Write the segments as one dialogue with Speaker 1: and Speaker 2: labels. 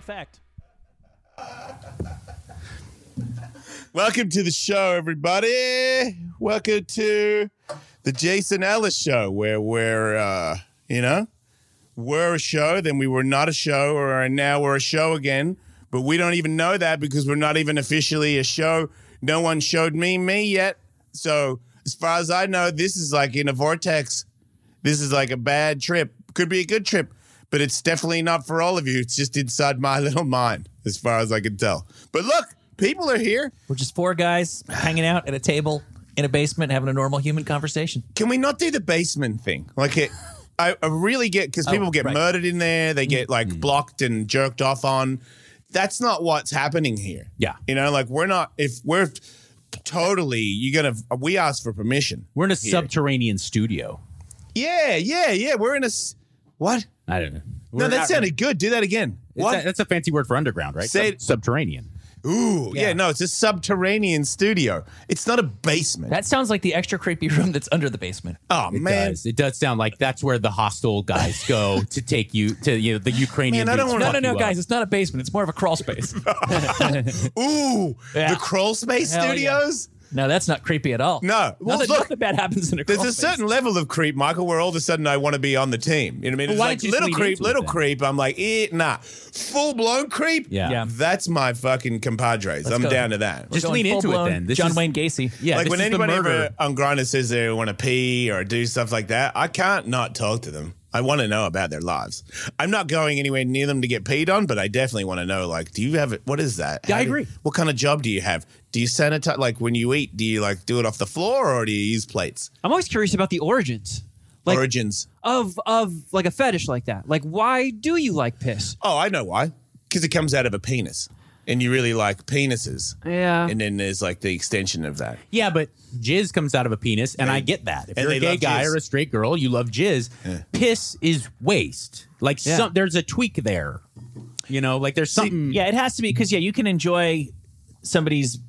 Speaker 1: fact.
Speaker 2: Welcome to the show, everybody. Welcome to the Jason Ellis Show, where we're, uh, you know, we're a show, then we were not a show, or uh, now we're a show again. But we don't even know that because we're not even officially a show. No one showed me me yet. So, as far as I know, this is like in a vortex. This is like a bad trip. Could be a good trip, but it's definitely not for all of you. It's just inside my little mind, as far as I can tell. But look, people are here.
Speaker 1: We're just four guys hanging out at a table in a basement having a normal human conversation.
Speaker 2: Can we not do the basement thing? Like it, I, I really get because people get
Speaker 1: Oh, right. Mm-hmm.
Speaker 2: murdered in there. They get like blocked and jerked off on. That's not what's happening here.
Speaker 1: Yeah.
Speaker 2: you know, like we're not. If we're totally, you're gonna. We ask for permission.
Speaker 3: We're in a subterranean studio.
Speaker 2: Yeah, yeah, yeah. We're in a. s- What?
Speaker 3: I don't know.
Speaker 2: no, that sounded good. Do that again. What?
Speaker 3: that's a fancy word for underground, right?
Speaker 2: Say-
Speaker 3: Sub- subterranean.
Speaker 2: Ooh, yeah.
Speaker 1: Yeah.
Speaker 2: No, it's a subterranean studio. It's not a basement.
Speaker 1: That sounds like the extra creepy room that's under the basement.
Speaker 2: oh
Speaker 3: It
Speaker 2: man,
Speaker 3: does. It does sound like that's where the hostile guys go to take you to you know the Ukrainian.
Speaker 2: Man, I don't wanna-
Speaker 3: dudes
Speaker 1: No,
Speaker 3: fuck
Speaker 1: no, no,
Speaker 3: you
Speaker 1: guys,
Speaker 3: up.
Speaker 1: it's not a basement. It's more of a crawl space.
Speaker 2: ooh,
Speaker 1: Yeah.
Speaker 2: the crawl space
Speaker 1: Hell yeah.
Speaker 2: studios.
Speaker 1: no, that's not creepy at all.
Speaker 2: No. Well,
Speaker 1: nothing,
Speaker 2: look,
Speaker 1: nothing bad happens in a crawl
Speaker 2: There's a
Speaker 1: space.
Speaker 2: certain level of creep, Michael, where all of a sudden I want to be on the team. You know what I mean? It's
Speaker 3: why
Speaker 2: like
Speaker 3: don't you just
Speaker 2: little
Speaker 3: lean
Speaker 2: creep,
Speaker 3: into it
Speaker 2: little
Speaker 3: then?
Speaker 2: creep. I'm like, eh, nah. Full blown creep.
Speaker 3: Yeah.
Speaker 1: Yeah.
Speaker 2: That's my fucking compadres. I'm
Speaker 1: go.
Speaker 2: down to that.
Speaker 1: We're
Speaker 3: Just
Speaker 1: going
Speaker 3: lean into it
Speaker 1: full-blown
Speaker 3: then. This
Speaker 1: John
Speaker 3: is-
Speaker 1: Wayne Gacy.
Speaker 3: Yeah,
Speaker 2: like
Speaker 3: this
Speaker 2: when
Speaker 3: is the
Speaker 2: anybody ever
Speaker 3: murder.
Speaker 2: on Grindr says they want to pee or do stuff like that, I can't not talk to them. I want to know about their lives. I'm not going anywhere near them to get peed on, but I definitely want to know. Like, do you have it? What is that?
Speaker 1: Yeah, I
Speaker 2: How do-
Speaker 1: agree.
Speaker 2: what kind of job do you have? Do you sanitize? Like when you eat, do you like do it off the floor or do you use plates?
Speaker 4: I'm always curious about the origins, like
Speaker 2: Origins.
Speaker 4: of of like a fetish like that. Like, why do you like piss?
Speaker 2: Oh, I know why. Because it comes out of a penis, and you really like penises.
Speaker 4: Yeah.
Speaker 2: And then there's like the extension of that.
Speaker 3: Yeah, but jizz comes out of a penis, and I get that. If
Speaker 2: and
Speaker 3: you're
Speaker 2: they
Speaker 3: a gay
Speaker 2: love
Speaker 3: guy
Speaker 2: jizz.
Speaker 3: or a straight girl, you love jizz. Piss is waste. Like
Speaker 4: Yeah.
Speaker 3: some, there's a tweak there. You know, like there's something.
Speaker 1: Yeah, it has to be because yeah, you can enjoy somebody's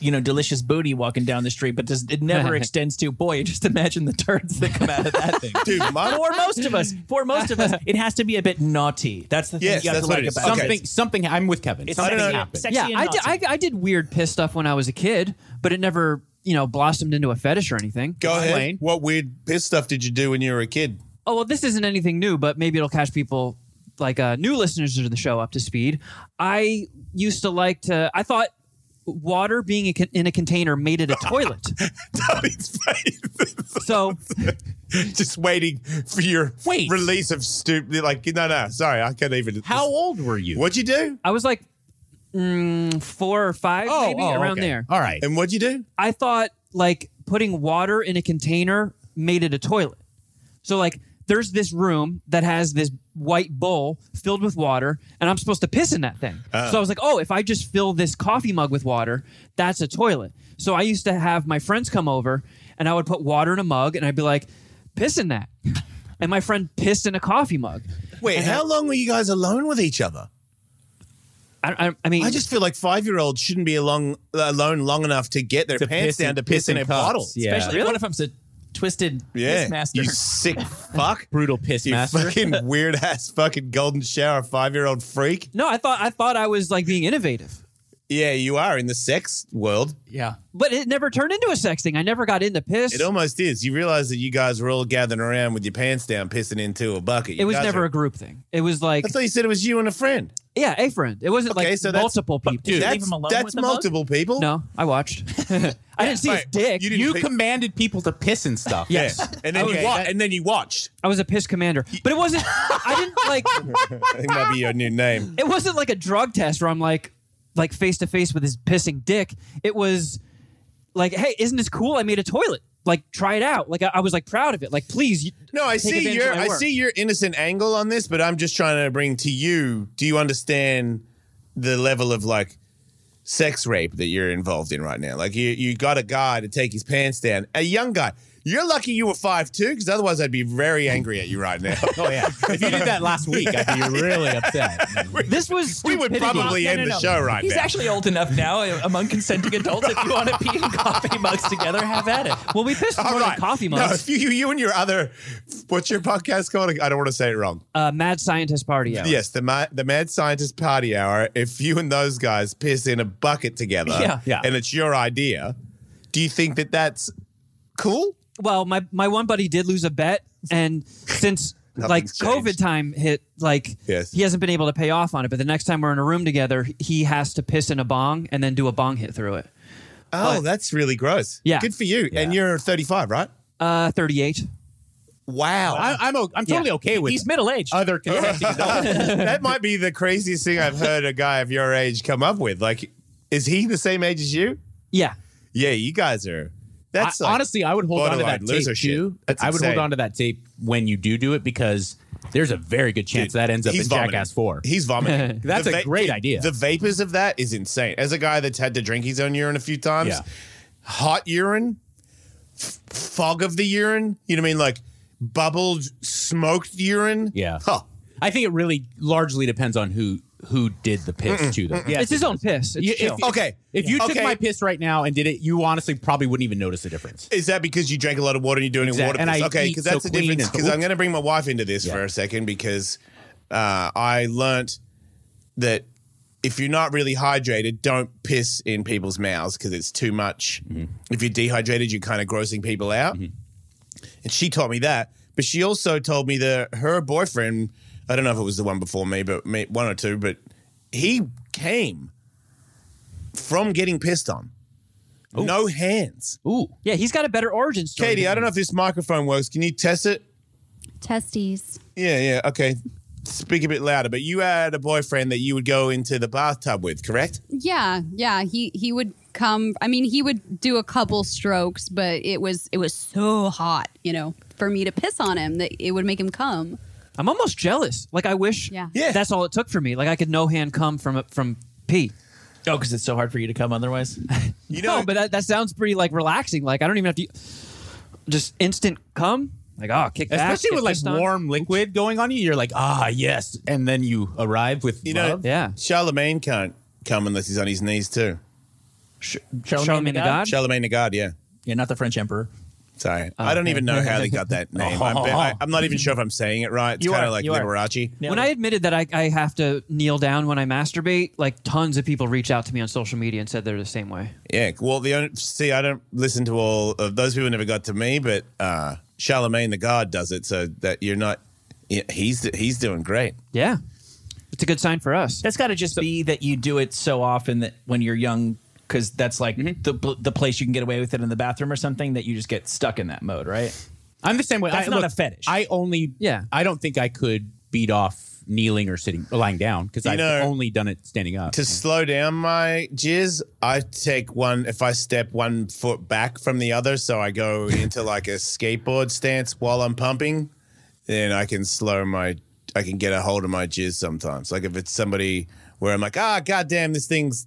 Speaker 1: you know delicious booty walking down the street, but this, it never extends to boy. Just imagine the turds that come out of that thing.
Speaker 2: Dude, my,
Speaker 1: For most of us, for most of us, it has to be a bit naughty. That's the thing
Speaker 2: Yes,
Speaker 1: you have
Speaker 2: that's
Speaker 1: to
Speaker 2: what
Speaker 1: like
Speaker 2: it is.
Speaker 1: about
Speaker 2: Okay.
Speaker 3: something. Something. I'm with Kevin.
Speaker 1: It's
Speaker 3: something
Speaker 1: sexy-
Speaker 3: happened.
Speaker 1: sexy-
Speaker 4: yeah,
Speaker 1: and
Speaker 4: I did, I,
Speaker 1: naughty.
Speaker 4: I did weird piss stuff when I was a kid, but it never you know blossomed into a fetish or anything.
Speaker 2: go ahead.
Speaker 3: Explain.
Speaker 2: What weird piss stuff did you do when you were a kid?
Speaker 4: Oh well, this isn't anything new, but maybe it'll catch people like uh, new listeners to the show up to speed. I used to like to. I thought water being a con- in a container made it a toilet.
Speaker 2: Tommy's face.
Speaker 4: So
Speaker 2: Just waiting for your
Speaker 3: Wait.
Speaker 2: release of stupid. Like, no, no, sorry, I can't even.
Speaker 3: How old were you?
Speaker 2: What'd you do?
Speaker 4: I was like mm, four or five,
Speaker 1: Oh,
Speaker 4: maybe around
Speaker 3: Oh, okay.
Speaker 4: there.
Speaker 3: All right.
Speaker 2: And what'd you do?
Speaker 4: I thought like putting water in a container made it a toilet. So like there's this room that has this white bowl filled with water and I'm supposed to piss in that thing.
Speaker 2: Ah.
Speaker 4: So I was like, "Oh, if I just fill this coffee mug with water, that's a toilet." So I used to have my friends come over and I would put water in a mug and I'd be like, "Piss in that." And my friend pissed in a coffee mug.
Speaker 2: Wait, how long were you guys alone with each other?
Speaker 4: I, I, I mean,
Speaker 2: I just feel like five year olds shouldn't be along, alone long enough to get their
Speaker 3: To
Speaker 2: pants
Speaker 3: piss in-
Speaker 2: down to piss
Speaker 3: piss
Speaker 2: in,
Speaker 3: in
Speaker 2: a
Speaker 3: cups,
Speaker 2: bottle.
Speaker 3: yeah.
Speaker 1: especially what if I'm a twisted
Speaker 2: Yeah.
Speaker 1: piss master.
Speaker 2: You sick fuck.
Speaker 3: Brutal piss
Speaker 2: You
Speaker 3: master.
Speaker 2: fucking weird ass fucking golden shower five year old freak.
Speaker 4: no, I thought I thought I was like being innovative.
Speaker 2: Yeah, you are in the sex world.
Speaker 1: yeah.
Speaker 4: But it never turned into a sex thing. I never got into piss.
Speaker 2: It almost is. You realize that you guys were all gathering around with your pants down, pissing into a bucket. You
Speaker 4: It was
Speaker 2: guys
Speaker 4: never
Speaker 2: are-
Speaker 4: a group thing. It was like,
Speaker 2: I thought you said it was you and a friend.
Speaker 4: yeah, a friend. It wasn't
Speaker 2: Okay,
Speaker 4: like
Speaker 2: so that's-
Speaker 4: multiple people.
Speaker 1: Dude, leave
Speaker 2: that's
Speaker 1: him alone with
Speaker 2: that's
Speaker 1: the mug?
Speaker 2: multiple people.
Speaker 4: no, I watched. I didn't see his
Speaker 2: Right.
Speaker 4: dick.
Speaker 2: You didn't
Speaker 3: You
Speaker 2: pick-
Speaker 3: commanded people to piss and stuff.
Speaker 2: Yeah. And then you wa- and then you watched.
Speaker 4: I was a piss commander, but it wasn't. I didn't like.
Speaker 2: I think that'd be your new name.
Speaker 4: It wasn't like a drug test where I'm like, like face to face with his pissing dick. It was like, hey, isn't this cool? I made a toilet. Like, try it out. Like, I, I was like proud of it. Like, please. you-
Speaker 2: No, I
Speaker 4: take
Speaker 2: see
Speaker 4: advantage of
Speaker 2: your
Speaker 4: my
Speaker 2: I
Speaker 4: work.
Speaker 2: see your innocent angle on this, but I'm just trying to bring to you. Do you understand the level of like sex rape that you're involved in right now? Like you you got a guy to take his pants down, a young guy. You're lucky you were five two, because otherwise I'd be very angry at you right now.
Speaker 3: Oh yeah. If you did that last week, I'd be really upset.
Speaker 4: This was
Speaker 2: we would
Speaker 4: stupidity.
Speaker 2: probably
Speaker 1: No,
Speaker 2: end
Speaker 1: no, no.
Speaker 2: the show right
Speaker 1: He's
Speaker 2: now.
Speaker 1: actually old enough now uh, among consenting adults. If you want to pee in coffee mugs together, have at it.
Speaker 4: Well, we pissed more
Speaker 2: All
Speaker 4: than
Speaker 2: right.
Speaker 4: coffee
Speaker 2: No, if
Speaker 4: mugs.
Speaker 2: you, you and your other, what's your podcast called? I don't want to say it wrong.
Speaker 4: uh, mad scientist party hour.
Speaker 2: Yes, the mad, the mad scientist party hour. If you and those guys piss in a bucket together,
Speaker 1: Yeah.
Speaker 3: Yeah.
Speaker 2: and it's your idea, do you think that that's cool?
Speaker 4: Well, my my one buddy did lose a bet, and since like
Speaker 2: Nothing's changed.
Speaker 4: COVID time hit, like
Speaker 2: Yes.
Speaker 4: he hasn't been able to pay off on it. But the next time we're in a room together, he has to piss in a bong and then do a bong hit through it.
Speaker 2: Oh, that's really gross.
Speaker 4: Yeah.
Speaker 2: good for you. And
Speaker 3: Yeah.
Speaker 2: you're 35, right?
Speaker 4: Uh, thirty eight.
Speaker 2: Wow.
Speaker 3: I, I'm o- I'm totally
Speaker 4: Yeah.
Speaker 3: okay with
Speaker 1: He's middle aged.
Speaker 3: other consenting adults.
Speaker 2: that might be the craziest thing I've heard a guy of your age come up with. Like, is he the same age as you?
Speaker 4: Yeah.
Speaker 2: Yeah, you guys are. That's
Speaker 3: I-
Speaker 2: like-
Speaker 3: honestly, I would hold on to
Speaker 2: borderline
Speaker 3: that
Speaker 2: loser
Speaker 3: tape
Speaker 2: shit.
Speaker 3: too.
Speaker 2: That's
Speaker 3: I would hold
Speaker 2: insane.
Speaker 3: on to that tape when you do do it because there's a very good chance that ends up in
Speaker 2: He's vomiting.
Speaker 3: Jackass Four.
Speaker 2: He's vomiting.
Speaker 3: That's
Speaker 2: The
Speaker 3: a great idea.
Speaker 2: The vapors of that is insane. As a guy that's had to drink his own urine a few times,
Speaker 3: Yeah.
Speaker 2: hot urine, f- fog of the urine. You know what I mean? Like bubbled, smoked urine.
Speaker 3: Yeah.
Speaker 2: Huh.
Speaker 3: I think it really largely depends on who who did the piss too. Though. Yeah,
Speaker 4: it's his own piss. It's
Speaker 3: You-
Speaker 4: chill.
Speaker 3: if-
Speaker 2: Okay.
Speaker 3: If you
Speaker 2: Okay.
Speaker 3: took my piss right now and did it, you honestly probably wouldn't even notice the difference.
Speaker 2: Is that because you drank a lot of water and you're doing
Speaker 3: Exact-
Speaker 2: water?
Speaker 3: and
Speaker 2: piss?
Speaker 3: I
Speaker 2: okay,
Speaker 3: eat
Speaker 2: because
Speaker 3: so
Speaker 2: that's the
Speaker 3: clean
Speaker 2: difference.
Speaker 3: and-
Speaker 2: Because I'm going to bring my wife into this for a second because uh, I learnt that if you're not really hydrated, don't piss in people's mouths because it's too much.
Speaker 3: Mm-hmm.
Speaker 2: If you're dehydrated, you're kind of grossing people out. And she taught me that, but she also told me that her boyfriend, I don't know if it was the one before me, but me- one or two, but he came from getting pissed on. No hands.
Speaker 3: Ooh,
Speaker 4: yeah, he's got a better origin story.
Speaker 2: Katie, I don't know if this microphone works. Can you test it?
Speaker 5: Testes.
Speaker 2: Yeah, yeah. Okay. Speak a bit louder. But you had a boyfriend that you would go into the bathtub with, correct?
Speaker 5: Yeah, yeah. He he would come. I mean, he would do a couple strokes, but it was it was so hot, you know, for me to piss on him that it would make him come.
Speaker 4: I'm almost jealous. Like I wish.
Speaker 5: Yeah.
Speaker 2: Yeah.
Speaker 4: That's all it took for me. Like I could no hand come from from pee.
Speaker 1: Oh, because it's so hard for you to come otherwise.
Speaker 2: You
Speaker 1: Oh,
Speaker 4: no, but that, that sounds pretty like relaxing. Like I don't even have to just instant come. Like oh, kick back.
Speaker 3: especially
Speaker 4: get
Speaker 3: with like
Speaker 4: pissed on.
Speaker 3: warm liquid going on you, you're like, ah, yes, and then you arrive with
Speaker 2: you know,
Speaker 3: love.
Speaker 4: Yeah.
Speaker 2: Charlemagne can't come unless he's on his knees too.
Speaker 4: Charlemagne the God?
Speaker 2: Charlemagne the God, yeah.
Speaker 1: Yeah, not the French emperor.
Speaker 2: Sorry. I don't even know how they got that name. I'm, I, am not even sure if I'm saying it right. It's
Speaker 1: You
Speaker 2: kind
Speaker 1: are,
Speaker 2: of like
Speaker 1: you are.
Speaker 2: Liberace.
Speaker 1: Yeah.
Speaker 4: When I admitted that I, I have to kneel down when I masturbate, like tons of people reached out to me on social media and said they're the same way.
Speaker 2: Yeah. Well, the only, see, I don't listen to all of those people. Never got to me, but uh, Charlemagne the God does it. So that you're not. yeah, He's he's doing great.
Speaker 4: Yeah. It's a good sign for us.
Speaker 1: That's got to just be that you do it so often that when you're young, because that's like the the place you can get away with it in the bathroom or something that you just get stuck in that mode, right?
Speaker 3: I'm the same way.
Speaker 1: That's
Speaker 3: I,
Speaker 1: not a fetish.
Speaker 3: I only,
Speaker 4: Yeah.
Speaker 3: I don't think I could beat off kneeling or sitting, lying down because
Speaker 2: You
Speaker 3: I've
Speaker 2: know-
Speaker 3: only done it standing up.
Speaker 2: to slow down my jizz, I take one if I step one foot back from the other, so I go into like a skateboard stance while I'm pumping, then I can slow my I can get a hold of my jizz sometimes. Like if it's somebody where I'm like, ah, goddamn, this thing's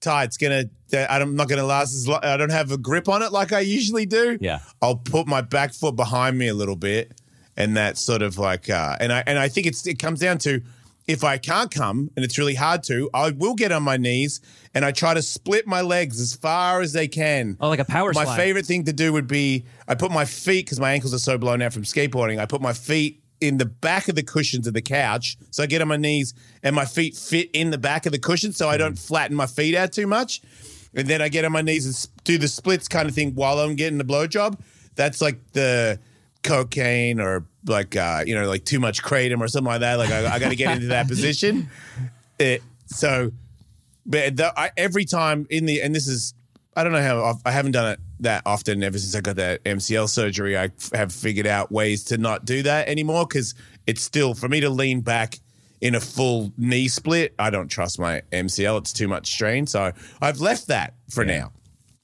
Speaker 2: tight. It's gonna. that- I'm not gonna last as. Long. I don't have a grip on it like I usually do.
Speaker 3: Yeah.
Speaker 2: I'll put my back foot behind me a little bit, and that's sort of like. Uh, and I and I think it's it comes down to if I can't come and it's really hard to, I will get on my knees and I try to split my legs as far as they can.
Speaker 4: Oh, like a power
Speaker 2: My
Speaker 4: slide.
Speaker 2: favorite thing to do would be I put my feet because my ankles are so blown out from skateboarding. I put my feet. In the back of the cushions of the couch, so I get on my knees and my feet fit in the back of the cushion, so I don't
Speaker 4: Mm.
Speaker 2: flatten my feet out too much and then I get on my knees and s- do the splits kind of thing while I'm getting the blowjob. That's like the cocaine or like uh, you know like too much kratom or something like that. Like I, I got to get into that position. It, so, but the, I, every time in the and this is I don't know how of- I haven't done it that often ever since I got that MCL surgery. I f- have figured out ways to not do that anymore because it's still for me to lean back in a full knee split. I don't trust my MCL; it's too much strain. So I've left that for now.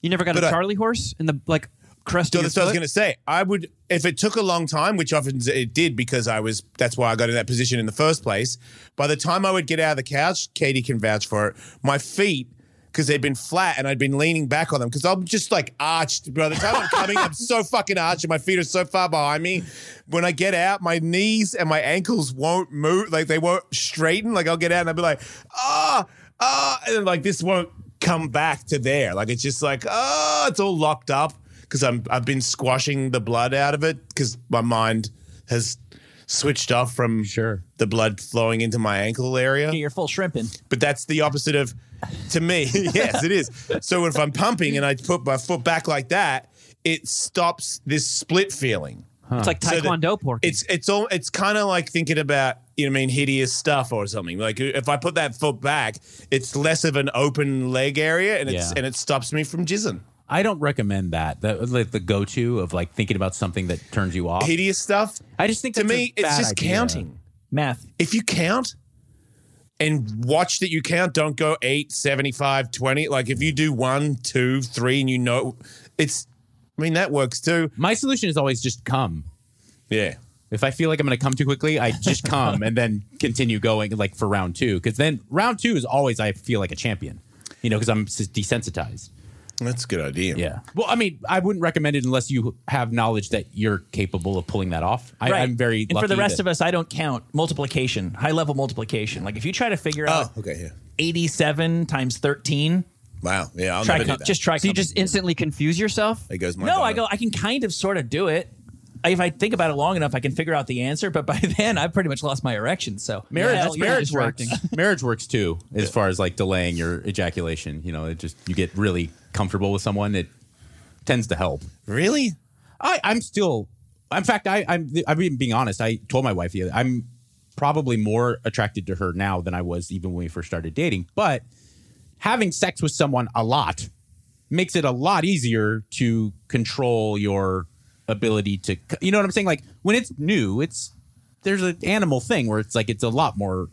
Speaker 4: You never got
Speaker 2: But
Speaker 4: a
Speaker 2: I-
Speaker 4: Charlie horse in the like crest
Speaker 2: So
Speaker 4: of your
Speaker 2: that's what I was
Speaker 4: foot?
Speaker 2: going to say. I would, if it took a long time, which often it did because I was, that's why I got in that position in the first place. By the time I would get out of the couch, Katie can vouch for it, my feet because they've been flat and I'd been leaning back on them because I'm just like arched. By the time I'm coming, I'm so fucking arched and my feet are so far behind me. When I get out, my knees and my ankles won't move. Like they won't straighten. Like I'll get out and I'll be like, ah, ah. And then like this won't come back to there. Like it's just like, ah, it's all locked up because I'm I've been squashing the blood out of it because my mind has switched off from
Speaker 3: Sure.
Speaker 2: the blood flowing into my ankle area.
Speaker 1: You're full shrimping.
Speaker 2: But that's the opposite of, to me, yes, it is. So if I'm pumping and I put my foot back like that, it stops this split feeling.
Speaker 4: It's like
Speaker 2: So that-
Speaker 4: Taekwondo pork.
Speaker 2: It's it's all it's kind of like thinking about you know what I mean hideous stuff or something. Like if I put that foot back, it's less of an open leg area and it's
Speaker 3: Yeah.
Speaker 2: and it stops me from jizzing.
Speaker 3: I don't recommend that. That was like the go-to of like thinking about something that turns you off.
Speaker 2: Hideous stuff.
Speaker 3: I just think
Speaker 2: to
Speaker 3: that's a
Speaker 2: me, it's
Speaker 3: bad
Speaker 2: just
Speaker 3: idea.
Speaker 2: counting.
Speaker 1: Math.
Speaker 2: if you count and watch that you count, don't go 8, 75, 20. Like if you do one, two, three, and you know it's, I mean, that works too.
Speaker 3: My solution is always just come.
Speaker 2: Yeah.
Speaker 3: If I feel like I'm going to come too quickly, I just come and then continue going like for round two. Because then round two is always I feel like a champion, you know, because I'm s- desensitized.
Speaker 2: That's a good idea.
Speaker 3: Well, I mean, I wouldn't recommend it unless you have knowledge that you're capable of pulling that off. I, I'm very
Speaker 1: And
Speaker 3: lucky
Speaker 1: for the rest of us, I don't count multiplication, high level multiplication. Like if you try to figure
Speaker 2: Oh,
Speaker 1: out
Speaker 2: okay. Yeah.
Speaker 1: 87 times 13,
Speaker 2: Wow. Yeah. I'll
Speaker 1: try
Speaker 2: never do
Speaker 1: count,
Speaker 2: that.
Speaker 1: just try.
Speaker 4: so you
Speaker 1: counting.
Speaker 4: just instantly confuse yourself.
Speaker 2: there goes my
Speaker 1: no,
Speaker 2: vomit.
Speaker 1: I go. I can kind of sort of do it. I- If I think about it long enough, I can figure out the answer. But by then, I've pretty much lost my erection. So
Speaker 3: marriage,
Speaker 1: Hell, you're
Speaker 3: marriage
Speaker 1: just
Speaker 3: works.
Speaker 1: working.
Speaker 3: marriage works too, as far as like delaying your ejaculation. You know, it just you get really comfortable with someone. It tends to help.
Speaker 2: Really?
Speaker 3: I, I'm still. In fact, I, I'm. I'm even being honest. I told my wife the other. I'm probably more attracted to her now than I was even when we first started dating. But having sex with someone a lot makes it a lot easier to control your ability to. c- You know what I'm saying? Like when it's new, it's there's an animal thing where it's like it's a lot more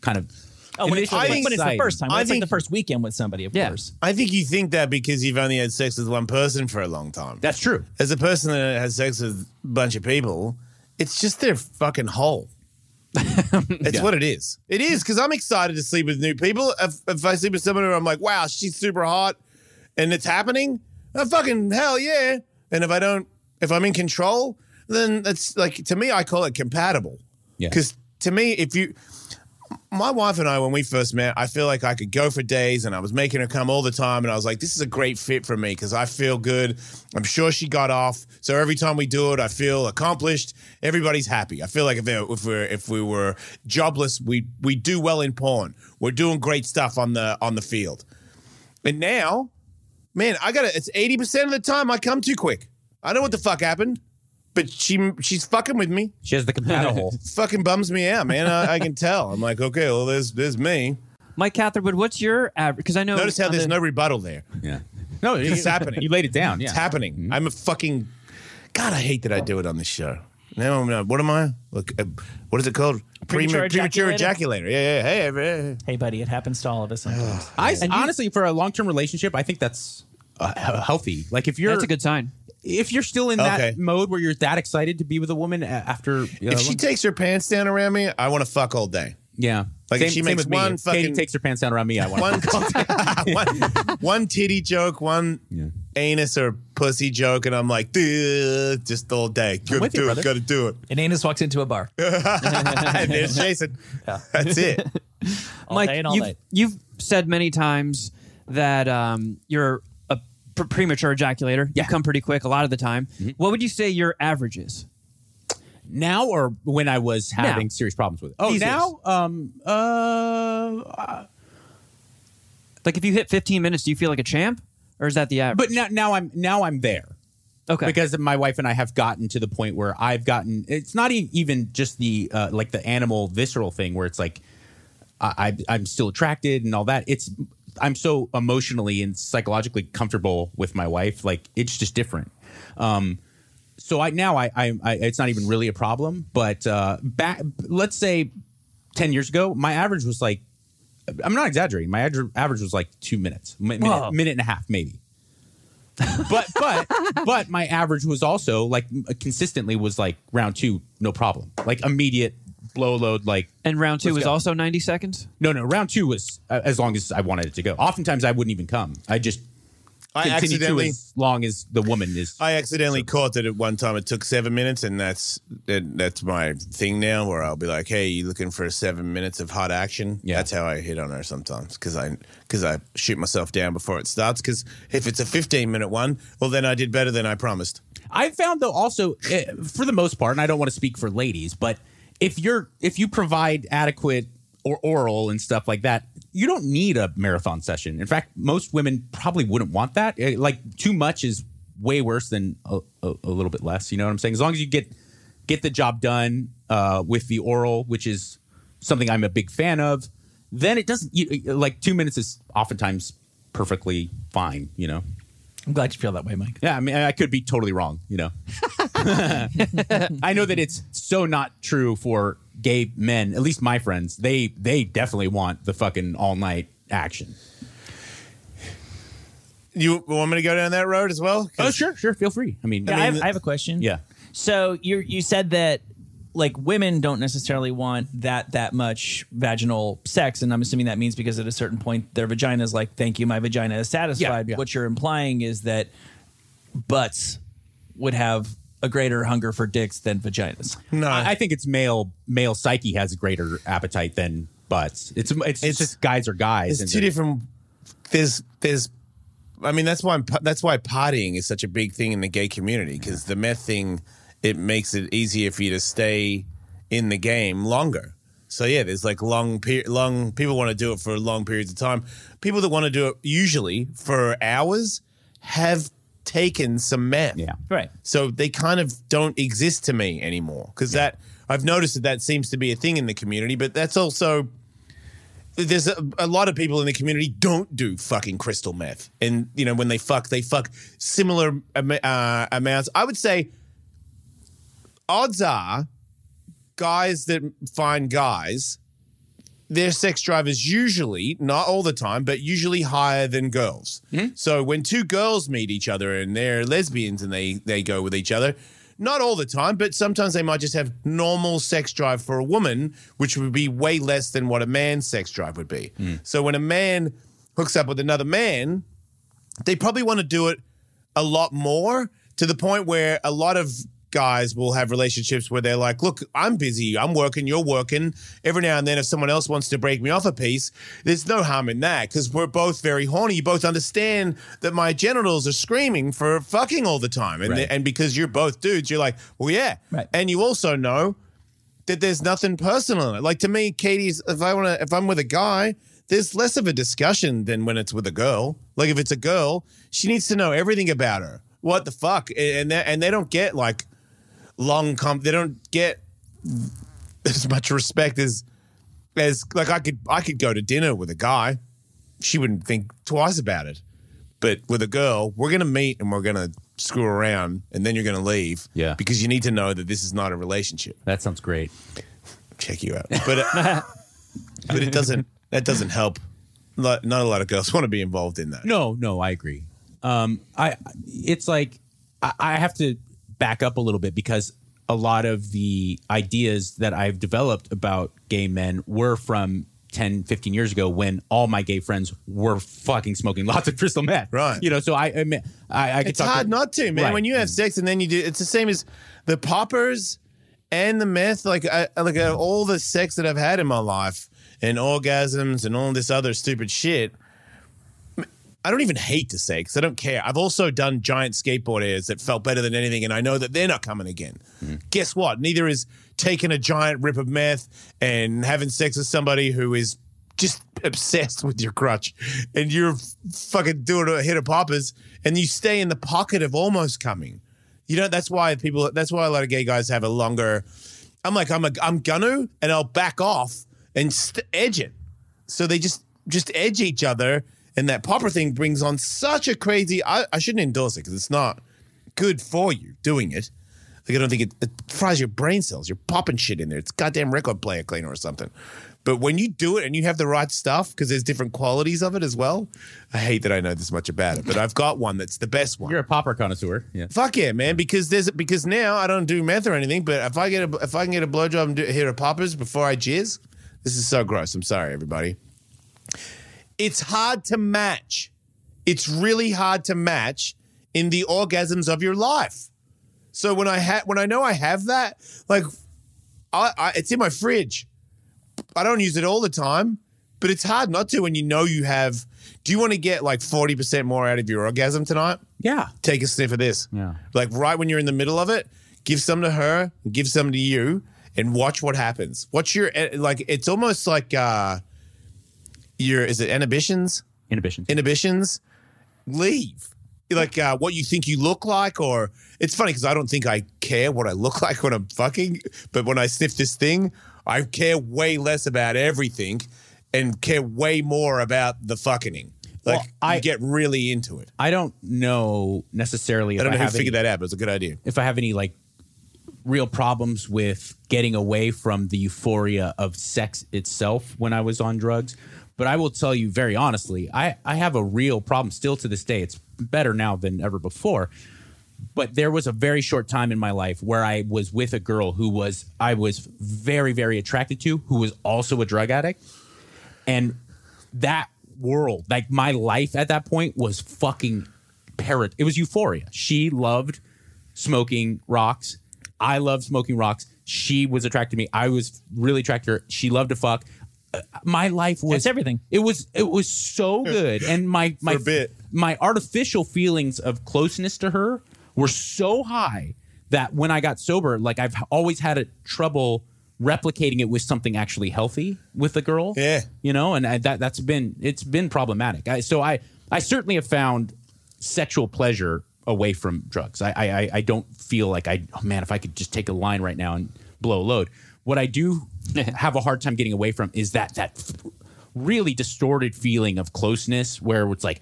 Speaker 3: kind of.
Speaker 1: Oh, when it's, like,
Speaker 3: initially
Speaker 1: when it's the
Speaker 3: exciting.
Speaker 1: first time,
Speaker 2: I
Speaker 1: when it's like
Speaker 2: think-
Speaker 1: the first weekend with somebody, of
Speaker 4: Yeah.
Speaker 1: course.
Speaker 2: I think you think that because you've only had sex with one person for a long time.
Speaker 3: That's true.
Speaker 2: As a person that has sex with a bunch of people, it's just their fucking hole. It's
Speaker 3: Yeah.
Speaker 2: what it is. It is because I'm excited to sleep with new people. If, if I sleep with someone who I'm like, wow, she's super hot and it's happening, oh, fucking hell yeah. And if I don't, if I'm in control, then that's like, to me, I call it compatible.
Speaker 3: Yeah.
Speaker 2: Because to me, if you, my wife and I, when we first met, I feel like I could go for days and I was making her come all the time. And I was like, this is a great fit for me because I feel good. I'm sure she got off. So every time we do it, I feel accomplished. Everybody's happy. I feel like if, if, we're, if we were jobless, we, we do well in porn. We're doing great stuff on the, on the field. And now, man, I got to, it's 80% of the time I come too quick. I know what the fuck happened, but she, she's fucking with me
Speaker 3: She has the compatible.
Speaker 2: fucking bums me out, man. I, I can tell. I'm like, okay, well, there's there's me.
Speaker 4: Mike Catherwood, what's your average? Because I know
Speaker 2: Notice how
Speaker 4: on
Speaker 2: there's
Speaker 4: the-
Speaker 2: no rebuttal there.
Speaker 3: yeah. No,
Speaker 2: It's happening.
Speaker 3: You laid it down. Yeah.
Speaker 2: It's happening.
Speaker 1: Mm-hmm.
Speaker 2: I'm a fucking God. I hate that I do it on this show. Now I'm not, what am I? Look, uh, what is it called?
Speaker 1: Premature
Speaker 2: Prema- premature
Speaker 1: ejaculator?
Speaker 2: ejaculator. Yeah, yeah. Hey, hey,
Speaker 1: Hey, buddy, it happens to all of us sometimes.
Speaker 3: I honestly, for a long term relationship, I think that's uh, he- healthy. Like if you're
Speaker 4: That's a good sign.
Speaker 3: if you're still in
Speaker 2: Okay.
Speaker 3: that mode where you're that excited to be with a woman a- after you know,
Speaker 2: if she
Speaker 3: long-
Speaker 2: takes her pants down around me, I want to fuck all day.
Speaker 3: yeah,
Speaker 2: Like, if she makes
Speaker 3: me.
Speaker 2: one
Speaker 3: If Katie
Speaker 2: fucking-
Speaker 3: takes her pants down around me. I want
Speaker 2: One, one, one titty joke, one anus or pussy joke, and I'm like, dude, just all day. Gotta
Speaker 1: with you,
Speaker 2: do it.
Speaker 1: brother.
Speaker 2: Gotta do it.
Speaker 1: And Anus walks into a bar.
Speaker 2: and there's Jason. That's it.
Speaker 1: All
Speaker 4: Mike,
Speaker 1: day and all
Speaker 4: you've,
Speaker 1: night.
Speaker 4: you've said many times that um, you're a pre- premature ejaculator. You come pretty quick a lot of the time.
Speaker 2: Mm-hmm.
Speaker 4: What would you say your average is?
Speaker 3: now or when I was having
Speaker 4: Now.
Speaker 3: serious problems with it. Oh,
Speaker 4: These
Speaker 3: now um uh, uh,
Speaker 4: Like if you hit 15 minutes, do you feel like a champ, or is that the average?
Speaker 3: but now now I'm now I'm there.
Speaker 4: okay,
Speaker 3: because my wife and I have gotten to the point where I've gotten. It's not e- even just the uh, like the animal visceral thing where it's like I, I I'm still attracted and all that. It's I'm so emotionally and psychologically comfortable with my wife. Like it's just different. Um, so I now I, I, I it's not even really a problem. But uh, back let's say ten years ago, my average was like I'm not exaggerating. My adr- average was like two minutes, mi-
Speaker 4: Whoa.
Speaker 3: minute, minute and a half maybe. but but but my average was also like m- consistently was like round two, no problem, like immediate blow load like
Speaker 4: And round two
Speaker 3: Let's
Speaker 4: is
Speaker 3: go.
Speaker 4: also 90 seconds.
Speaker 3: no no round two was uh, as long as I wanted it to go. Oftentimes I wouldn't even come. I just
Speaker 2: I
Speaker 3: continue to
Speaker 2: accidentally
Speaker 3: as long as the woman is.
Speaker 2: I accidentally caught that at one time. It took seven minutes, and that's that, that's my thing now. Where I'll be like, "Hey, you looking for seven minutes of hot action?"
Speaker 3: Yeah.
Speaker 2: that's how I hit on her sometimes because I because I shoot myself down before it starts. Because if it's a fifteen minute one, well, then I did better than I promised.
Speaker 3: I found though also eh, for the most part, and I don't want to speak for ladies, but if you're if you provide adequate or oral and stuff like that, you don't need a marathon session. In fact, most women probably wouldn't want that. Eh, Like too much is way worse than a, a, a little bit less. You know what I'm saying? As long as you get get the job done uh, with the oral, which is something I'm a big fan of, then it doesn't you, like two minutes is oftentimes perfectly fine. You know?
Speaker 1: I'm glad you feel that way, Mike.
Speaker 3: Yeah, I mean, I could be totally wrong, you know. I know that it's so not true for gay men. At least my friends, they they definitely want the fucking all night action.
Speaker 2: You want me to go down that road as well? 'Cause-
Speaker 3: Oh, sure, sure, feel free. I mean,
Speaker 1: Yeah, I,
Speaker 3: I
Speaker 1: have, I have a question.
Speaker 3: Yeah.
Speaker 1: So you you said that like women don't necessarily want that that much vaginal sex, and I'm assuming that means because at a certain point their vagina is like, "Thank you, my vagina is satisfied."
Speaker 3: yeah.
Speaker 1: What you're implying is that butts would have a greater hunger for dicks than vaginas.
Speaker 2: No,
Speaker 3: I think it's male male psyche has a greater appetite than butts. It's it's,
Speaker 2: It's-
Speaker 3: just guys are guys.
Speaker 2: It's
Speaker 3: and
Speaker 2: two
Speaker 3: they're-
Speaker 2: different. There's there's. I mean that's why I'm, that's why partying is such a big thing in the gay community because the meth thing it makes it easier for you to stay in the game longer. So yeah, there's like long per- long people want to do it for long periods of time. People that want to do it usually for hours have taken some meth.
Speaker 3: Yeah.
Speaker 1: Right.
Speaker 2: So they kind of don't exist to me anymore because that I've noticed that that seems to be a thing in the community, but that's also there's a, a lot of people in the community don't do fucking crystal meth, and you know when they fuck, they fuck similar am- uh, amounts. I would say odds are guys that find guys. Their sex drive is usually, not all the time, but usually higher than girls. So when two girls meet each other and they're lesbians and they, they go with each other, not all the time, but sometimes they might just have normal sex drive for a woman, which would be way less than what a man's sex drive would be. So when a man hooks up with another man, they probably want to do it a lot more to the point where a lot of guys will have relationships where they're like, look, I'm busy, I'm working, you're working. Every now and then, if someone else wants to break me off a piece, there's no harm in that because we're both very horny. You both understand that my genitals are screaming for fucking all the time. And,
Speaker 3: Right.
Speaker 2: and because you're both dudes, you're like, well, yeah.
Speaker 1: Right.
Speaker 2: And you also know that there's nothing personal in it. Like to me, Katie's if I wanna if I'm with a guy, there's less of a discussion than when it's with a girl. Like if it's a girl, she needs to know everything about her. What the fuck? And they and they don't get like long com they don't get as much respect as as like I could I could go to dinner with a guy. She wouldn't think twice about it. But with a girl, we're gonna meet and we're gonna screw around and then you're gonna leave.
Speaker 3: Yeah.
Speaker 2: Because you need to know that this is not a relationship
Speaker 3: that sounds great.
Speaker 2: check you out. But uh, but it doesn't that doesn't help. Not, not a lot of girls want to be involved in that.
Speaker 3: No, no, I agree. Um, I it's like I, I have to back up a little bit because a lot of the ideas that I've developed about gay men were from 10, 15 years ago when all my gay friends were fucking smoking lots of crystal meth.
Speaker 2: Right.
Speaker 3: You know, so I I, mean, I, I could
Speaker 2: it's
Speaker 3: talk
Speaker 2: hard
Speaker 3: to,
Speaker 2: not to, man.
Speaker 3: Right.
Speaker 2: When you have sex and then you do, it's the same as the poppers and the meth. Like I I look at all the sex that I've had in my life and orgasms and all this other stupid shit. I don't even hate the sex. I don't care. I've also done giant skateboard airs that felt better than anything, and I know that they're not coming again. Guess what? Neither is taking a giant rip of meth and having sex with somebody who is just obsessed with your crutch, and you're f- fucking doing a hit of poppers, and you stay in the pocket of almost coming. You know that's why people. That's why a lot of gay guys have a longer. I'm like I'm a I'm gonna and I'll back off and st- edge it. So they just just edge each other, and that popper thing brings on such a crazy. I, I shouldn't endorse it because it's not good for you doing it, Like I don't think it, it fries your brain cells. You're popping shit in there. It's goddamn record player cleaner or something. But when you do it and you have the right stuff, because there's different qualities of it as well. I hate that I know this much about it, but I've got one that's the best one.
Speaker 3: You're a popper connoisseur. Yeah.
Speaker 2: Fuck yeah, man! Because there's because now I don't do meth or anything, but if I get a if I can get a blowjob and do, hit a poppers before I jizz, this is so gross. I'm sorry, everybody. It's hard to match. It's really hard to match in the orgasms of your life. So when I ha- when I know I have that, like, I, I it's in my fridge. I don't use it all the time, but it's hard not to when you know you have. Do you want to get like forty percent more out of your orgasm tonight?
Speaker 3: Yeah.
Speaker 2: take a sniff of this.
Speaker 3: Yeah.
Speaker 2: Like right when you're in the middle of it, give some to her, give some to you, and watch what happens. What's your eh, like? It's almost like uh, your is it inhibitions?
Speaker 3: Inhibitions.
Speaker 2: Inhibitions leave. Like uh, what you think you look like, or it's funny because I don't think I care what I look like when I'm fucking, but when I sniff this thing, I care way less about everything, and care way more about the fucking. Like
Speaker 3: Well, I-
Speaker 2: you get really into it.
Speaker 3: I don't know necessarily. If
Speaker 2: I
Speaker 3: I
Speaker 2: don't know who
Speaker 3: have any,
Speaker 2: figured that out, but it's a good idea.
Speaker 3: If I have any like real problems with getting away from the euphoria of sex itself when I was on drugs, but I will tell you very honestly, I I have a real problem still to this day. It's better now than ever before. But there was a very short time in my life where I was with a girl who was I was very very attracted to, who was also a drug addict, and that world like my life at that point was fucking parrot it was euphoria she loved smoking rocks i loved smoking rocks she was attracted to me i was really attracted to her she loved to fuck Uh, my life was
Speaker 1: It's everything.
Speaker 3: it was it was so good and my my
Speaker 2: a bit.
Speaker 3: my artificial feelings of closeness to her were so high that when I got sober, like I've always had a trouble replicating it with something actually healthy with a girl.
Speaker 2: Yeah.
Speaker 3: you know, and I, that that's been it's been problematic. I, so I I certainly have found sexual pleasure away from drugs. I I I- I don't feel like I oh man if I could just take a line right now and blow a load. What I do have a hard time getting away from is that that f- really distorted feeling of closeness where it's like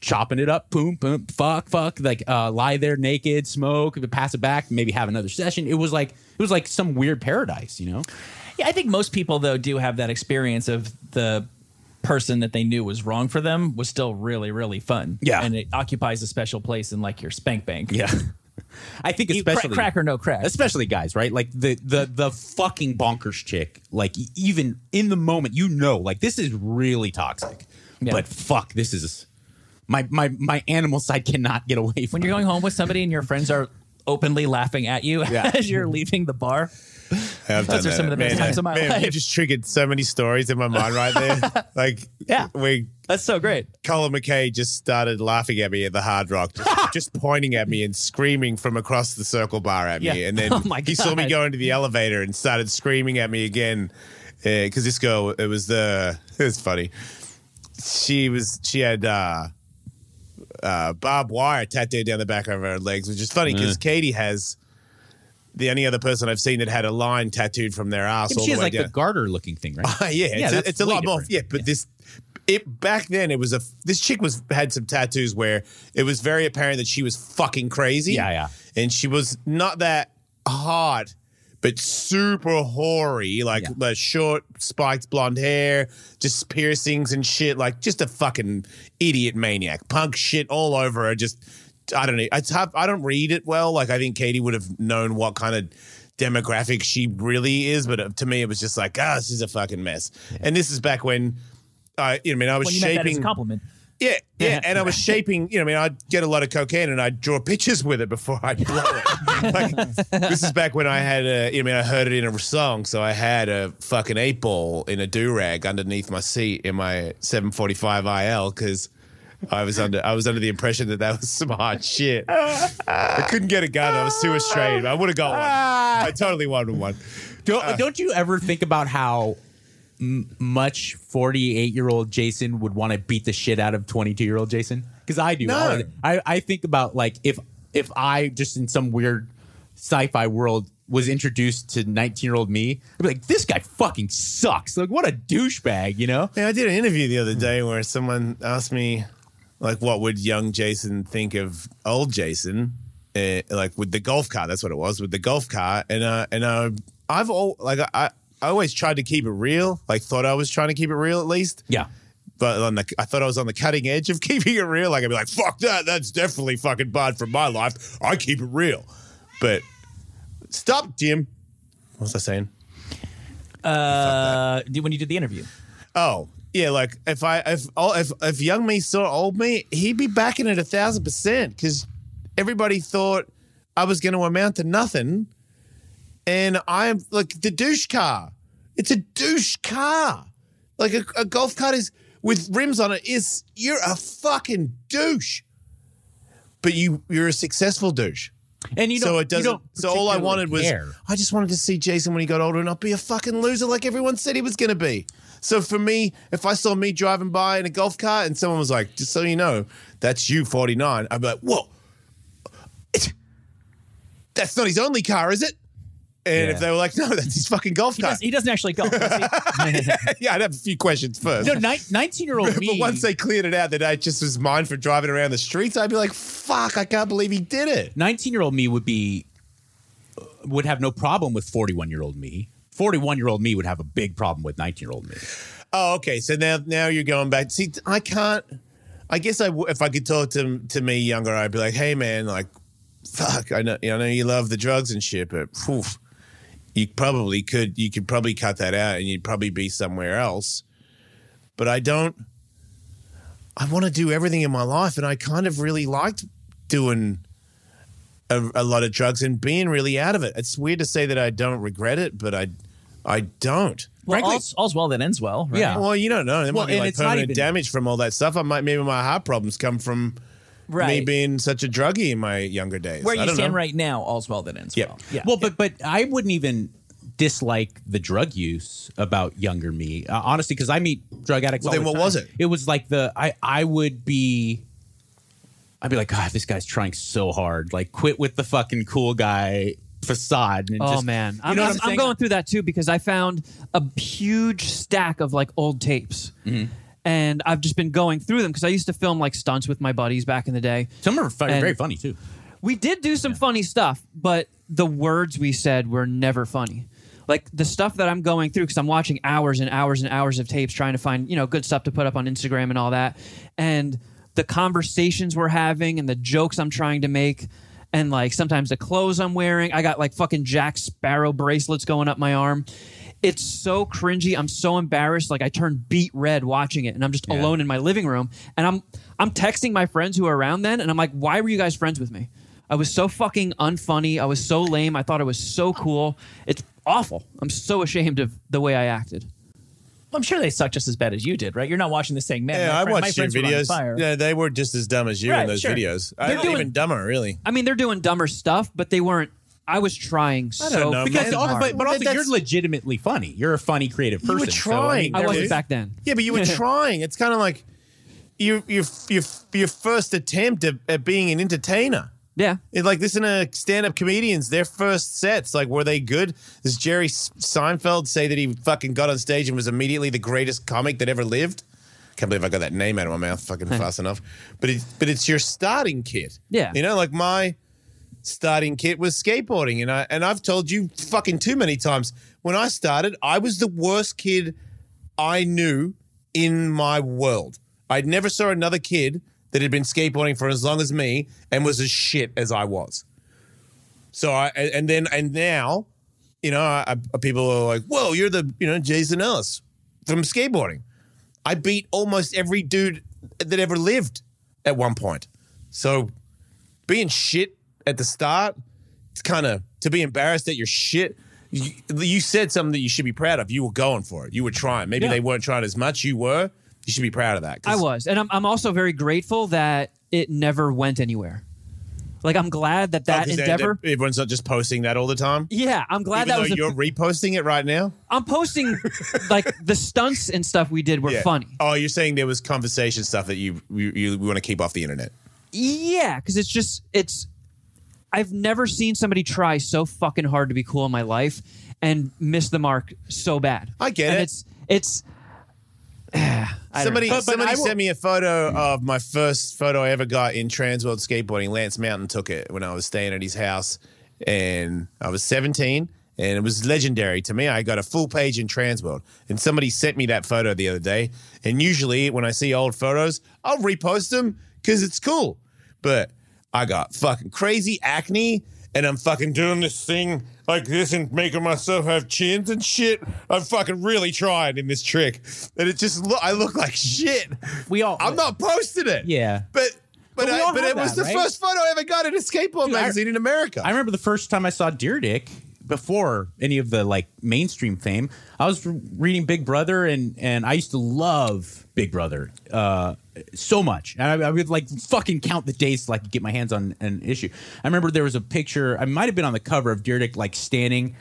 Speaker 3: chopping it up, boom, boom, fuck, fuck, like uh, lie there naked, smoke, pass it back, maybe have another session. It was like it was like some weird paradise, you know.
Speaker 1: Yeah, I think most people though do have that experience of the person that they knew was wrong for them was still really really fun.
Speaker 3: Yeah.
Speaker 1: and it occupies a special place in like your spank bank.
Speaker 3: Yeah, I think
Speaker 1: You- cra-
Speaker 3: especially
Speaker 1: crack or no crack.
Speaker 3: especially guys, right? Like the the the fucking bonkers chick, like e- even in the moment, you know, like this is really toxic.
Speaker 1: Yeah.
Speaker 3: But fuck, this is my my my animal side cannot get away from.
Speaker 1: When you're
Speaker 3: it.
Speaker 1: going home with somebody and your friends are openly laughing at you
Speaker 2: Yeah.
Speaker 1: as you're leaving the bar,
Speaker 2: I've
Speaker 1: Those
Speaker 2: done
Speaker 1: are some of the best
Speaker 2: Man,
Speaker 1: times of my
Speaker 2: man, You
Speaker 1: life.
Speaker 2: just triggered so many stories in my mind right there. like,
Speaker 1: Yeah.
Speaker 2: we
Speaker 1: that's so great.
Speaker 2: Colin McKay just started laughing at me at the Hard Rock, just, just pointing at me and screaming from across the circle bar at me.
Speaker 1: Yeah.
Speaker 2: And then
Speaker 1: Oh my
Speaker 2: he saw me
Speaker 1: God.
Speaker 2: go into the elevator and started screaming at me again. Because this girl, it was the, it was funny. She was, she had uh, uh, barbed wire tattooed down the back of her legs, which is funny because Katie has the only other person I've seen that had a line tattooed from their ass
Speaker 3: And
Speaker 2: all
Speaker 3: she
Speaker 2: the
Speaker 3: has
Speaker 2: way
Speaker 3: like
Speaker 2: down.
Speaker 3: the garter looking thing, right?
Speaker 2: Uh, yeah, it's,
Speaker 3: that's
Speaker 2: a, it's a
Speaker 3: way
Speaker 2: lot more.
Speaker 3: different.
Speaker 2: Yeah, but this it back then it was a this chick was had some tattoos where it was very apparent that she was fucking crazy.
Speaker 3: Yeah, yeah.
Speaker 2: and she was not that hot. But super hoary, like
Speaker 3: Yeah.
Speaker 2: the short, spiked blonde hair, just piercings and shit, like just a fucking idiot maniac, punk shit all over her. Just, I don't know. It's hard, I don't read it well. Like I think Katie would have known what kind of demographic she really is, but uh, to me, it was just like, ah, this is a fucking mess. And this is back when, I, you know, I mean, I was
Speaker 1: When you meant that as a
Speaker 2: shaping,
Speaker 1: compliment.
Speaker 2: yeah, yeah, and I was shaping, you know, I mean, I'd get a lot of cocaine and I'd draw pictures with it before I blow it. like, this is back when I had, a, you know, I mean, I heard it in a song, so I had a fucking eight ball in a do rag underneath my seat in my 745 IL because. I was under I was under the impression that that was some hot shit. I couldn't get a gun. I was too Australian. I would have got one. I totally wanted one.
Speaker 3: Don't
Speaker 2: Uh.
Speaker 3: don't you ever think about how m- much forty eight year old Jason would want to beat the shit out of twenty two year old Jason? Because I do.
Speaker 2: No.
Speaker 3: I I think about like if if I just in some weird sci fi world was introduced to nineteen year old me, I'd be like, this guy fucking sucks. Like what a douchebag, you know?
Speaker 2: Yeah, I did an interview the other day where someone asked me, like, what would young Jason think of old Jason? uh, like with the golf cart. That's what it was with the golf cart. And uh, and uh, I've all like I I always tried to keep it real. Like thought I was trying to keep it real at least.
Speaker 3: Yeah.
Speaker 2: But on the, I thought I was on the cutting edge of keeping it real. Like I'd be like, "Fuck that! That's definitely fucking bad for my life. I keep it real." But stop, Jim. What was I saying?
Speaker 1: Uh, do- when you did the interview,
Speaker 2: Oh, yeah. Like if I if all if if young me saw old me, he'd be backing it a thousand percent because everybody thought I was going to amount to nothing, and I'm like the douche car. It's a douche car. Like a, a golf cart is with rims on it. Is you're a fucking douche, but you you're a successful douche.
Speaker 3: And you
Speaker 2: so
Speaker 3: don't-
Speaker 2: it doesn't.
Speaker 3: You don't
Speaker 2: so all I wanted was
Speaker 3: care.
Speaker 2: I just wanted to see Jason when he got older and not be a fucking loser like everyone said he was going to be. So for me, if I saw me driving by in a golf cart and someone was like, "Just so you know, that's you, 49," I'd be like, "Whoa, that's not his only car, is it?" And if
Speaker 1: Yeah.
Speaker 2: they were like, "No, that's his fucking golf
Speaker 1: he,
Speaker 2: cart,"
Speaker 1: does, he doesn't actually golf. does he?
Speaker 2: yeah, I'd have a few questions first.
Speaker 3: No, nineteen year old me.
Speaker 2: but once they cleared it out that I just was mine for driving around the streets, I'd be like, "Fuck, I can't believe he did it."
Speaker 3: 19 year old me would be would have no problem with 41 year old me 41 year old me would have a big problem with 19 year old me
Speaker 2: Oh, okay. So now now you're going back. See, I can't. I guess I w- if I could talk to to me younger, I'd be like, "Hey, man, like, fuck. I know, I know you love the drugs and shit, but oof, you probably could. You could probably cut that out, and you'd probably be somewhere else." But I don't. I want to do everything in my life, and I kind of really liked doing a, a lot of drugs and being really out of it. It's weird to say that I don't regret it, but I, I don't.
Speaker 1: well,
Speaker 3: Frankly-
Speaker 1: all's, all's well that ends well. Right?
Speaker 3: Yeah.
Speaker 2: Well, you don't know. There
Speaker 3: Well,
Speaker 2: might be
Speaker 3: and
Speaker 2: like
Speaker 3: it's not
Speaker 2: permanent
Speaker 3: even-
Speaker 2: damage from all that stuff. I might maybe my heart problems come from me
Speaker 1: Right.
Speaker 2: being such a druggie in my younger days.
Speaker 1: Where
Speaker 2: I
Speaker 1: you
Speaker 2: don't
Speaker 1: stand
Speaker 2: know.
Speaker 1: right now, all's well that ends
Speaker 2: Yep.
Speaker 1: well. Yeah.
Speaker 3: well but but i wouldn't even dislike the drug use about younger me uh, honestly because i meet drug addicts
Speaker 2: Well, then
Speaker 3: all the
Speaker 2: what
Speaker 3: time.
Speaker 2: was it?
Speaker 3: it was like the i i would be i'd be like god this guy's trying so hard like quit with the fucking cool guy facade and
Speaker 4: oh
Speaker 3: just,
Speaker 4: man, I'm,
Speaker 3: know what
Speaker 4: I'm,
Speaker 3: I'm
Speaker 4: I'm
Speaker 3: saying?
Speaker 4: going through that too because I found a huge stack of like old tapes,
Speaker 3: Mm-hmm.
Speaker 4: and I've just been going through them because I used to film like stunts with my buddies back in the day.
Speaker 3: some are fu-
Speaker 4: And-
Speaker 3: very funny too
Speaker 4: We did do some funny stuff, but the words we said were never funny. Like the stuff that I'm going through because I'm watching hours and hours and hours of tapes trying to find, you know, good stuff to put up on Instagram and all that. And the conversations we're having and the jokes I'm trying to make and like sometimes the clothes I'm wearing. I got like fucking Jack Sparrow bracelets going up my arm. It's so cringy. I'm so embarrassed. Like I turned beet red watching it, and I'm just alone in my living room. And I'm I'm texting my friends who are around then, and I'm like, why were you guys friends with me? I was so fucking unfunny. I was so lame. I thought it was so cool. It's awful. I'm so ashamed of the way I acted.
Speaker 1: I'm sure they suck just as bad as you did, right? You're not watching this saying, man.
Speaker 2: Yeah, I
Speaker 1: my friend- my
Speaker 2: watched your
Speaker 1: friends were on
Speaker 2: videos.
Speaker 1: fire.
Speaker 2: Yeah, they were just as dumb as you in
Speaker 1: Right,
Speaker 2: those
Speaker 1: sure.
Speaker 2: videos.
Speaker 1: They're
Speaker 2: I,
Speaker 1: doing-
Speaker 2: even dumber, really.
Speaker 4: I mean, they're doing dumber stuff, but they weren't. I was trying so
Speaker 2: know,
Speaker 4: fucking
Speaker 2: man.
Speaker 3: Because-
Speaker 4: hard.
Speaker 3: but, but also
Speaker 2: That's-
Speaker 3: you're legitimately funny you're a funny creative person
Speaker 2: were
Speaker 3: so, I mean,
Speaker 2: trying.
Speaker 4: I wasn't
Speaker 2: dude.
Speaker 4: back then.
Speaker 2: Yeah, but you were trying. It's kind of like your your your your first attempt at, at being an entertainer.
Speaker 4: Yeah.
Speaker 2: It, like listen to stand-up comedians, their first sets, like were they good? Does Jerry S- Seinfeld say that he fucking got on stage and was immediately the greatest comic that ever lived? Can't believe I got that name out of my mouth fucking fast enough. But it's but it's your starting kit.
Speaker 4: Yeah.
Speaker 2: You know, like my starting kit was skateboarding, and I and I've told you fucking too many times. When I started, I was the worst kid I knew in my world. I'd never saw another kid that had been skateboarding for as long as me and was as shit as I was. So I and and then and now, you know, I, I, people are like, "Whoa, you're the you know Jason Ellis from skateboarding." I beat almost every dude that ever lived at one point. So being shit at the start, it's kind of to be embarrassed that you're shit. You, you said something that you should be proud of. You were going for it. You were trying. Maybe
Speaker 3: Yeah.
Speaker 2: they weren't trying as much. You were. You should be proud of that. 'Cause-
Speaker 4: I was, and I'm, I'm also very grateful that it never went anywhere. Like I'm glad that
Speaker 2: Oh,
Speaker 4: that
Speaker 2: 'cause they-
Speaker 4: endeavor.
Speaker 2: they- everyone's not just posting that all the time.
Speaker 4: yeah, I'm glad
Speaker 2: Even
Speaker 4: that
Speaker 2: though
Speaker 4: was. a-
Speaker 2: you're reposting it right now.
Speaker 4: I'm posting like the stunts and stuff we did were
Speaker 2: Yeah.
Speaker 4: funny.
Speaker 2: Oh, you're saying there was conversation stuff that you you, you want to keep off the internet.
Speaker 4: Yeah, because it's just it's. I've never seen somebody try so fucking hard to be cool in my life and miss the mark so bad.
Speaker 2: I get
Speaker 4: and
Speaker 2: it.
Speaker 4: It's it's. I don't
Speaker 2: Somebody,
Speaker 4: know.
Speaker 3: But- but
Speaker 2: somebody
Speaker 3: I will-
Speaker 2: sent me a photo of my first photo I ever got in Trans World Skateboarding. Lance Mountain took it when I was staying at his house, and I was 17, and it was legendary to me. I got a full page in Trans World, and somebody sent me that photo the other day. And usually, when I see old photos, I'll repost them because it's cool. But I got fucking crazy acne, and I'm fucking doing this thing like this and making myself have chins and shit. I'm fucking really trying in this trick, and it just look I look like shit.
Speaker 3: We all-
Speaker 2: I'm not posting it.
Speaker 3: Yeah.
Speaker 2: but but
Speaker 3: But we
Speaker 2: I,
Speaker 3: all
Speaker 2: but
Speaker 3: have
Speaker 2: it was
Speaker 3: that,
Speaker 2: the
Speaker 3: right?
Speaker 2: first photo I ever got in a skateboard
Speaker 3: I-
Speaker 2: magazine in America.
Speaker 3: I remember the first time I saw Deer Dick before any of the like mainstream fame. I was re- reading Big Brother, and and I used to love Big Brother uh, so much, and I, I would like fucking count the days till I could get my hands on an issue. I remember there was a picture. I might have been on the cover of Deer Dick, like standing.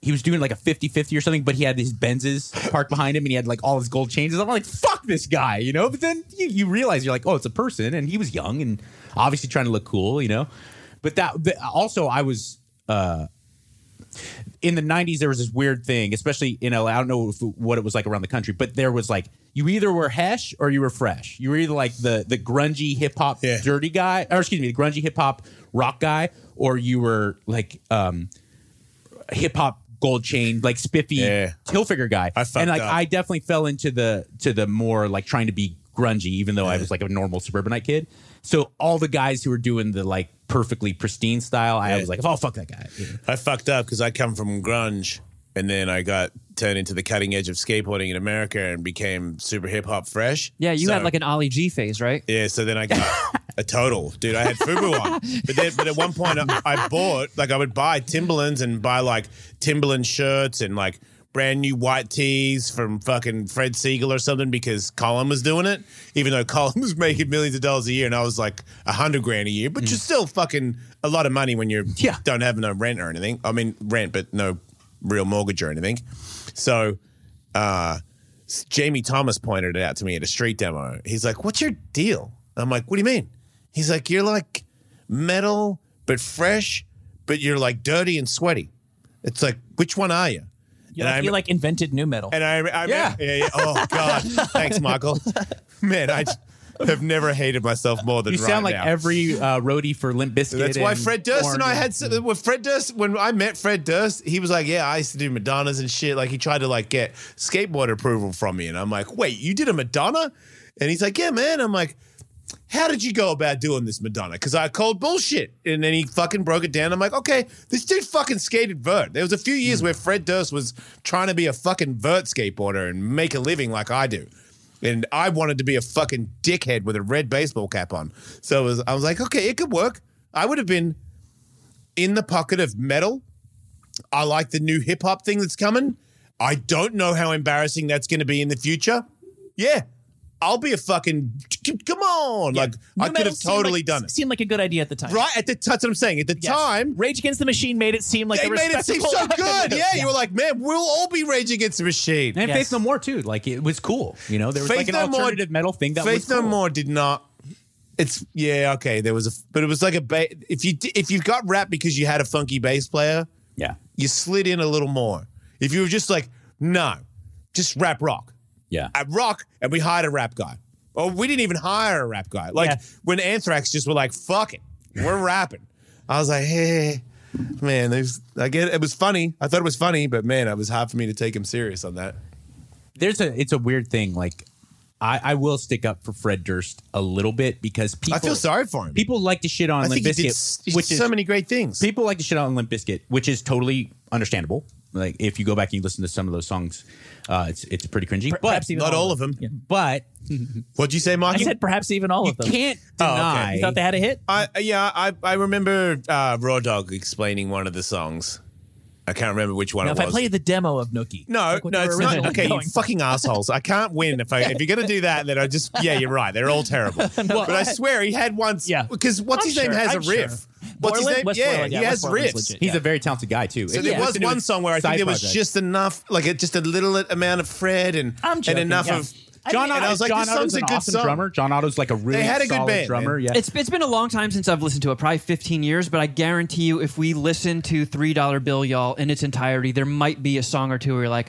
Speaker 3: He was doing like a 50 50 or something, but he had his Benzes parked behind him and he had like all his gold chains. I'm like, fuck this guy, you know? But then you, you realize you're like, oh, it's a person and he was young and obviously trying to look cool, you know? But that, but also, I was uh, in the 90s there was this weird thing especially in LA I don't know if, what it was like around the country but there was like you either were hesh or you were fresh you were either like the the grungy hip hop
Speaker 2: Yeah.
Speaker 3: dirty guy or excuse me the grungy hip hop rock guy or you were like um hip hop gold chain like spiffy
Speaker 2: Yeah.
Speaker 3: Hilfiger guy
Speaker 2: I fucked
Speaker 3: and like
Speaker 2: up.
Speaker 3: I definitely fell into the to the more like trying to be grungy even though I was like a normal suburbanite kid so all the guys who were doing the like perfectly pristine style I
Speaker 2: Yeah.
Speaker 3: was like oh fuck that guy Yeah.
Speaker 2: I fucked up because I come from grunge, and then I got turned into the cutting edge of skateboarding in America and became super hip hop fresh.
Speaker 4: Yeah, you had
Speaker 2: So-
Speaker 4: like an Ollie G phase, right?
Speaker 2: Yeah, so then I got a total, dude. I had Fubu on, but then, but at one point I, I bought like I would buy Timberlands and buy like Timberland shirts and like brand new white tees from fucking Fred Siegel or something because Colin was doing it, even though Colin was making millions of dollars a year and I was like a hundred grand a year, but you're still fucking a lot of money when you
Speaker 3: Yeah.
Speaker 2: don't have no rent or anything. I mean rent, but no real mortgage or anything. So uh, s- Jamie Thomas pointed it out to me at a street demo. He's like, "What's your deal?" I'm like, "What do you mean?" He's like, "You're like metal but fresh, but you're like dirty and sweaty." It's like, which one are you?
Speaker 1: You
Speaker 2: and
Speaker 1: like, you, like, invented new metal.
Speaker 2: and I, I
Speaker 3: Yeah.
Speaker 2: yeah, yeah. Oh God, thanks, Michael. Man, I j- have never hated myself more than
Speaker 3: You sound
Speaker 2: right
Speaker 3: like
Speaker 2: now.
Speaker 3: every uh, roadie for Limp Bizkit.
Speaker 2: That's why
Speaker 3: and
Speaker 2: Fred Durst and I
Speaker 3: Orange.
Speaker 2: had some, with Fred Durst when I met Fred Durst, he was like, "Yeah, I used to do Madonnas and shit." Like he tried to like get skateboard approval from me, and I'm like, "Wait, you did a Madonna?" And he's like, "Yeah, man." I'm like, "How did you go about doing this Madonna?" Because I called bullshit, and then he fucking broke it down. I'm like, "Okay, this dude fucking skated vert." There was a few years where Fred Durst was trying to be a fucking vert skateboarder and make a living like I do. And I wanted to be a fucking dickhead with a red baseball cap on. So it was, I was like, okay, it could work. I would have been in the pocket of metal. I like the new hip hop thing that's coming. I don't know how embarrassing that's going to be in the future. Yeah. I'll be a fucking come on. Like
Speaker 1: New
Speaker 2: I could
Speaker 1: metal
Speaker 2: have
Speaker 1: seemed
Speaker 2: totally
Speaker 1: like-
Speaker 2: done it.
Speaker 1: Seemed like a good idea at the time.
Speaker 2: Right at the that's what I'm saying. At the
Speaker 1: Yes.
Speaker 2: time,
Speaker 1: Rage Against the Machine made it seem like
Speaker 2: they
Speaker 1: a
Speaker 2: made it seem
Speaker 1: respectable
Speaker 2: so good. Yeah,
Speaker 1: Yeah.
Speaker 2: you were like, man, we'll all be Rage Against the Machine.
Speaker 3: And
Speaker 1: Yes.
Speaker 3: Faith No More too. Like it was cool. You know, there was
Speaker 2: Faith
Speaker 3: like an
Speaker 2: No More-
Speaker 3: alternative metal thing that
Speaker 2: Faith
Speaker 3: was
Speaker 2: No
Speaker 3: cool.
Speaker 2: More did not. It's yeah okay. There was a but it was like a ba- if you di- if you got rap because you had a funky bass player,
Speaker 3: Yeah,
Speaker 2: you slid in a little more. If you were just like no, just rap rock,
Speaker 3: yeah.
Speaker 2: at rock, and we hired a rap guy. Or we didn't even hire a rap guy. Like
Speaker 1: Yeah.
Speaker 2: when Anthrax just were like, "Fuck it, we're rapping." I was like, "Hey, man, there's." I get it was funny. I thought it was funny, but man, it was hard for me to take him serious on that.
Speaker 3: There's a. It's a weird thing. Like I, I will stick up for Fred Durst a little bit because people.
Speaker 2: I feel sorry for him.
Speaker 3: People like to shit on
Speaker 2: I
Speaker 3: Limp
Speaker 2: think he did, s-
Speaker 3: Bizkit,
Speaker 2: he did
Speaker 3: which is
Speaker 2: so many great things.
Speaker 3: people like to shit on Limp Bizkit, which is totally understandable. Like if you go back and you listen to some of those songs, uh, it's it's pretty cringy. but
Speaker 1: perhaps even
Speaker 2: Not all of them.
Speaker 3: but
Speaker 2: What'd you say,
Speaker 1: I
Speaker 2: Mikey?
Speaker 1: said perhaps even all
Speaker 3: you
Speaker 1: of them.
Speaker 3: can't
Speaker 2: Oh, okay.
Speaker 3: deny.
Speaker 1: You thought they had a hit?
Speaker 2: I uh, yeah, I I remember uh, Raw Dog explaining one of the songs. I can't remember which one it
Speaker 1: Now, if
Speaker 2: was.
Speaker 1: I play the demo of Nookie,
Speaker 2: no,
Speaker 1: like what
Speaker 2: no,
Speaker 1: they
Speaker 2: it's
Speaker 1: were
Speaker 2: not
Speaker 1: originally
Speaker 2: okay. You
Speaker 1: going for.
Speaker 2: fucking assholes! I can't win if I if you're gonna do that. Then I just yeah, you're right. They're all terrible. but I swear he had one.
Speaker 1: Yeah.
Speaker 2: because what's
Speaker 1: I'm
Speaker 2: his name
Speaker 1: sure,
Speaker 2: has
Speaker 1: I'm
Speaker 2: a riff.
Speaker 1: sure.
Speaker 2: What's his
Speaker 1: Borland?
Speaker 2: name?
Speaker 1: West
Speaker 2: yeah,
Speaker 1: Borland, yeah,
Speaker 2: he has
Speaker 1: West Borland's
Speaker 2: riffs.
Speaker 1: legit.
Speaker 3: He's
Speaker 1: Yeah.
Speaker 3: a very talented guy too.
Speaker 2: So
Speaker 3: If
Speaker 2: there
Speaker 3: you
Speaker 2: was
Speaker 3: listen to
Speaker 2: one
Speaker 3: his
Speaker 2: song where I
Speaker 3: side
Speaker 2: think there was
Speaker 3: projects.
Speaker 2: just enough, like a, just a little amount of Fred and
Speaker 1: I'm joking,
Speaker 2: and enough
Speaker 1: yeah.
Speaker 2: of
Speaker 1: I
Speaker 3: John,
Speaker 1: mean,
Speaker 2: and
Speaker 3: Otto,
Speaker 2: I was like,
Speaker 3: John
Speaker 2: this
Speaker 3: Otto's
Speaker 2: song's a
Speaker 3: an
Speaker 2: good
Speaker 3: awesome
Speaker 2: song.
Speaker 3: drummer. John Otto's like a really
Speaker 2: had a good
Speaker 3: solid
Speaker 2: band,
Speaker 3: drummer.
Speaker 2: man.
Speaker 3: Yeah,
Speaker 4: It's it's been a long time since I've listened to it, probably 15 years, but I guarantee you, if we listen to Three Dollar Bill, y'all, in its entirety, there might be a song or two where you're like,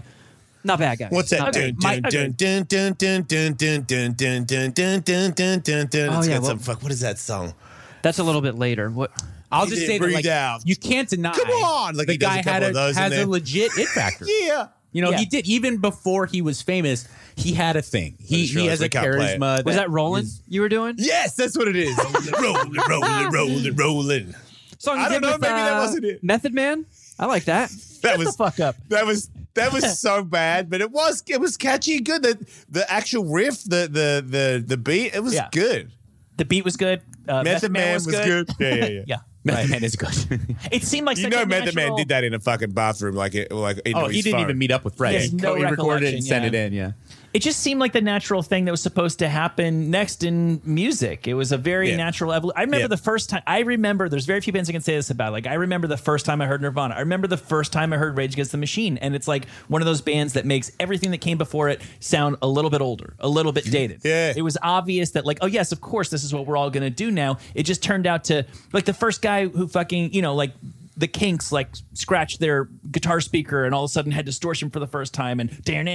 Speaker 4: Not bad guys.
Speaker 2: What's that?
Speaker 4: Not
Speaker 2: Dun,
Speaker 4: bad.
Speaker 2: dun, dun, dun, dun, dun, dun, dun, dun, dun, dun, dun, dun, dun, dun, dun.
Speaker 4: Oh,
Speaker 2: It's
Speaker 4: yeah,
Speaker 2: got
Speaker 4: well-
Speaker 2: some fuck. What is that song?
Speaker 4: That's a little bit later. What?
Speaker 3: I'll
Speaker 2: He
Speaker 3: just
Speaker 2: didn't
Speaker 3: say that
Speaker 2: breathe
Speaker 3: like,
Speaker 2: out.
Speaker 3: you can't deny.
Speaker 2: Come on, like
Speaker 3: the
Speaker 2: he does
Speaker 3: guy
Speaker 2: a couple
Speaker 3: had
Speaker 2: of
Speaker 3: a
Speaker 2: those in
Speaker 3: has
Speaker 2: there.
Speaker 3: a legit it factor.
Speaker 2: Yeah.
Speaker 3: You know,
Speaker 4: Yeah.
Speaker 3: he did even before he was famous. He had a thing. He
Speaker 2: Pretty sure
Speaker 3: he
Speaker 2: that's
Speaker 3: has a
Speaker 2: Rick Outplay.
Speaker 1: uh,
Speaker 3: charisma.
Speaker 4: Was that Roland
Speaker 3: is-
Speaker 4: you were doing?
Speaker 2: Yes, that's what it is. rolling, rolling, rolling, rolling.
Speaker 4: Song
Speaker 2: I
Speaker 4: you
Speaker 2: don't
Speaker 4: did
Speaker 2: know,
Speaker 4: with,
Speaker 2: maybe that
Speaker 4: uh,
Speaker 2: wasn't it.
Speaker 4: Method Man. I like that.
Speaker 2: That
Speaker 4: Shut
Speaker 2: was-
Speaker 4: the fuck up.
Speaker 2: That was that was so bad, but it was it was catchy and good. The the actual riff, the the the the beat, it was
Speaker 1: Yeah.
Speaker 2: good.
Speaker 1: The beat was good. Uh,
Speaker 2: Method Man was good. Yeah, yeah, yeah.
Speaker 1: Yeah.
Speaker 3: Method Man is good.
Speaker 1: It seemed like
Speaker 2: You
Speaker 1: such
Speaker 2: know,
Speaker 1: a
Speaker 2: Method Man
Speaker 1: natural-
Speaker 2: did that in a fucking bathroom, like it, like you know,
Speaker 3: oh, he
Speaker 2: his
Speaker 3: didn't
Speaker 2: phone.
Speaker 3: even meet up with Fred.
Speaker 1: There's
Speaker 3: He
Speaker 1: no
Speaker 3: co- he recorded it
Speaker 1: recollection,
Speaker 3: and sent
Speaker 1: yeah.
Speaker 3: it in. Yeah.
Speaker 1: It just seemed like the natural thing that was supposed to happen next in music. It was a very
Speaker 2: Yeah.
Speaker 1: natural evolution. I remember
Speaker 2: Yeah.
Speaker 1: the first time. I remember there's very few bands I can say this about. Like I remember the first time I heard Nirvana. I remember the first time I heard Rage Against the Machine, and it's like one of those bands that makes everything that came before it sound a little bit older, a little bit dated.
Speaker 2: Yeah.
Speaker 1: It was obvious that like, oh yes, of course, this is what we're all gonna do now. It just turned out to like the first guy who fucking you know like the Kinks like scratched their guitar speaker and all of a sudden had distortion for the first time and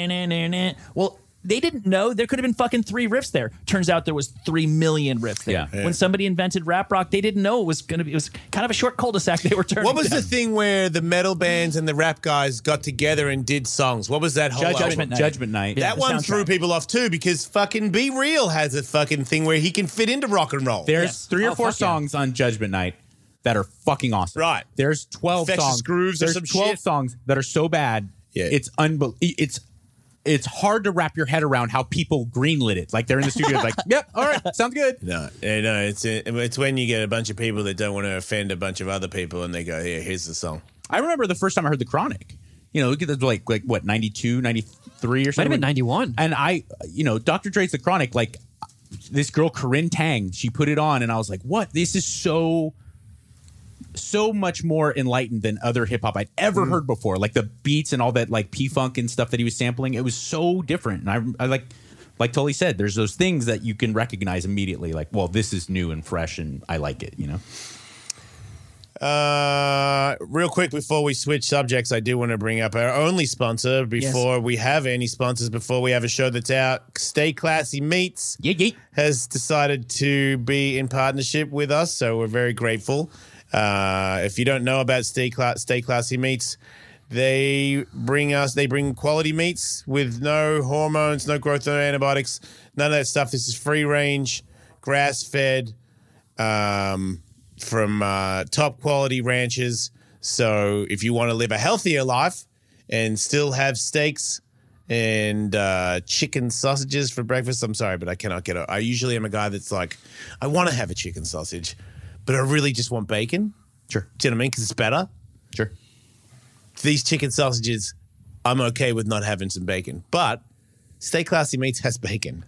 Speaker 1: da-na-na-na-na. well they didn't know there could have been fucking three riffs there. Turns out there was three million riffs there.
Speaker 3: Yeah.
Speaker 1: When somebody invented rap rock, they didn't know it was gonna be. It was kind of a short cul-de-sac they were turning.
Speaker 2: What was
Speaker 1: down.
Speaker 2: the thing where the metal bands and the rap guys got together and did songs? What was that whole
Speaker 1: Judgment
Speaker 2: album?
Speaker 1: Night.
Speaker 3: Oh, Judgment Night.
Speaker 1: Yeah.
Speaker 2: That
Speaker 1: the
Speaker 2: one
Speaker 1: soundtrack.
Speaker 2: threw people off too because fucking Be Real has a fucking thing where he can fit into rock and roll.
Speaker 3: There's
Speaker 1: Yes.
Speaker 3: three or
Speaker 1: Oh,
Speaker 3: four
Speaker 1: fuck yeah.
Speaker 3: songs on Judgment Night that are fucking awesome.
Speaker 2: Right.
Speaker 3: There's 12
Speaker 2: Infectious
Speaker 3: songs.
Speaker 2: Grooves or
Speaker 3: There's
Speaker 2: some
Speaker 3: 12
Speaker 2: shit.
Speaker 3: songs that are so bad.
Speaker 2: Yeah.
Speaker 3: It's unbel- it's it's hard to wrap your head around how people greenlit it. Like they're in the studio it's like, "Yep, all right, sounds good."
Speaker 2: No, eh, no, it's it's when you get a bunch of people that don't want to offend a bunch of other people, and they go, "Here, here's the song."
Speaker 3: I remember the first time I heard the Chronic. You know, look at this like like what 92, 93 or something.
Speaker 4: been 91.
Speaker 3: And I, you know, Dr. Dre's the Chronic like this girl Corinne Tang, she put it on and I was like, "What? This is so so much more enlightened than other hip hop I'd ever heard before. Like the beats and all that like P-funk and stuff that he was sampling, it was so different." And I I like like Tully said, there's those things that you can recognize immediately like, "Well, this is new and fresh and I like it," you know.
Speaker 2: Uh, real quick before we switch subjects, I do want to bring up our only sponsor before we have any sponsors, before we have a show that's out. Stay Classy Meats
Speaker 3: Yeah, yeah.
Speaker 2: has decided to be in partnership with us, so we're very grateful. Uh, if you don't know about Stay, Cla- Stay Classy Meats, they bring us they bring quality meats with no hormones, no growth, no antibiotics, none of that stuff. This is free range, grass fed um, from uh, top quality ranches. So if you want to live a healthier life and still have steaks and uh, chicken sausages for breakfast, I'm sorry, but I cannot get it. I usually am a guy that's like, I want to have a chicken sausage, but I really just want bacon.
Speaker 3: Sure.
Speaker 2: Do you know what I mean? Because it's better.
Speaker 3: Sure.
Speaker 2: These chicken sausages, I'm okay with not having some bacon, but Stay Classy Meats has bacon.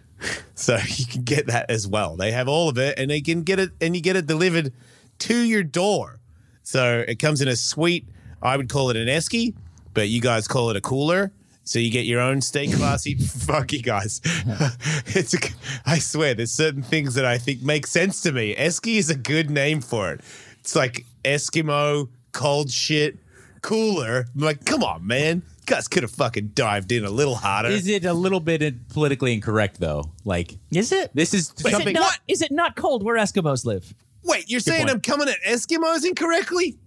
Speaker 2: So you can get that as well. They have all of it and they can get it and you get it delivered to your door. So it comes in a sweet, I would call it an esky, but you guys call it a cooler. So you get your own steak classy. Fuck you guys. it's a, I swear there's certain things that I think make sense to me. Esky is a good name for it. It's like Eskimo, cold shit, cooler. I'm like, come on, man. Guys could have fucking dived in a little harder.
Speaker 3: Is it a little bit in- politically incorrect though? Like
Speaker 1: Is it?
Speaker 3: this is
Speaker 1: Is
Speaker 3: something.
Speaker 1: it not? Is it not cold where Eskimos live?
Speaker 2: Wait, you're saying
Speaker 3: point.
Speaker 2: I'm coming at Eskimos incorrectly?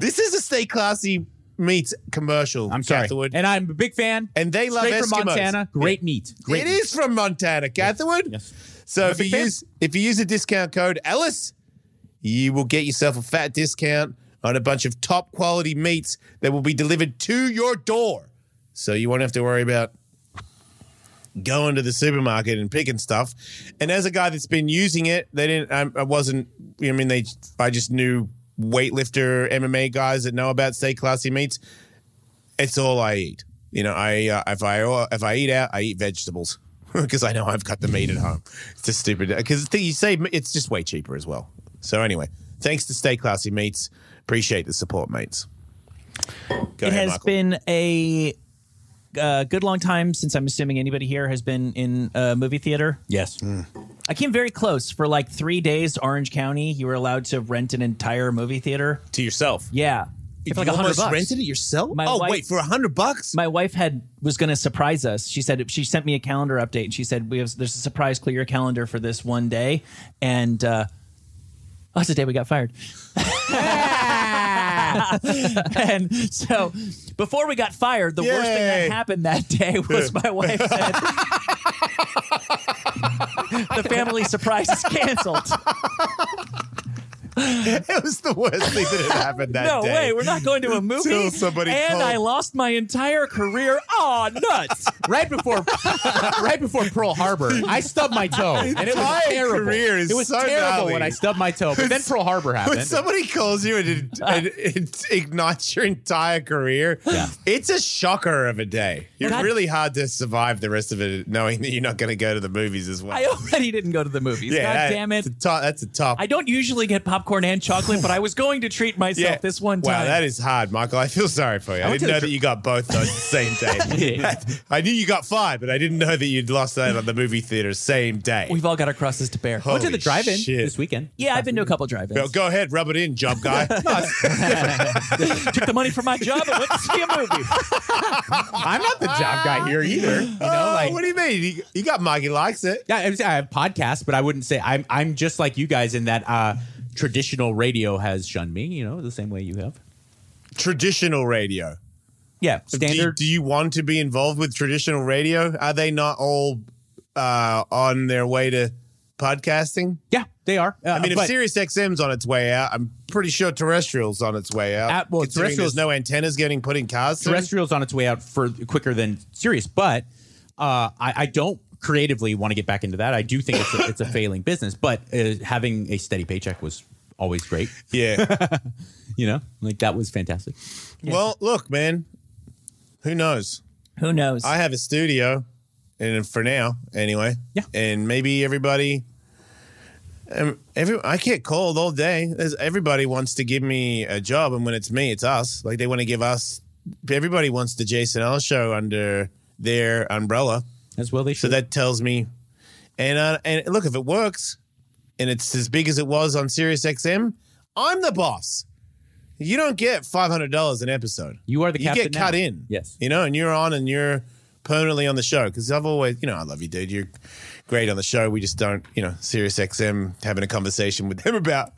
Speaker 2: This is a stay classy meats commercial.
Speaker 3: I'm sorry,
Speaker 2: Catherwood.
Speaker 3: and I'm a big fan.
Speaker 2: And they love
Speaker 3: Straight
Speaker 2: Eskimos.
Speaker 3: from Montana. Great meat. Great.
Speaker 2: it
Speaker 3: meat.
Speaker 2: is from Montana, Catherwood.
Speaker 3: Yes.
Speaker 2: So if you
Speaker 3: big fan.
Speaker 2: use if you use the discount code Ellis, you will get yourself a fat discount on a bunch of top quality meats that will be delivered to your door. So you won't have to worry about going to the supermarket and picking stuff. And as a guy that's been using it, they didn't. um, I, I wasn't. I mean, they. I just knew weightlifter MMA guys that know about stay classy meats. It's all I eat. You know, I uh, if I if I eat out, I eat vegetables because I know I've got the meat at home. It's a stupid because you say it's just way cheaper as well. So anyway, thanks to Stay Classy Meats, appreciate the support, mates. Go
Speaker 1: it
Speaker 2: ahead,
Speaker 1: has
Speaker 2: Michael.
Speaker 1: been a uh, good long time since I'm assuming anybody here has been in a movie theater.
Speaker 3: Yes.
Speaker 2: Hmm.
Speaker 1: I came very close for like three days. to Orange County, you were allowed to rent an entire movie theater.
Speaker 2: to yourself.
Speaker 1: Yeah,
Speaker 4: for like
Speaker 6: you
Speaker 4: a hundred
Speaker 6: almost
Speaker 4: bucks.
Speaker 6: rented it yourself?
Speaker 1: My
Speaker 6: oh
Speaker 1: wife-
Speaker 6: wait, for a hundred bucks?
Speaker 1: my wife had was going to surprise us. She said she sent me a calendar update, and she said we have there's a surprise clear your calendar for this one day, and uh, oh, that's the day we got fired. and so before we got fired, the worst thing
Speaker 2: Yay.
Speaker 1: that happened that day was my wife said. the family surprise is canceled.
Speaker 2: It was the worst thing that had happened that
Speaker 1: no
Speaker 2: day.
Speaker 1: way, we're not going to a movie.
Speaker 2: Till somebody
Speaker 1: and
Speaker 2: called.
Speaker 1: I lost my entire career. Oh, nuts.
Speaker 3: right before right before Pearl Harbor, I stubbed my toe, and it was
Speaker 2: Entire
Speaker 3: terrible.
Speaker 2: career is
Speaker 3: it was
Speaker 2: so
Speaker 3: terrible
Speaker 2: gnarly.
Speaker 3: when I stubbed my toe, but then Pearl Harbor
Speaker 2: When
Speaker 3: happened.
Speaker 2: somebody calls you and it, and it ignites your entire career, it's a shocker of a day. You're
Speaker 1: God-
Speaker 2: really hard to survive the rest of it knowing that you're not going to go to the movies as well.
Speaker 1: I already didn't go to the movies.
Speaker 2: yeah,
Speaker 1: God
Speaker 2: that-
Speaker 1: damn it.
Speaker 2: That's a top. That's a top.
Speaker 1: I don't usually get popcorn and chocolate, but I was going to treat myself this one time.
Speaker 2: Wow, that is hard, Michael. I feel sorry for you. I,
Speaker 3: went
Speaker 2: didn't
Speaker 3: to the
Speaker 2: know
Speaker 3: dr-
Speaker 2: that you got both those the same day. I knew you got fired, but I didn't know that you'd lost that on the movie theater same day.
Speaker 1: We've all got our crosses to bear.
Speaker 3: I went to the
Speaker 2: holy
Speaker 3: drive-in
Speaker 2: shit.
Speaker 3: this weekend.
Speaker 1: Yeah, I've been to a couple drive-ins.
Speaker 2: Well, go ahead, rub it in, job guy.
Speaker 1: Took the money from my job and went to see a movie.
Speaker 3: I'm not the job guy here either. You know,
Speaker 2: Oh,
Speaker 3: like
Speaker 2: what do you mean? You, you got Maggie likes it.
Speaker 3: yeah, I was- I have podcasts, but I wouldn't say I'm I'm just like you guys in that uh, traditional radio has shunned me. You know, the same way you have.
Speaker 2: Traditional radio.
Speaker 3: Yeah,
Speaker 2: Do you,
Speaker 3: standard.
Speaker 2: do you want to be involved with traditional radio? Are they not all uh, on their way to podcasting?
Speaker 3: yeah, they are. Uh,
Speaker 2: I mean, if
Speaker 3: but-
Speaker 2: Sirius XM's on its way out, I'm pretty sure terrestrial's on its way out.
Speaker 3: At- well,
Speaker 2: considering
Speaker 3: terrestrial's-
Speaker 2: there's no antennas getting put in cars. soon.
Speaker 3: terrestrial's on its way out for quicker than Sirius, but uh, I, I don't creatively want to get back into that. I do think it's a, it's a failing business, but uh, having a steady paycheck was always great.
Speaker 2: Yeah.
Speaker 3: You know, like that was fantastic.
Speaker 2: well, look, man. Who knows?
Speaker 1: Who knows?
Speaker 2: I have a studio, and for now, anyway.
Speaker 3: Yeah.
Speaker 2: And maybe everybody. Um, every I get called all day. There's, everybody wants to give me a job, and when it's me, it's us. Like they want to give us. Everybody wants the Jason L show under their umbrella,
Speaker 3: As well, they
Speaker 2: so
Speaker 3: should.
Speaker 2: that tells me. And uh, and look, if it works, and it's as big as it was on Sirius XM, I'm the boss. You don't get five hundred dollars an episode
Speaker 3: you are the
Speaker 2: you
Speaker 3: captain.
Speaker 2: get
Speaker 3: now.
Speaker 2: cut in.
Speaker 3: Yes.
Speaker 2: You know, and you're on and you're permanently on the show because I've always, you know, I love you, dude. You're great on the show. We just don't, you know, Sirius XM having a conversation with them about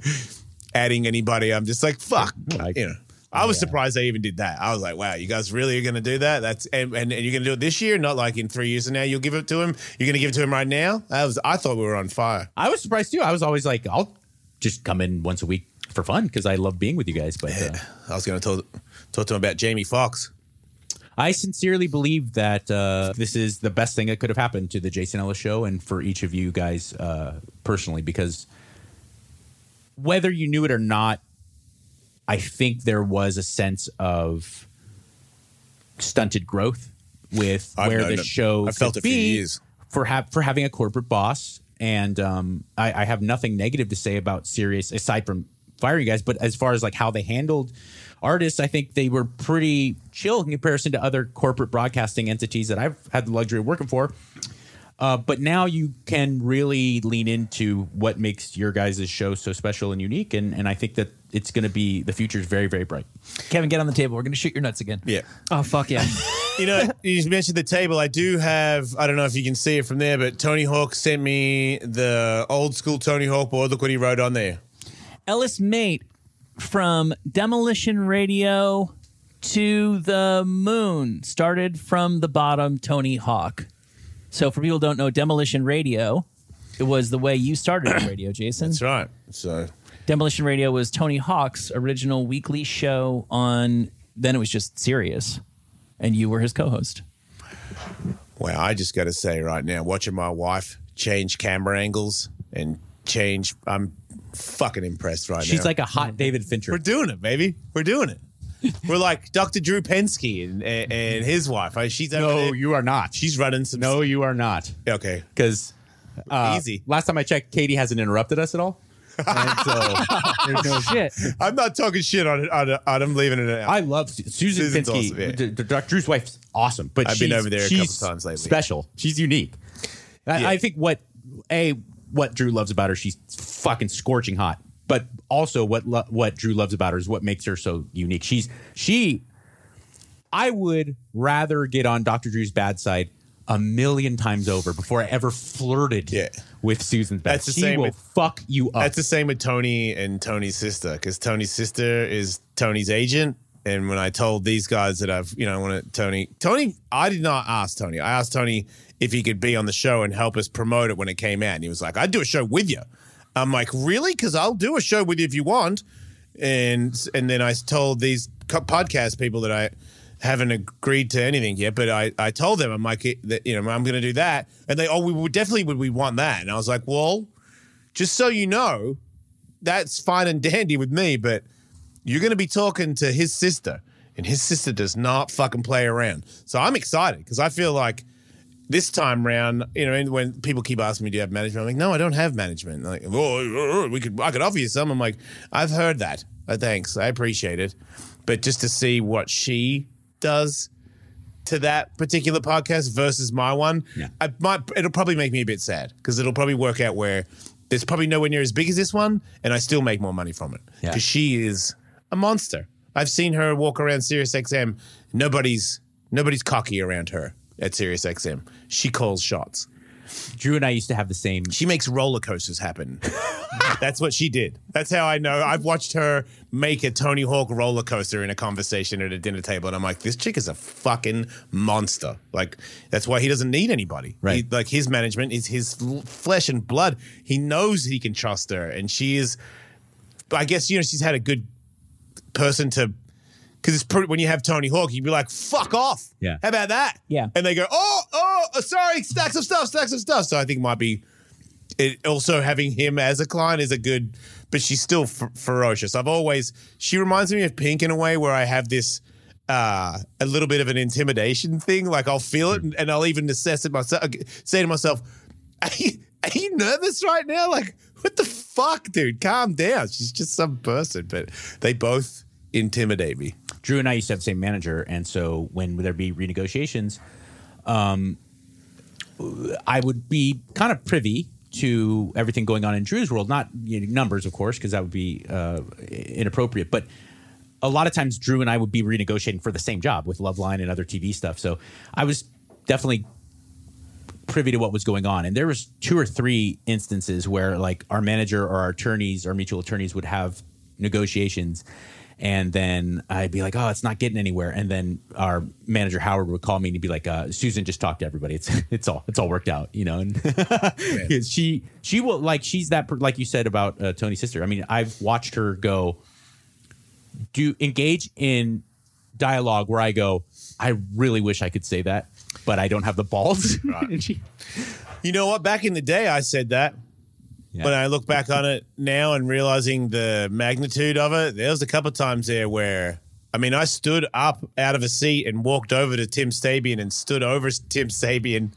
Speaker 2: adding anybody. I'm just like, fuck.
Speaker 3: I-
Speaker 2: you know, I was surprised they even did that. I was like, wow, you guys really are going to do that? That's and, and, and you're going to do it this year, not like in three years from now. You'll give it to him. You're going to give it to him right now. I was, I thought we were on fire.
Speaker 3: I was surprised too. I was always like, I'll just come in once a week for fun because I love being with you guys. But uh,
Speaker 2: I was going to talk talk to him about Jamie Foxx.
Speaker 3: I sincerely believe that uh, this is the best thing that could have happened to the Jason Ellis show and for each of you guys uh, personally, because whether you knew it or not, I think there was a sense of stunted growth with
Speaker 2: I've
Speaker 3: where
Speaker 2: known
Speaker 3: the
Speaker 2: it.
Speaker 3: show
Speaker 2: I've felt
Speaker 3: could
Speaker 2: it for
Speaker 3: be
Speaker 2: years.
Speaker 3: for ha- for having a corporate boss. And um, I, I have nothing negative to say about Sirius aside from firing you guys. But as far as like how they handled artists, I think they were pretty chill in comparison to other corporate broadcasting entities that I've had the luxury of working for. Uh, but now you can really lean into what makes your guys' show so special and unique. And, and I think that it's going to be the future is very, very bright.
Speaker 1: Kevin, get on the table. We're going to shoot your nuts again.
Speaker 2: Yeah.
Speaker 4: Oh fuck yeah!
Speaker 2: you know, you mentioned the table. I do have, I don't know if you can see it from there, but Tony Hawk sent me the old school Tony Hawk board. Look what he wrote on there.
Speaker 1: Ellis Mate from Demolition Radio to the Moon started from the bottom, Tony Hawk. So, for people who don't know, Demolition Radio, it was the way you started in radio, Jason.
Speaker 2: That's right. So,
Speaker 1: Demolition Radio was Tony Hawk's original weekly show on, then it was just Sirius, and you were his co host.
Speaker 2: well, I just got to say right now, watching my wife change camera angles and change, I'm fucking impressed right now.
Speaker 3: She's like a hot David Fincher.
Speaker 2: we're doing it, baby. We're doing it. We're like Dr. Drew Pensky and, and, and his wife. Uh, She's over
Speaker 3: No,
Speaker 2: there.
Speaker 3: you are not.
Speaker 2: She's running some.
Speaker 3: no, you are not.
Speaker 2: Okay.
Speaker 3: Because
Speaker 2: Easy.
Speaker 3: last time I checked, Katie hasn't interrupted us at all. And so there's no
Speaker 4: Shit.
Speaker 2: I'm not talking shit on it. On, it- on, I'm leaving it out.
Speaker 3: I love Su- Susan
Speaker 2: Susan's
Speaker 3: Finsky.
Speaker 2: awesome, yeah.
Speaker 3: D- D- Dr. Drew's wife's awesome, but
Speaker 2: I've been
Speaker 3: she's-
Speaker 2: over there a
Speaker 3: she's
Speaker 2: couple times lately.
Speaker 3: Special. She's unique. I, I think what a what Drew loves about her, she's fucking scorching hot. But also, what lo- what Drew loves about her is what makes her so unique. She's she. I would rather get on Dr. Drew's bad side a million times over before I ever flirted
Speaker 2: Yeah.
Speaker 3: with Susan's bad.
Speaker 2: That's the
Speaker 3: she
Speaker 2: same
Speaker 3: will
Speaker 2: with-
Speaker 3: fuck you up.
Speaker 2: That's the same with Tony and Tony's sister, because Tony's sister is Tony's agent. And when I told these guys that I've, you know, I want to Tony, Tony, I did not ask Tony. I asked Tony if he could be on the show and help us promote it when it came out. And he was like, I'd do a show with you. I'm like, really? Because I'll do a show with you if you want. And and then I told these co- podcast people that I haven't agreed to anything yet, but I, I told them, I'm like, that, you know, I'm going to do that. And they, oh, we would definitely would we want that. And I was like, well, just so you know, that's fine and dandy with me, but you're going to be talking to his sister, and his sister does not fucking play around. So I'm excited because I feel like this time round, you know, and when people keep asking me, "Do you have management?" I'm like, "No, I don't have management." Like, "Oh, we could, I could offer you some." I'm like, "I've heard that. Uh, thanks, I appreciate it, but just to see what she does." To that particular podcast versus my one,
Speaker 3: Yeah.
Speaker 2: I might it'll probably make me a bit sad because it'll probably work out where there's probably nowhere near as big as this one, and I still make more money from it
Speaker 3: Yeah.
Speaker 2: because she is a monster. I've seen her walk around Sirius XM. Nobody's nobody's cocky around her at Sirius XM. She calls shots.
Speaker 3: Drew and I used to have the same.
Speaker 2: She makes roller coasters happen. That's what she did. That's how I know. I've watched her make a Tony Hawk roller coaster in a conversation at a dinner table, and I'm like, this chick is a fucking monster. Like, that's why he doesn't need anybody.
Speaker 3: Right.
Speaker 2: He- like, his management is his l- flesh and blood. He knows he can trust her, and she is. I guess you know she's had a good person to. Because it's pretty, when you have Tony Hawk, you'd be like, "Fuck off!"
Speaker 3: Yeah.
Speaker 2: How about that?
Speaker 1: Yeah.
Speaker 2: And they go, "Oh, oh, sorry, stacks of stuff, stacks of stuff." So I think it might be it also having him as a client is a good but she's still f- ferocious i've always she reminds me of pink in a way where i have this uh, a little bit of an intimidation thing like i'll feel it and, and i'll even assess it myself say to myself are you, are you nervous right now like what the fuck dude calm down she's just some person but they both intimidate me
Speaker 3: Drew and I used to have the same manager, and so when would there be renegotiations, um, I would be kind of privy to everything going on in Drew's world. Not you know, numbers, of course, because that would be uh, inappropriate. But a lot of times, Drew and I would be renegotiating for the same job with Loveline and other TV stuff. So I was definitely privy to what was going on and there was two or three instances where like our manager or our attorneys our mutual attorneys would have negotiations and then i'd be like oh it's not getting anywhere and then our manager howard would call me and he'd be like uh, susan just talked to everybody it's it's all it's all worked out you know and 'cause she she will like she's that per- like you said about uh, tony's sister i mean i've watched her go do engage in dialogue where I go, I really wish I could say that, but I don't have the balls. and she,
Speaker 2: you know what back in the day i said that
Speaker 3: yeah.
Speaker 2: When I look back on it now and realizing the magnitude of it, there was a couple times there where I mean, I stood up out of a seat and walked over to Tim Sabian and stood over Tim Sabian,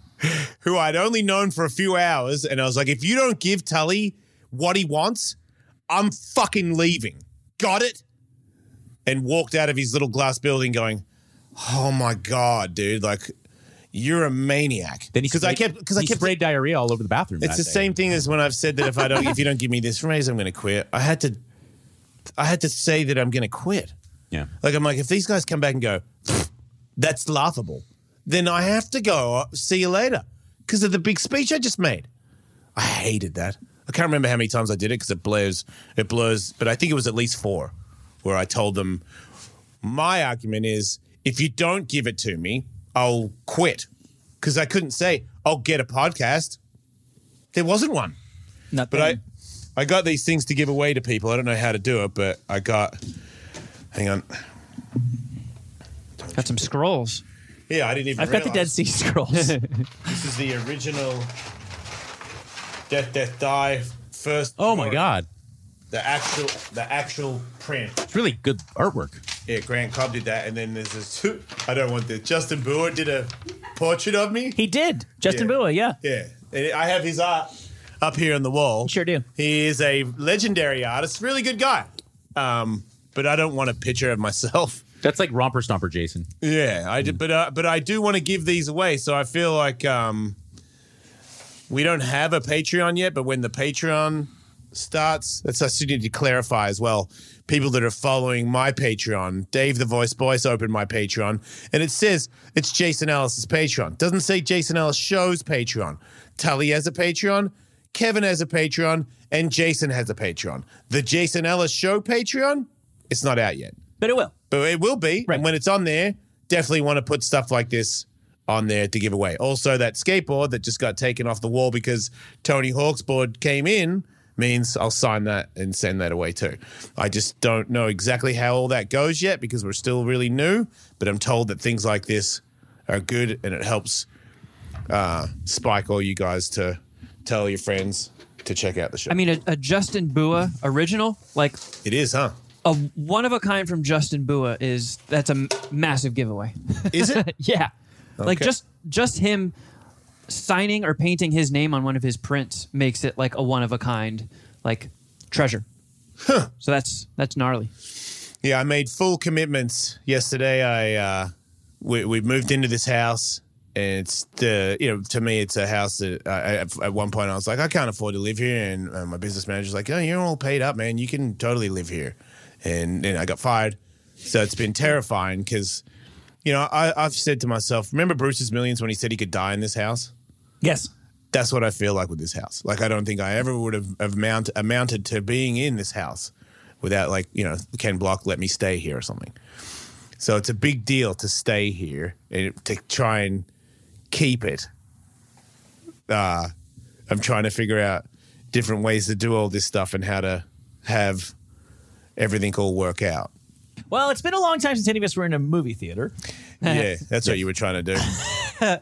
Speaker 2: who I'd only known for a few hours, and I was like, "If you don't give Tully what he wants, I'm fucking leaving." Got it? And walked out of his little glass building, going, "Oh my god, dude! Like, you're a maniac."
Speaker 3: then he
Speaker 2: because I
Speaker 3: sprayed-
Speaker 2: kept because I
Speaker 3: he
Speaker 2: kept
Speaker 3: sprayed diarrhea all over the bathroom.
Speaker 2: it's
Speaker 3: that
Speaker 2: the
Speaker 3: day.
Speaker 2: same thing as when I've said that if I don't, if you don't give me this raise, I'm going to quit. I had to, I had to say that I'm going to quit.
Speaker 3: Yeah.
Speaker 2: Like I'm like, if these guys come back and go, "Pfft, that's laughable, then I have to go. "Oh, See you later, because of the big speech I just made. I hated that. I can't remember how many times I did it because it blurs. It blurs, but I think it was at least four, where I told them my argument is if you don't give it to me, I'll quit. Because I couldn't say, I'll get a podcast. There wasn't one.
Speaker 1: Not
Speaker 2: But
Speaker 4: Mm.
Speaker 2: I I got these things to give away to people. I don't know how to do it, but I got hang on.
Speaker 4: Got some scrolls.
Speaker 2: Yeah, I didn't even
Speaker 1: I've got the Dead
Speaker 2: realize.
Speaker 1: Sea Scrolls.
Speaker 2: This is the original Death Death Die first
Speaker 3: Oh my god,
Speaker 2: The actual the actual print.
Speaker 3: it's really good artwork.
Speaker 2: Yeah, Grant Cobb did that and then there's this I don't want this. Justin Brewer did a portrait of me.
Speaker 1: he did. Justin
Speaker 2: Yeah.
Speaker 1: Bua, yeah.
Speaker 2: Yeah, and I have his art up here on the wall.
Speaker 1: Sure do.
Speaker 2: He is a legendary artist, really good guy. Um, but I don't want a picture of myself.
Speaker 3: That's like romper stomper, Jason.
Speaker 2: Yeah, I did, but uh, but I do want to give these away. So I feel like um, we don't have a Patreon yet, but when the Patreon starts. That's I still need to clarify as well. People that are following my Patreon, Dave the Voice Voice opened my Patreon, and it says it's Jason Ellis's Patreon. Doesn't say Jason Ellis Show's Patreon. Tully has a Patreon, Kevin has a Patreon, and Jason has a Patreon. The Jason Ellis Show Patreon, it's not out yet,
Speaker 1: but it will.
Speaker 2: but it will be.
Speaker 1: Right.
Speaker 2: And when it's on there, definitely want to put stuff like this on there to give away. Also, that skateboard that just got taken off the wall because Tony Hawk's board came in means I'll sign that and send that away too. I just don't know exactly how all that goes yet because we're still really new, but I'm told that things like this are good and it helps uh, spike all you guys to tell your friends to check out the show.
Speaker 4: I mean, a, a Justin Bua original, like
Speaker 2: it is, huh?
Speaker 4: a one of a kind from Justin Bua is that's a m- massive giveaway.
Speaker 2: Is it?
Speaker 4: yeah, like
Speaker 2: Okay.
Speaker 4: just just him signing or painting his name on one of his prints makes it like a one of a kind, like treasure. So that's that's gnarly.
Speaker 2: Yeah, I made full commitments yesterday. I uh, we we moved into this house, and it's the you know to me it's a house that I, I- at one point I was like I can't afford to live here, and uh, my business manager's like, oh, you're all paid up, man. You can totally live here, and then I got fired. So it's been terrifying because you know I, I've said to myself, remember Bruce's Millions when he said he could die in this house?
Speaker 1: Yes.
Speaker 2: that's what I feel like with this house. Like I don't think I ever would have, have mount, amounted to being in this house without like you know Ken Block let me stay here or something. So it's a big deal to stay here and to try and keep it. Uh, I'm trying to figure out different ways to do all this stuff and how to have everything all work out.
Speaker 1: Well, it's been a long time since any of us were in a movie theater.
Speaker 2: Yeah, that's what you were trying to do.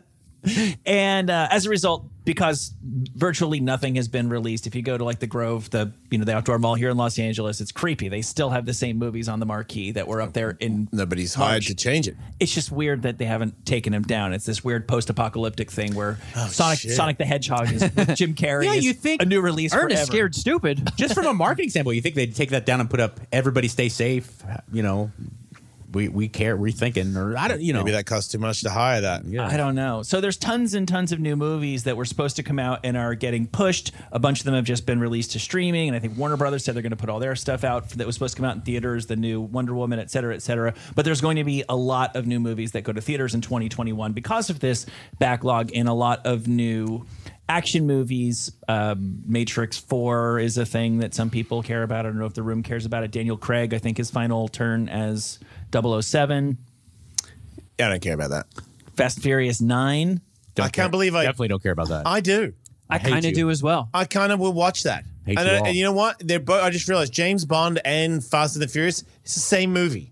Speaker 1: and uh, as a result because virtually nothing has been released if you go to like the grove the you know the outdoor mall here in los angeles it's creepy they still have the same movies on the marquee that were up there in
Speaker 2: Nobody's hired to change it.
Speaker 1: it's just weird that they haven't taken him down it's this weird post-apocalyptic thing where sonic
Speaker 2: shit.
Speaker 1: sonic the hedgehog is with jim carrey
Speaker 3: Yeah,
Speaker 1: is
Speaker 3: you think
Speaker 1: a new release
Speaker 4: Ernest
Speaker 1: forever.
Speaker 4: scared stupid.
Speaker 3: Just from a marketing standpoint, you think they'd take that down and put up "Everybody Stay Safe"? You know, we we care, we're thinking, or I don't, you know,
Speaker 2: Maybe that costs too much to hire that.
Speaker 3: Yeah.
Speaker 1: I don't know. So there's tons and tons of new movies that were supposed to come out and are getting pushed. A bunch of them have just been released to streaming, and I think Warner Brothers said they're going to put all their stuff out that was supposed to come out in theaters, the new Wonder Woman, et cetera, et cetera. But there's going to be a lot of new movies that go to theaters in 2021 because of this backlog and a lot of new action movies. Um, Matrix 4 is a thing that some people care about. I don't know if the room cares about it. Daniel Craig, I think his final turn as 007.
Speaker 2: I don't care about that.
Speaker 1: Fast and Furious 9.
Speaker 2: I can't believe I
Speaker 3: definitely don't care about that.
Speaker 2: I do.
Speaker 4: I
Speaker 3: hate
Speaker 4: kind
Speaker 3: you.
Speaker 4: of do as well.
Speaker 2: I kind of will watch that.
Speaker 3: Hate
Speaker 2: and,
Speaker 3: you
Speaker 2: I-
Speaker 3: all.
Speaker 2: and you know what? They're both. I just realized James Bond and Fast and the Furious. It's the same movie,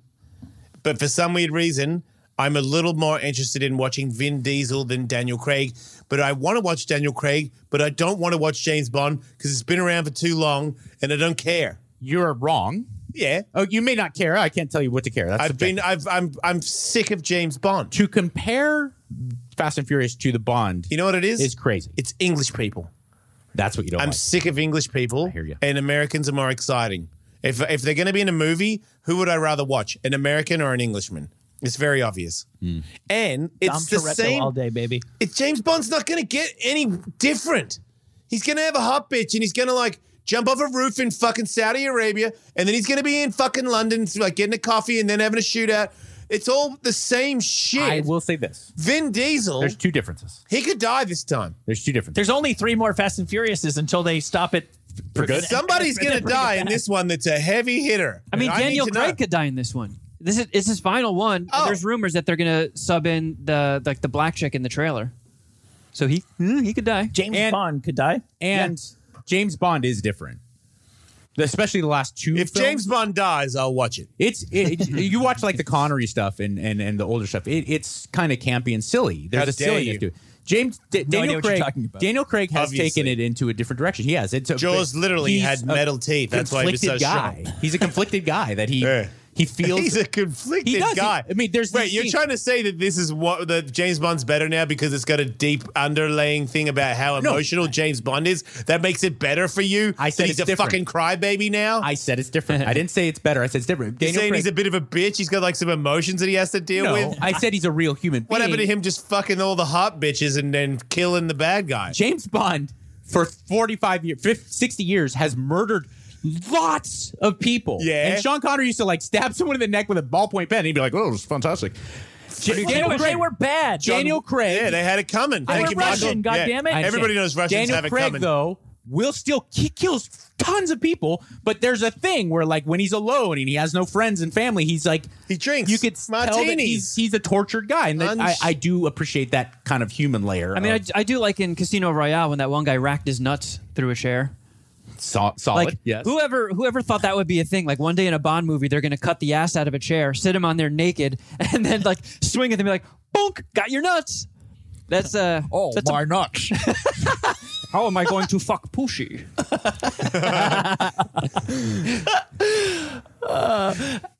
Speaker 2: but for some weird reason, I'm a little more interested in watching Vin Diesel than Daniel Craig. But I want to watch Daniel Craig, but I don't want to watch James Bond because it's been around for too long, and I don't care.
Speaker 3: You're wrong.
Speaker 2: Yeah,
Speaker 3: Oh, you may not care. I can't tell you what to care. That's
Speaker 2: I've
Speaker 3: subjective.
Speaker 2: been. I've. I'm. I'm sick of James Bond.
Speaker 3: to compare Fast and Furious to the Bond.
Speaker 2: You know what it is?
Speaker 3: It's crazy.
Speaker 2: It's English people.
Speaker 3: That's what you don't
Speaker 2: I'm
Speaker 3: like.
Speaker 2: sick of English people.
Speaker 3: hear ya.
Speaker 2: And Americans are more exciting. If if they're going to be in a movie, who would I rather watch, an American or an Englishman? It's very obvious.
Speaker 3: Hmm.
Speaker 2: And
Speaker 1: Dom
Speaker 2: it's the
Speaker 1: Toretto
Speaker 2: same.
Speaker 1: all day, baby.
Speaker 2: It's James Bond's not going to get any different. He's going to have a hot bitch, and he's going to like jump off a roof in fucking Saudi Arabia, and then he's going to be in fucking London, like getting a coffee and then having a shootout. It's all the same shit.
Speaker 3: I will say this:
Speaker 2: Vin Diesel,
Speaker 3: there's two differences.
Speaker 2: he could die this time.
Speaker 3: There's two differences.
Speaker 1: There's only three more Fast and Furiouses until they stop it. For good.
Speaker 2: Somebody's going to die in this one that's a heavy hitter.
Speaker 4: I mean,
Speaker 2: And need
Speaker 4: Daniel
Speaker 2: to know.
Speaker 4: Craig could die in this one. This is it's his final one. and
Speaker 2: Oh.
Speaker 4: There's rumors that they're gonna sub in the like the black chick in the trailer, so he hmm, he could die.
Speaker 1: James
Speaker 3: And-
Speaker 1: Bond could die.
Speaker 3: and James Bond is different, especially the last two.
Speaker 2: If
Speaker 3: films.
Speaker 2: James Bond dies, I'll watch it.
Speaker 3: It's it, you watch like the Connery stuff and and and the older stuff. It, it's kind of campy and silly. There's
Speaker 2: How
Speaker 3: a
Speaker 2: dare
Speaker 3: silliness
Speaker 2: you.
Speaker 3: to it. James D-
Speaker 1: No idea
Speaker 3: Daniel
Speaker 1: what you're
Speaker 3: Craig.
Speaker 1: talking about.
Speaker 3: Daniel Craig has
Speaker 2: Obviously.
Speaker 3: taken it into a different direction. He has. It's a,
Speaker 2: Jaws literally
Speaker 3: he's
Speaker 2: had
Speaker 3: a
Speaker 2: metal teeth. That's why he was so
Speaker 3: conflicted guy.
Speaker 2: shocked.
Speaker 3: He's a conflicted guy that he
Speaker 2: Yeah.
Speaker 3: he feels.
Speaker 2: He's a conflicted
Speaker 3: He does.
Speaker 2: guy.
Speaker 3: He- I mean, there's
Speaker 2: wait.
Speaker 3: these
Speaker 2: You're
Speaker 3: scenes-
Speaker 2: trying to say that this is what that James Bond's better now because it's got a deep underlaying thing about how
Speaker 3: No.
Speaker 2: emotional James Bond is that makes it better for you.
Speaker 3: I
Speaker 2: that
Speaker 3: said
Speaker 2: he's
Speaker 3: it's
Speaker 2: a
Speaker 3: different.
Speaker 2: fucking crybaby now.
Speaker 3: I said it's different. I didn't say it's better. I said it's different.
Speaker 2: you're
Speaker 3: Daniel
Speaker 2: saying
Speaker 3: Craig.
Speaker 2: he's a bit of a bitch. He's got like some emotions that he has to deal
Speaker 3: no,
Speaker 2: with.
Speaker 3: I said he's a real human.
Speaker 2: what happened
Speaker 3: being.
Speaker 2: to him just fucking all the hot bitches and then killing the bad guy?
Speaker 3: James Bond for 45 years, 50, 60 years has murdered lots of people.
Speaker 2: Yeah.
Speaker 3: And Sean Connery used to like stab someone in the neck with a ballpoint pen. And he'd be like, oh, it's fantastic. Daniel
Speaker 1: They
Speaker 3: Craig,
Speaker 1: were bad.
Speaker 3: Daniel Craig,
Speaker 2: Yeah, they had it coming. Thank
Speaker 1: were
Speaker 2: you, Michael.
Speaker 1: Russian, goddammit. I
Speaker 2: Yeah.
Speaker 1: understand.
Speaker 2: Everybody knows Russians
Speaker 3: Daniel
Speaker 2: have it
Speaker 3: Craig,
Speaker 2: coming.
Speaker 3: though, will still he kills tons of people. But there's a thing where like when he's alone and he has no friends and family, he's like
Speaker 2: He drinks
Speaker 3: You could s- tell that
Speaker 2: martinis.
Speaker 3: he's, he's a tortured guy, and that I,
Speaker 2: Lunch.
Speaker 3: I do appreciate that kind of human layer.
Speaker 4: I mean, I,
Speaker 3: of
Speaker 4: I do like in Casino Royale when that one guy racked his nuts through a chair.
Speaker 3: so- solid.
Speaker 4: Like
Speaker 3: Oh, yes.
Speaker 4: whoever whoever thought that would be a thing. Like one day in a Bond movie, they're gonna cut the ass out of a chair, sit him on there naked, and then like swing at them, be like, "Bonk, got your nuts." That's uh
Speaker 1: Oh,
Speaker 4: that's a-
Speaker 1: my nuts.
Speaker 4: how am I going to fuck Pushy?
Speaker 1: Uh,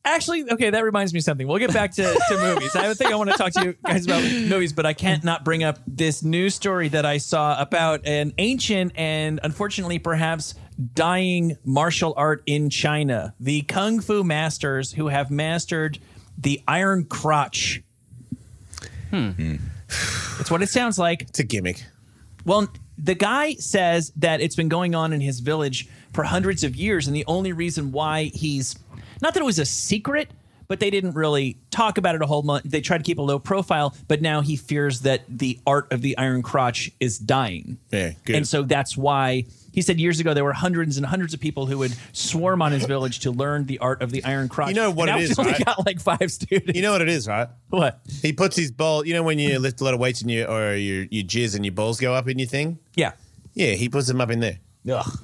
Speaker 1: Actually, okay, that reminds me of something. We'll get back to, to movies. I think I want to talk to you guys about movies, but I can't not bring up this news story that I saw about an ancient and unfortunately perhaps dying martial art in China. The Kung Fu masters who have mastered the iron crotch. Hmm. It's what it sounds like.
Speaker 2: it's a gimmick.
Speaker 1: Well, the guy says that it's been going on in his village for hundreds of years, and the only reason why he's not that it was a secret, but they didn't really talk about it a whole month. They tried to keep a low profile, but now he fears that the art of the iron crotch is dying.
Speaker 2: Yeah, good.
Speaker 1: And so that's why he said years ago there were hundreds and hundreds of people who would swarm on his village to learn the art of the iron crotch.
Speaker 2: You know what
Speaker 1: and now
Speaker 2: it is,
Speaker 1: he's only
Speaker 2: right?
Speaker 1: got like five students.
Speaker 2: You know what it is, right?
Speaker 1: what?
Speaker 2: He puts his ball. You know when you lift a lot of weights and you or your your jizz and your balls go up in your thing.
Speaker 1: Yeah.
Speaker 2: Yeah, he puts them up in there.
Speaker 1: Ugh.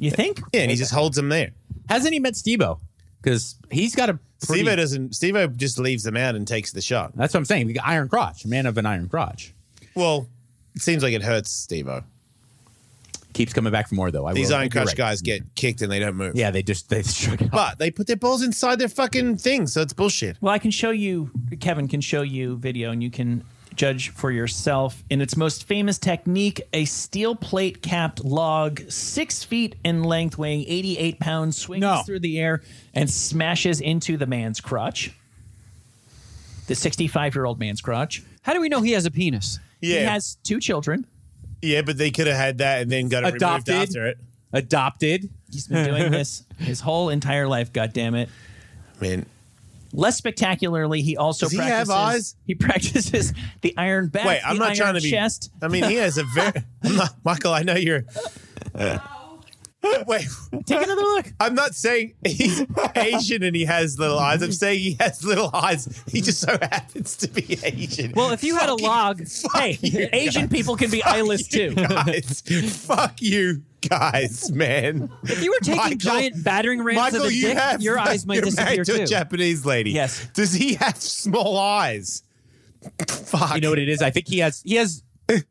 Speaker 1: You think?
Speaker 2: Yeah, and he just holds them there.
Speaker 3: Hasn't he met Stebo? Because he's got a. Pretty,
Speaker 2: Stevo doesn't. Stevo just leaves them out and takes the shot.
Speaker 3: that's what I'm saying. We got iron crotch, man of an iron crotch.
Speaker 2: Well, it seems like it hurts Stevo.
Speaker 3: Keeps coming back for more though. I
Speaker 2: These
Speaker 3: will-
Speaker 2: iron
Speaker 3: you're
Speaker 2: crush
Speaker 3: right.
Speaker 2: guys get kicked and they don't move.
Speaker 3: Yeah, they just they shook it off.
Speaker 2: but they put their balls inside their fucking thing, so it's bullshit.
Speaker 1: Well, I can show you, Kevin can show you video and you can judge for yourself. In its most famous technique, a steel plate capped log, six feet in length, weighing 88 pounds, swings
Speaker 3: No.
Speaker 1: through the air and smashes into the man's crotch. The 65 year old man's crotch.
Speaker 4: How do we know he has a penis?
Speaker 2: Yeah,
Speaker 1: He has two children.
Speaker 2: yeah, but they could have had that and then got it
Speaker 3: Adopted.
Speaker 2: removed after it.
Speaker 3: adopted.
Speaker 1: He's been doing this his whole entire life, goddammit.
Speaker 2: I mean,
Speaker 1: Less spectacularly, he also
Speaker 2: Does he have
Speaker 1: practices.
Speaker 2: eyes?
Speaker 1: he practices the iron back.
Speaker 2: wait, I'm
Speaker 1: the
Speaker 2: not
Speaker 1: iron
Speaker 2: trying to be.
Speaker 1: chest.
Speaker 2: I mean, he has a very I'm not- Michael. I know you're. wait,
Speaker 1: Take another look.
Speaker 2: I'm not saying he's Asian and he has little eyes. I'm saying he has little eyes. He just so happens to be Asian.
Speaker 4: Well, if you had a log,
Speaker 1: Hey, Asian people can be eyeless too.
Speaker 2: guys, fuck you guys, man.
Speaker 4: if you were taking
Speaker 2: Michael-
Speaker 4: giant battering rams
Speaker 2: Michael,
Speaker 4: to the
Speaker 2: you
Speaker 4: dick,
Speaker 2: have
Speaker 4: your eyes might
Speaker 2: you're
Speaker 4: disappear
Speaker 2: married to
Speaker 4: too.
Speaker 2: a Japanese lady.
Speaker 1: Yes.
Speaker 2: Does he have small eyes? Fuck.
Speaker 3: You know what it is? I think he has he has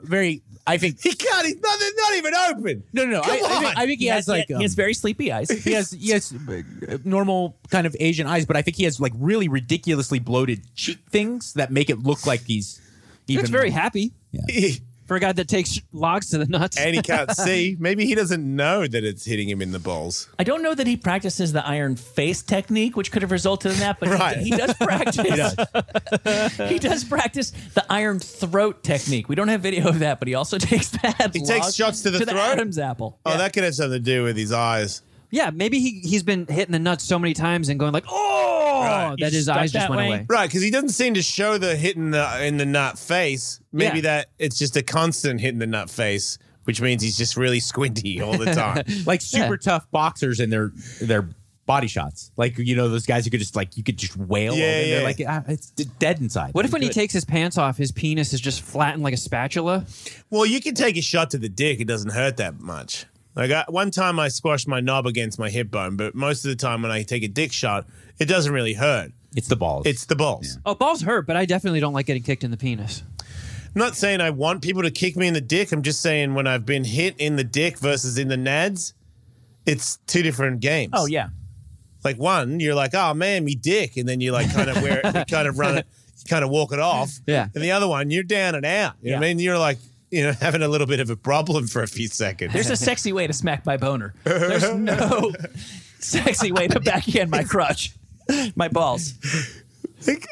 Speaker 3: very I think
Speaker 2: He can't. He's not. They're not even open.
Speaker 3: no no no. I,
Speaker 2: Come
Speaker 3: I
Speaker 2: on.
Speaker 3: think, I think he, has, like
Speaker 1: he
Speaker 3: um,
Speaker 1: has very sleepy eyes.
Speaker 3: he has he has uh, normal kind of Asian eyes, but I think he has like really ridiculously bloated cheek things that make it look like he's
Speaker 4: He
Speaker 3: even
Speaker 4: looks very happy
Speaker 2: He-
Speaker 4: for a guy that takes logs to the nuts.
Speaker 2: and he can't see. Maybe he doesn't know that it's hitting him in the balls.
Speaker 1: I don't know that he practices the iron face technique, which could have resulted in that, but he-
Speaker 2: Right.
Speaker 1: he, does practice. he, does. practice the iron throat technique. We don't have video of that, but he also takes that.
Speaker 2: He takes
Speaker 1: log
Speaker 2: shots to the throat?
Speaker 1: Adam's apple.
Speaker 2: Oh, that could have something to do with his eyes.
Speaker 4: yeah, maybe he he's been hitting the nuts so many times and going like, oh,
Speaker 2: Right.
Speaker 4: that his
Speaker 1: stuck
Speaker 4: eyes just
Speaker 1: that
Speaker 4: went
Speaker 1: way?
Speaker 4: away.
Speaker 2: Right, because he doesn't seem to show the hit in the in the nut face. Maybe
Speaker 4: Yeah.
Speaker 2: that it's just a constant hit in the nut face, which means he's just really squinty all the time.
Speaker 3: like super
Speaker 4: Yeah.
Speaker 3: tough boxers and their their body shots. Like you know those guys who could just like you could just wail.
Speaker 2: Yeah,
Speaker 3: over and they're
Speaker 2: yeah.
Speaker 3: Like ah, it's d- dead inside.
Speaker 4: What if when he takes his pants off, his penis is just flattened like a spatula?
Speaker 2: well, you can take a shot to the dick; it doesn't hurt that much. Like I, one time, I squashed my knob against my hip bone, but most of the time, when I take a dick shot, it doesn't really hurt.
Speaker 3: It's the balls.
Speaker 2: It's the balls.
Speaker 4: Oh, balls hurt, but I definitely don't like getting kicked in the penis.
Speaker 2: I'm not saying I want people to kick me in the dick. I'm just saying when I've been hit in the dick versus in the nads, it's two different games.
Speaker 1: Oh yeah.
Speaker 2: Like one, you're like, oh man, me dick, and then you like kind of wear it, you kind of run it, you kind of walk it off.
Speaker 4: Yeah.
Speaker 2: And the other one, you're down and out. You know what I
Speaker 1: Yeah.
Speaker 2: mean? You're like, you know, having a little bit of a problem for a few seconds.
Speaker 1: There's a sexy way to smack my boner. There's no sexy way to backhand my crotch, my balls.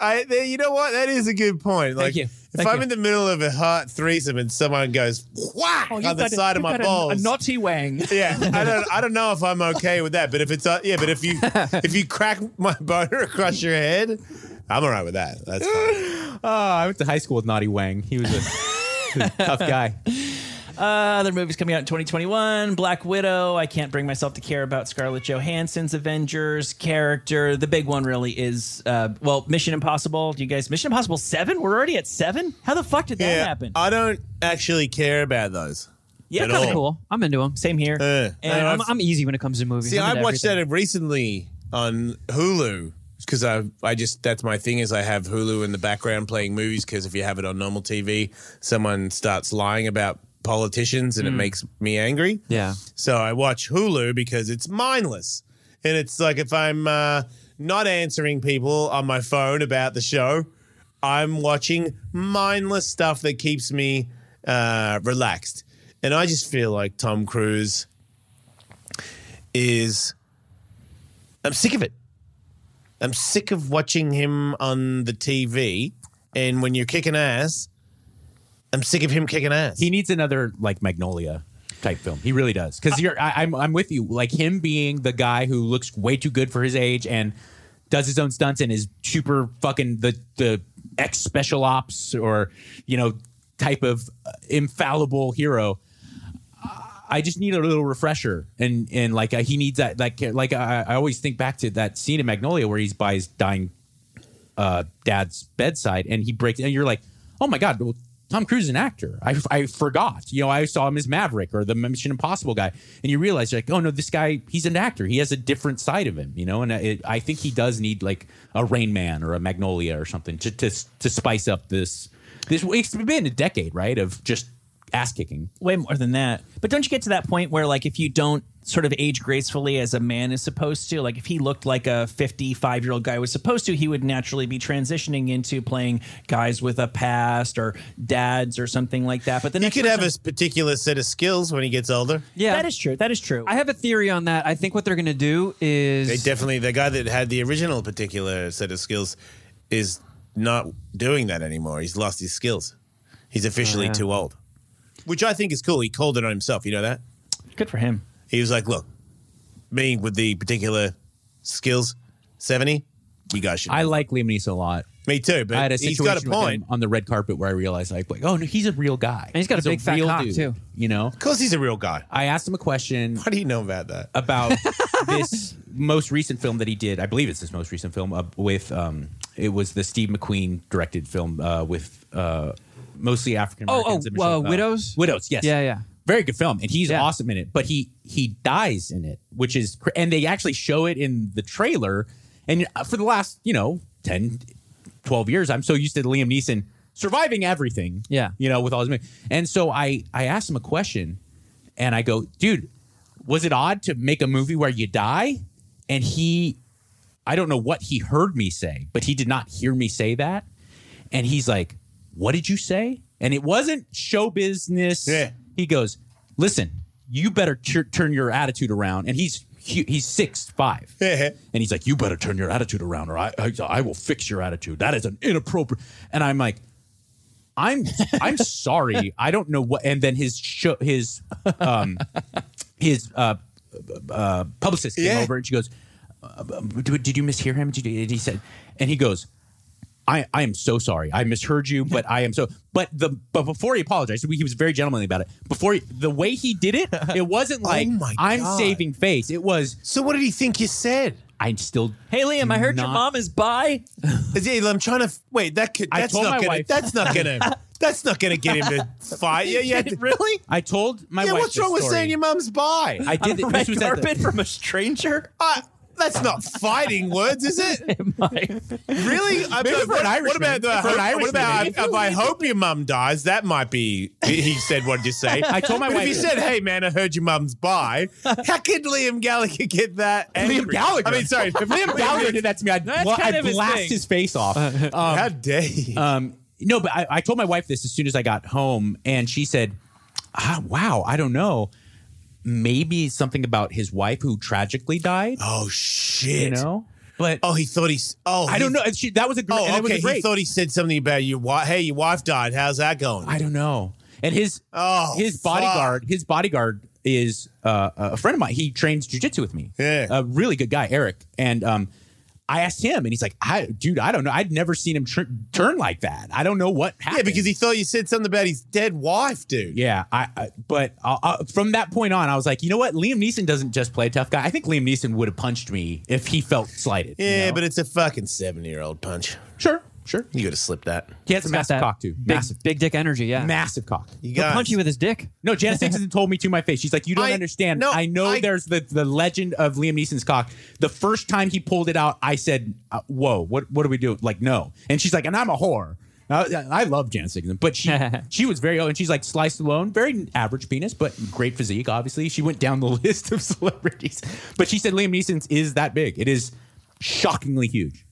Speaker 2: I, there- you know what? That is a good point. Like,
Speaker 1: you.
Speaker 2: If I'm in the middle of a hot threesome and someone goes
Speaker 1: Oh,
Speaker 2: whack on the side of my balls,
Speaker 1: A naughty wang.
Speaker 2: yeah, I don't, I don't know if I'm okay with that. But if it's, uh, yeah, but if you, if you crack my boner across your head, I'm all right with that. That's fine.
Speaker 3: Ah, I went to high school with Naughty Wang. He was a, he was a tough guy.
Speaker 1: Uh, other movies coming out in 2021 Black Widow. I can't bring myself to care about Scarlett Johansson's Avengers character. The big one really is, uh, well, Mission Impossible. Do you guys, Mission Impossible 7? We're already at 7? How the fuck did that
Speaker 2: Yeah, Uh-huh.
Speaker 1: happen?
Speaker 2: I don't actually care about those.
Speaker 1: yeah,
Speaker 2: at
Speaker 1: kinda
Speaker 2: all.
Speaker 1: cool.
Speaker 4: Cool. I'm into them.
Speaker 1: Same here.
Speaker 2: Uh,
Speaker 1: and
Speaker 4: I'm, I'm easy when it comes to movies.
Speaker 2: See,
Speaker 4: I'm
Speaker 2: I
Speaker 4: into
Speaker 2: watched
Speaker 4: everything.
Speaker 2: that recently on Hulu because I I just that's my thing is I have Hulu in the background playing movies because if you have it on normal TV, someone starts lying about politicians and it makes me angry.
Speaker 4: Hmm. Yeah.
Speaker 2: So I watch Hulu because it's mindless. And it's like if I'm uh, not answering people on my phone about the show, I'm watching mindless stuff that keeps me uh, relaxed. And I just feel like Tom Cruise is. I'm sick of it. I'm sick of watching him on the TV. And when you're kicking ass, I'm sick of him kicking ass.
Speaker 3: He needs another like Magnolia type film. He really does. Because you're, I, I'm, I'm with you. Like him being the guy who looks way too good for his age and does his own stunts and is super fucking the the ex special ops or you know type of uh, infallible hero. I just need a little refresher, and and like uh, he needs that like like I, I always think back to that scene in Magnolia where he's by his dying uh, dad's bedside, and he breaks, and you're like, oh my god, well, Tom Cruise is an actor. I I forgot, you know, I saw him as Maverick or the Mission Impossible guy, and you realize like, oh no, this guy he's an actor. He has a different side of him, you know, and it, I think he does need like a Rain Man or a Magnolia or something to to to spice up this this. It's been a decade, right, of just ass kicking.
Speaker 1: way more than that. But don't you get to that point where like if you don't sort of age gracefully as a man is supposed to, like if he looked like a 55 year old guy was supposed to, he would naturally be transitioning into playing guys with a past or dads or something like that. But then
Speaker 2: He could have a particular set of skills when he gets older.
Speaker 4: Yeah.
Speaker 1: That is true. That is true.
Speaker 4: I have a theory on that. I think what they're going to do is
Speaker 2: They definitely the guy that had the original particular set of skills is not doing that anymore. He's lost his skills. He's officially
Speaker 4: yeah.
Speaker 2: too old. Which I think is cool. He called it on himself, you know that?
Speaker 1: Good for him.
Speaker 2: He was like, Look, me with the particular skills, seventy, you guys should
Speaker 3: I like Liam Neeson a lot.
Speaker 2: me too, but
Speaker 3: I had a
Speaker 2: he's
Speaker 3: situation
Speaker 2: got a
Speaker 3: with
Speaker 2: point.
Speaker 3: him on the red carpet where I realized like, like, oh no, he's a real guy. And
Speaker 4: he's got a big fat cock, too.
Speaker 3: You know,
Speaker 2: Of course he's a real guy.
Speaker 3: I asked him a question
Speaker 2: How do you know about that?
Speaker 3: about this most recent film that he did. I believe it's his most recent film uh, with um, it was the Steve McQueen directed film uh, with uh, mostly African
Speaker 4: Oh,
Speaker 3: Americans.
Speaker 4: oh,
Speaker 3: and Michelle-
Speaker 4: uh, Widows?
Speaker 3: Widows. Yes.
Speaker 4: Yeah, yeah.
Speaker 3: Very good film, and he's
Speaker 4: Yeah.
Speaker 3: awesome in it. But he he dies in it, which is cr- and they actually show it in the trailer. And uh, for the last you know 10, 12 years, I'm so used to Liam Neeson surviving everything.
Speaker 4: Yeah.
Speaker 3: You know, with all his movies. And so I I asked him a question and I go, dude, was it odd to make a movie where you die? And he I don't know what he heard me say, but he did not hear me say that. And he's like, What did you say? And it wasn't show business.
Speaker 2: Yeah.
Speaker 3: He goes, Listen, you better tur- turn your attitude around. And he's hu- he's six five. And he's like, "You better turn your attitude around, or I, I, I will fix your attitude. That is an inappropriate." And I'm like, "I'm, I'm sorry. I don't know what." And then his show, his, um, his uh, uh, publicist came
Speaker 2: Yeah.
Speaker 3: over, and she goes, uh, "Did did you mishear him?" Did you, and he said, and he goes. I, I am so sorry. I misheard you, but I am so. But the but before he apologized, he was very gentlemanly about it. Before he, the way he did it, it
Speaker 1: Oh
Speaker 3: wasn't like
Speaker 2: my
Speaker 3: I'm
Speaker 2: God.
Speaker 3: saving face. It was
Speaker 2: So what did he think you said?
Speaker 3: I'm still
Speaker 1: Hey Liam, I heard your
Speaker 3: Not-
Speaker 1: mom is bi.
Speaker 2: Is he- I'm trying to f- wait. That could.
Speaker 3: I
Speaker 2: That's
Speaker 3: told
Speaker 2: not
Speaker 3: my
Speaker 2: gonna.
Speaker 3: wife-
Speaker 2: That's not gonna. that's not gonna get him to fight. Yeah, yeah. Really?
Speaker 3: I told my
Speaker 2: yeah.
Speaker 3: wife.
Speaker 2: What's
Speaker 3: this
Speaker 2: wrong with
Speaker 3: story.
Speaker 2: saying your mum's bi?
Speaker 3: I did
Speaker 1: on a red
Speaker 3: it- this was at the-
Speaker 1: carpet from a stranger.
Speaker 2: Uh, that's not fighting words, is it? Really? I,
Speaker 3: Maybe
Speaker 2: I-
Speaker 3: for an
Speaker 2: what,
Speaker 3: Irishman.
Speaker 2: what about the,
Speaker 3: For an Irishman,
Speaker 2: What about
Speaker 3: maybe.
Speaker 2: if, if I hope your mum dies? That might be. He said, "What did you say?"
Speaker 3: I told my
Speaker 2: But
Speaker 3: wife-
Speaker 2: If he said, "Hey man, I heard your mum's bi," how could Liam Gallagher get that? angry?
Speaker 3: Liam Gallagher.
Speaker 2: I mean, sorry, if Liam
Speaker 3: Gallagher did that to me. I'd,
Speaker 1: That's
Speaker 3: bla-
Speaker 1: kind
Speaker 3: I'd
Speaker 1: of his
Speaker 3: blast
Speaker 1: thing.
Speaker 3: his face off.
Speaker 2: how dare he?
Speaker 3: Um, no, but I, I told my wife this as soon as I got home, and she said, ah, "Wow, I don't know. Maybe something about his wife who tragically died.
Speaker 2: oh shit!
Speaker 3: You know." But
Speaker 2: Oh, he thought he's. Oh,
Speaker 3: I
Speaker 2: he-
Speaker 3: don't know. And She, that was a great.
Speaker 2: Oh,
Speaker 3: and it was
Speaker 2: okay.
Speaker 3: a great.
Speaker 2: He thought he said something about your wife. Hey, your wife died. How's that going?
Speaker 3: I don't know. And his
Speaker 2: Oh,
Speaker 3: his
Speaker 2: fuck.
Speaker 3: bodyguard his bodyguard is uh, a friend of mine. He trains jujitsu with me.
Speaker 2: Yeah.
Speaker 3: a really good guy, Eric. And um, I asked him, and he's like, "I, dude, I don't know. I'd never seen him tr- turn like that. I don't know what happened."
Speaker 2: yeah, because he thought you said something about his dead wife, dude.
Speaker 3: Yeah, I. I but I, I, from that point on, I was like, you know what? Liam Neeson doesn't just play a tough guy. I think Liam Neeson would have punched me if he felt slighted. you
Speaker 2: Yeah,
Speaker 3: know?
Speaker 2: but it's a fucking seven-year-old punch.
Speaker 3: sure, sure.
Speaker 2: You could have slipped that.
Speaker 3: He has a
Speaker 4: He's got
Speaker 3: massive
Speaker 4: that
Speaker 3: cock too.
Speaker 4: Big,
Speaker 3: Massive,
Speaker 4: big dick energy. Yeah.
Speaker 3: massive cock.
Speaker 2: You
Speaker 4: He'll
Speaker 2: got
Speaker 4: punch you with his dick.
Speaker 3: No, Janice Dixon told me to my face. She's like, you don't
Speaker 2: I-
Speaker 3: understand.
Speaker 2: no,
Speaker 3: I know
Speaker 2: I-
Speaker 3: there's the, the legend of Liam Neeson's cock. The first time he pulled it out, I said, uh, whoa, what what do we do? Like, no. And she's like, and I'm a whore. I, I love Janice Dixon, but she she was very open. She's like sliced alone, very average penis, but great physique. Obviously, she went down the list of celebrities, but she said Liam Neeson's is that big. It is shockingly huge.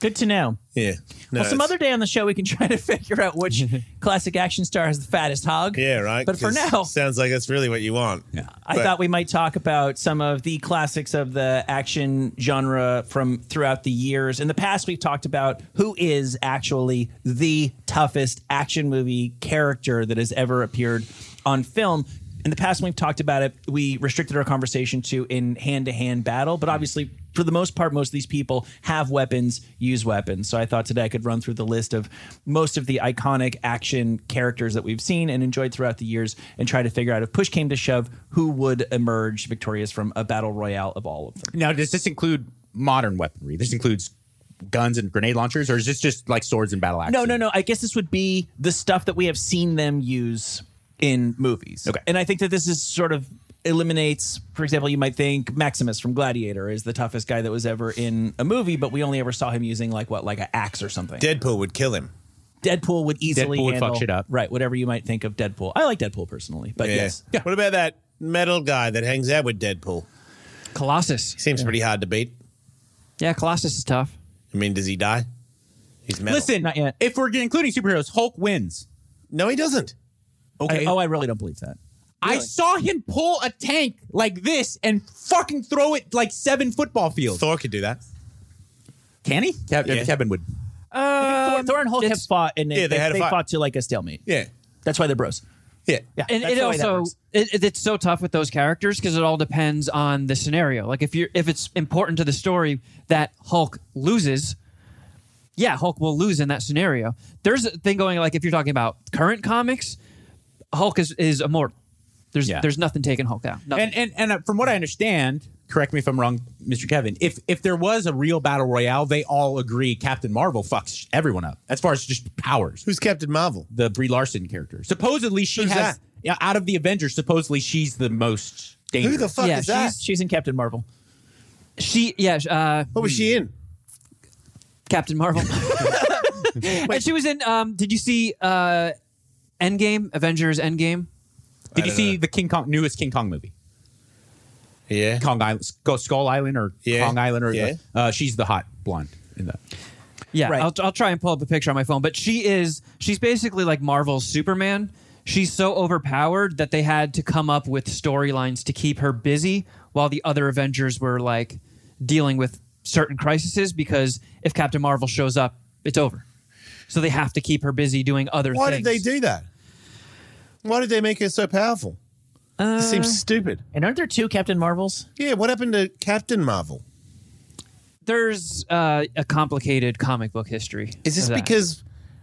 Speaker 1: Good to know.
Speaker 2: Yeah. No,
Speaker 1: well, some
Speaker 2: it's-
Speaker 1: other day on the show, we can try to figure out which classic action star has the fattest hog.
Speaker 2: Yeah, right.
Speaker 1: But for
Speaker 2: 'Cause
Speaker 1: now,
Speaker 2: sounds like that's really what you want. Yeah.
Speaker 1: I thought we might talk about some of the classics of the action genre from throughout the years. In the past, we've talked about who is actually the toughest action movie character that has ever appeared on film. In the past, when we've talked about it, we restricted our conversation to in hand to hand battle, but obviously, for the most part, most of these people have weapons, use weapons. So I thought today I could run through the list of most of the iconic action characters that we've seen and enjoyed throughout the years and try to figure out if push came to shove, who would emerge victorious from a battle royale of all of them.
Speaker 3: Now, does this include modern weaponry? This includes guns and grenade launchers, or is this just like swords and battle axes?
Speaker 1: No, no, no. I guess this would be the stuff that we have seen them use in movies.
Speaker 3: Okay.
Speaker 1: And I think that this is sort of eliminates, for example, you might think Maximus from Gladiator is the toughest guy that was ever in a movie, but we only ever saw him using like what, like an axe or something.
Speaker 2: Deadpool would kill him.
Speaker 1: Deadpool would easily
Speaker 3: Deadpool would fuck
Speaker 1: handle,
Speaker 3: shit up.
Speaker 1: Right, whatever you might think of Deadpool. I like Deadpool personally, but
Speaker 2: Yeah.
Speaker 1: yes.
Speaker 2: What about that metal guy that hangs out with Deadpool?
Speaker 4: Colossus.
Speaker 2: Seems pretty hard to beat.
Speaker 4: Yeah, Colossus is tough.
Speaker 2: I mean, does he die? He's metal.
Speaker 3: Listen,
Speaker 1: Not yet.
Speaker 3: if we're including superheroes, Hulk wins.
Speaker 2: no, he doesn't.
Speaker 1: I-
Speaker 3: Okay.
Speaker 1: oh, I really don't believe that.
Speaker 3: I saw him pull a tank like this and fucking throw it like seven football fields.
Speaker 2: Thor could do that.
Speaker 3: Can he? Kevin,
Speaker 2: Yeah.
Speaker 3: would.
Speaker 1: Thor, Thor and Hulk have
Speaker 4: it's-
Speaker 1: fought, and
Speaker 2: Yeah,
Speaker 1: they,
Speaker 2: they had a
Speaker 1: they
Speaker 2: fight.
Speaker 1: fought to like a stalemate.
Speaker 2: Yeah.
Speaker 1: That's why they're bros.
Speaker 2: Yeah.
Speaker 1: Yeah,
Speaker 4: and
Speaker 1: that's
Speaker 4: it
Speaker 1: the way that
Speaker 4: also
Speaker 1: works.
Speaker 4: it, it- it's so tough with those characters because it all depends on the scenario like if you're if it's important to the story that hulk loses yeah hulk will lose in that scenario there's a thing going like if you're talking about current comics hulk is is immortal there's
Speaker 3: Yeah.
Speaker 4: there's nothing taking hulk down Nothing.
Speaker 3: And and and uh, from what I understand, correct me if I'm wrong, Mr. Kevin. If if there was a real battle royale, they all agree Captain Marvel fucks everyone up as far as just powers.
Speaker 2: Who's Captain Marvel?
Speaker 3: The Brie Larson character. Supposedly she
Speaker 2: Who's
Speaker 3: has
Speaker 2: that?
Speaker 3: yeah, out of the Avengers. Supposedly she's the most dangerous.
Speaker 2: Who the fuck
Speaker 4: Yeah,
Speaker 2: is that?
Speaker 4: she's-
Speaker 1: She's in Captain Marvel.
Speaker 4: she yeah uh
Speaker 2: What was she in?
Speaker 4: captain marvel and she was in um did you see uh endgame avengers endgame
Speaker 3: Did you
Speaker 2: don't
Speaker 3: see
Speaker 2: know.
Speaker 3: the King Kong newest King Kong movie?
Speaker 2: Yeah.
Speaker 3: Kong Island, Sk- Skull Island, or
Speaker 2: Yeah.
Speaker 3: Kong Island, or
Speaker 2: Yeah.
Speaker 3: uh, she's the hot blonde in that.
Speaker 4: Yeah,
Speaker 1: Right.
Speaker 4: I'll, I'll try and pull up a picture on my phone. But she is she's basically like Marvel's Superman. She's so overpowered that they had to come up with storylines to keep her busy while the other Avengers were like dealing with certain crises because if Captain Marvel shows up, it's over. So they have to keep her busy doing other
Speaker 2: Why
Speaker 4: things.
Speaker 2: did they do that? Why did they make her so powerful? it seems stupid.
Speaker 1: And aren't there two Captain Marvels?
Speaker 2: Yeah, what happened to Captain Marvel?
Speaker 4: There's uh, a complicated comic book history.
Speaker 2: Is this
Speaker 4: of that.
Speaker 2: because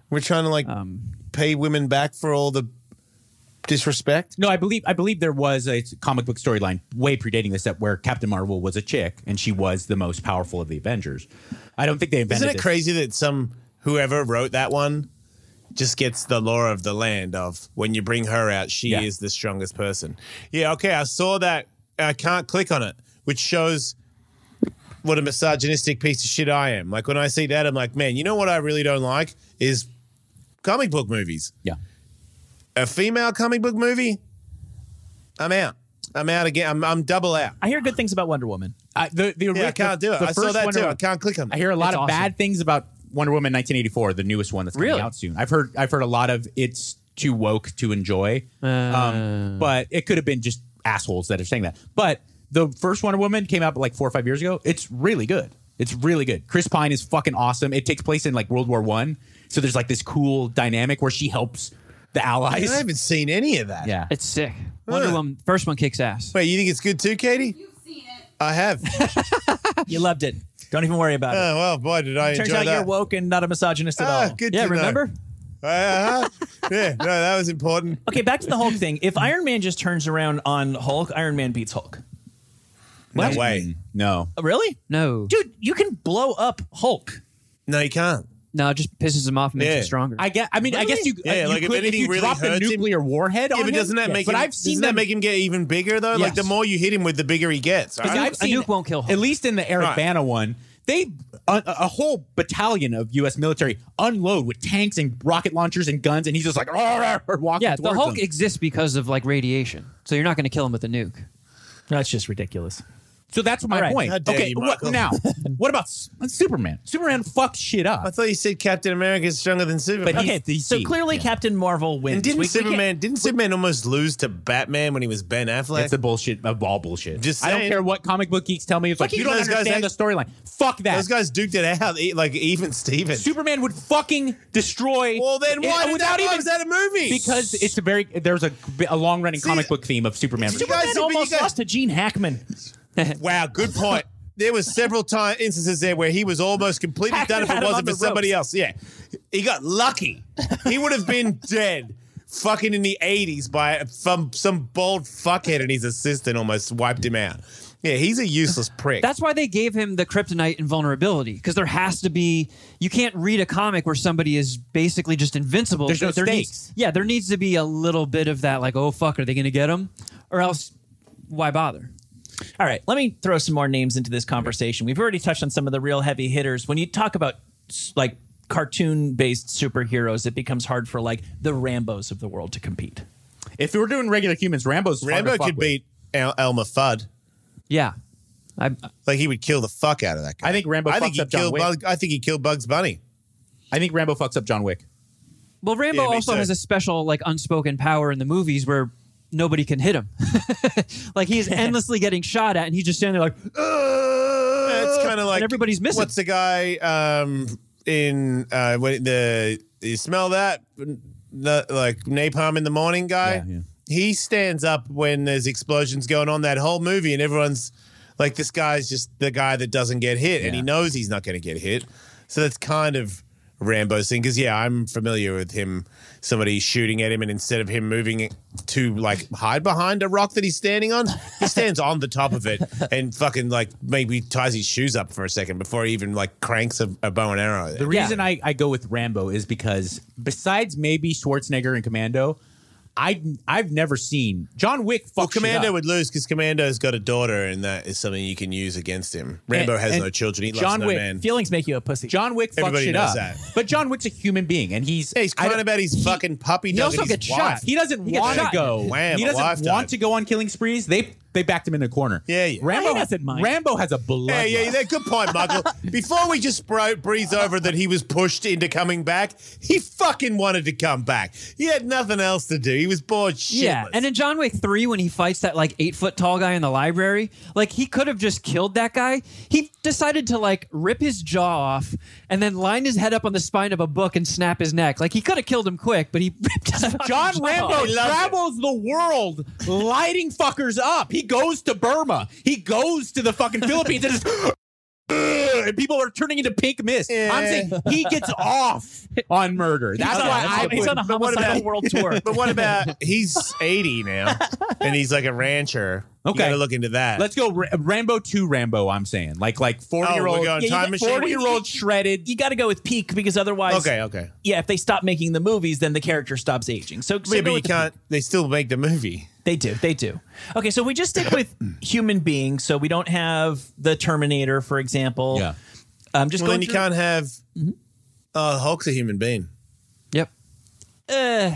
Speaker 2: we're trying to like pay women back for all the disrespect?
Speaker 3: No, I believe I believe there was a comic book storyline way predating this that where Captain Marvel was a chick and she was the most powerful of the Avengers. I don't think they invented.
Speaker 2: Isn't it
Speaker 3: this.
Speaker 2: crazy that some whoever wrote that one just gets the law of the land of when you bring her out, she
Speaker 3: Yeah.
Speaker 2: is the strongest person. Yeah, okay, I saw that. I can't click on it, which shows what a misogynistic piece of shit I am. Like when I see that, I'm like, man, you know what I really don't like is comic book movies.
Speaker 3: Yeah,
Speaker 2: A female comic book movie, I'm out. I'm out again. I'm, I'm double out.
Speaker 1: I hear good things about Wonder Woman.
Speaker 3: I, the, the,
Speaker 2: Yeah, I
Speaker 3: the-
Speaker 2: can't do it.
Speaker 3: the
Speaker 2: I saw
Speaker 3: first
Speaker 2: that
Speaker 3: Wonder
Speaker 2: too. I
Speaker 3: Woman-
Speaker 2: can't click on it.
Speaker 3: I hear a lot
Speaker 4: It's
Speaker 3: of
Speaker 4: awesome.
Speaker 3: bad things about Wonder Woman 1984, the newest one that's coming
Speaker 4: Really?
Speaker 3: out soon. I've heard I've heard a lot of it's too woke to enjoy.
Speaker 4: Uh.
Speaker 3: um, but it could have been just assholes that are saying that. But the first Wonder Woman came out like four or five years ago. It's really good. It's really good. Chris Pine is fucking awesome. It takes place in like World War One, so there's like this cool dynamic where she helps the
Speaker 2: I
Speaker 3: Allies.
Speaker 2: haven't seen any of that.
Speaker 3: Yeah,
Speaker 4: It's sick. Wonder
Speaker 2: Huh.
Speaker 4: Woman first one kicks ass.
Speaker 2: Wait, you think it's good too, Katie?
Speaker 5: You've seen it.
Speaker 2: I have. oh,
Speaker 1: You loved it. Don't even worry about it.
Speaker 2: well, boy, did I
Speaker 1: Turns
Speaker 2: Uh, enjoy
Speaker 1: out
Speaker 2: that.
Speaker 1: you're woke and not a misogynist at
Speaker 2: Ah,
Speaker 1: all.
Speaker 2: good
Speaker 4: Yeah,
Speaker 2: to know.
Speaker 4: remember?
Speaker 2: Uh-huh. yeah, no, that was important.
Speaker 1: Okay, back to the Hulk thing. If Iron Man just turns around on Hulk, Iron Man beats Hulk.
Speaker 2: No way.
Speaker 3: no.
Speaker 1: Uh, Really?
Speaker 4: No,
Speaker 1: Dude, you can blow up Hulk.
Speaker 2: No, you can't.
Speaker 4: no, it just pisses him off and makes
Speaker 2: Yeah.
Speaker 4: him stronger.
Speaker 3: I guess. I mean, I guess you.
Speaker 2: Yeah,
Speaker 3: you
Speaker 2: like, if
Speaker 3: could,
Speaker 2: anything
Speaker 3: you
Speaker 2: really
Speaker 3: drop a
Speaker 2: hurts him-
Speaker 3: nuclear warhead on
Speaker 2: Yeah, but
Speaker 3: him.
Speaker 2: doesn't that
Speaker 3: Oh, Yeah.
Speaker 2: make?
Speaker 3: But
Speaker 2: him,
Speaker 3: I've seen
Speaker 2: doesn't
Speaker 3: them-
Speaker 2: that make him get even bigger though? Like
Speaker 3: Yes.
Speaker 2: the more you hit him with, the bigger he gets.
Speaker 3: Because
Speaker 2: right?
Speaker 3: I've
Speaker 4: a
Speaker 3: seen-
Speaker 4: nuke won't kill Hulk.
Speaker 3: At least in the Eric
Speaker 2: Right.
Speaker 3: Bana one, they a, a whole battalion of U.S. military unload with tanks and rocket launchers and guns, and he's just like "Arr, arr," walking.
Speaker 4: yeah, the
Speaker 3: towards
Speaker 4: Hulk
Speaker 3: them.
Speaker 4: exists because of like radiation, so you're not going to kill him with a nuke.
Speaker 1: That's just ridiculous.
Speaker 3: So that's my
Speaker 1: All right.
Speaker 3: point.
Speaker 2: How dare
Speaker 3: Okay,
Speaker 2: you,
Speaker 3: what
Speaker 2: Michael.
Speaker 3: now? what about S- uh, Superman? Superman fucks shit up.
Speaker 2: I thought you said Captain America is stronger than Superman.
Speaker 3: But he-
Speaker 1: Okay,
Speaker 3: He's
Speaker 1: so
Speaker 3: DC.
Speaker 1: clearly
Speaker 3: Yeah.
Speaker 1: Captain Marvel wins.
Speaker 2: and didn't
Speaker 1: We- we can't-
Speaker 2: Superman? didn't Superman almost lose to Batman when he was Ben Affleck?
Speaker 3: It's a bullshit, a ball bullshit.
Speaker 2: Just
Speaker 3: I don't
Speaker 2: saying.
Speaker 3: care what comic book geeks tell me. It's like
Speaker 2: Fucking
Speaker 3: you don't
Speaker 2: those guys
Speaker 3: understand the
Speaker 2: act-
Speaker 3: storyline. Fuck that.
Speaker 2: Those guys duked it out, e- like even Steven.
Speaker 3: Superman would fucking destroy.
Speaker 2: well, then
Speaker 3: it-
Speaker 2: why did
Speaker 3: without
Speaker 2: that, why
Speaker 3: even
Speaker 2: was that a movie?
Speaker 3: because it's a very there's a, a long running
Speaker 2: See,
Speaker 3: comic book theme of Superman.
Speaker 2: you
Speaker 1: Superman
Speaker 2: guys- but you
Speaker 1: almost
Speaker 2: guys-
Speaker 1: lost to Gene Hackman.
Speaker 2: wow, good point. There was several time instances there where he was almost completely
Speaker 1: Hackman
Speaker 2: done if
Speaker 1: had
Speaker 2: it
Speaker 1: him
Speaker 2: wasn't
Speaker 1: on
Speaker 2: for
Speaker 1: the
Speaker 2: somebody else. Yeah, he got lucky. He would have been dead, fucking in the eighties by some some bald fuckhead and his assistant almost wiped him out. Yeah, he's a useless prick.
Speaker 4: That's why they gave him the kryptonite invulnerability because there has to be. You can't read a comic where somebody is basically just invincible.
Speaker 3: There's no
Speaker 4: there needs-
Speaker 3: stakes.
Speaker 4: yeah, there needs to be a little bit of that. Like, oh fuck, are they going to get him? Or else, why bother?
Speaker 1: All right, let me throw some more names into this conversation. We've already touched on some of the real heavy hitters. When you talk about s- like cartoon-based superheroes, it becomes hard for like the Rambo's of the world to compete.
Speaker 3: If we're doing regular humans, Rambo's hard
Speaker 2: Rambo
Speaker 3: to fuck
Speaker 2: could
Speaker 3: with.
Speaker 2: beat El- Elmer Fudd.
Speaker 4: Yeah, I,
Speaker 2: Like he would kill the fuck out of that guy.
Speaker 3: I think Rambo
Speaker 2: I think
Speaker 3: fucks
Speaker 2: he
Speaker 3: up John
Speaker 2: killed.
Speaker 3: Wick.
Speaker 2: Bug, I think he killed Bugs Bunny.
Speaker 3: I think Rambo fucks up John Wick.
Speaker 4: Well, Rambo
Speaker 2: Yeah, me
Speaker 4: also
Speaker 2: too.
Speaker 4: has a special, like, unspoken power in the movies where nobody can hit him. like, he's endlessly getting shot at, and he's just standing there, like,
Speaker 2: Yeah, it's kind of like
Speaker 4: Uh, everybody's missing.
Speaker 2: What's the guy um, in uh, what, the you smell that the, like napalm in the morning guy?
Speaker 3: Yeah, yeah.
Speaker 2: He stands up when there's explosions going on that whole movie, and everyone's like, "This guy's just the guy that doesn't get hit, and he
Speaker 3: Yeah.
Speaker 2: knows he's not going to get hit." So that's kind of Rambo's thing. Because yeah, I'm familiar with him. Somebody shooting at him, and instead of him moving to like hide behind a rock that he's standing on, he stands on the top of it and fucking like maybe ties his shoes up for a second before he even like cranks a, a bow and arrow.
Speaker 3: The
Speaker 4: Yeah.
Speaker 3: reason I, I go with Rambo is because besides maybe Schwarzenegger and Commando, I I've never seen John Wick fuck
Speaker 2: Well,
Speaker 3: shit
Speaker 2: Commando
Speaker 3: up.
Speaker 2: would lose because Commando's got a daughter, and that is something you can use against him. Rambo
Speaker 3: And-
Speaker 2: has
Speaker 3: and
Speaker 2: no children. He loves
Speaker 3: John
Speaker 2: no
Speaker 3: Wick
Speaker 2: man.
Speaker 1: Feelings make you a pussy.
Speaker 3: John Wick fucks
Speaker 2: Everybody
Speaker 3: shit
Speaker 2: knows
Speaker 3: up.
Speaker 2: that.
Speaker 3: But John Wick's a human being and he's
Speaker 2: Yeah, he's
Speaker 3: I
Speaker 2: crying
Speaker 3: don't-
Speaker 2: about his
Speaker 3: he-
Speaker 2: fucking puppy
Speaker 3: He
Speaker 2: dog
Speaker 3: also
Speaker 2: and his
Speaker 3: gets
Speaker 2: wife.
Speaker 3: shot. He doesn't
Speaker 1: gets
Speaker 3: want to
Speaker 1: shot.
Speaker 3: go.
Speaker 2: Wham,
Speaker 3: he
Speaker 2: a
Speaker 3: doesn't
Speaker 2: lifetime.
Speaker 3: want to go on killing sprees. They they backed him in the corner.
Speaker 2: Yeah, yeah.
Speaker 3: Rambo
Speaker 1: He doesn't mind.
Speaker 3: Rambo has a blood.
Speaker 2: Yeah, yeah, yeah. Good point, Michael. Before we just bro- breeze over that he was pushed into coming back, he fucking wanted to come back. He had nothing else to do. He was bored shitless.
Speaker 4: yeah. And in John Wick 3, when he fights that, like, eight foot tall guy in the library, like, he could have just killed that guy. He decided to, like, rip his jaw off and then line his head up on the spine of a book and snap his neck. Like, he could have killed him quick, but he ripped his fucking
Speaker 3: John
Speaker 4: jaw
Speaker 3: Rambo
Speaker 4: off.
Speaker 2: He loves it.
Speaker 3: travels the world lighting fuckers up. He goes to Burma. He goes to the fucking Philippines and just and people are turning into pink mist. I'm saying he gets off on murder. That's
Speaker 1: he's on,
Speaker 3: why I
Speaker 1: he's on
Speaker 3: put-
Speaker 1: a
Speaker 2: but what
Speaker 1: homicidal
Speaker 2: about-
Speaker 1: world tour.
Speaker 2: but what about he's 80 now and he's like a rancher. You
Speaker 3: Okay.
Speaker 2: gotta look into that.
Speaker 3: Let's go Ra- Rambo 2 Rambo, I'm saying. Like like 40 year
Speaker 2: Oh, we're
Speaker 3: old
Speaker 2: going time machine.
Speaker 3: 40 year old shredded.
Speaker 1: you got to go with peak because otherwise,
Speaker 2: Okay, okay.
Speaker 1: yeah, if they stop making the movies, then the character stops aging. So, so
Speaker 2: Yeah,
Speaker 1: go
Speaker 2: but you
Speaker 1: with the peak.
Speaker 2: can't. They still make the movie.
Speaker 1: They do. They do. Okay, so we just stick with human beings. So we don't have the Terminator, for example.
Speaker 3: Yeah.
Speaker 1: Um, just
Speaker 2: Well,
Speaker 1: going
Speaker 2: then you
Speaker 1: through- Mm-hmm.
Speaker 2: can't have. Oh, Hulk's a human being.
Speaker 4: Yep.
Speaker 1: eh,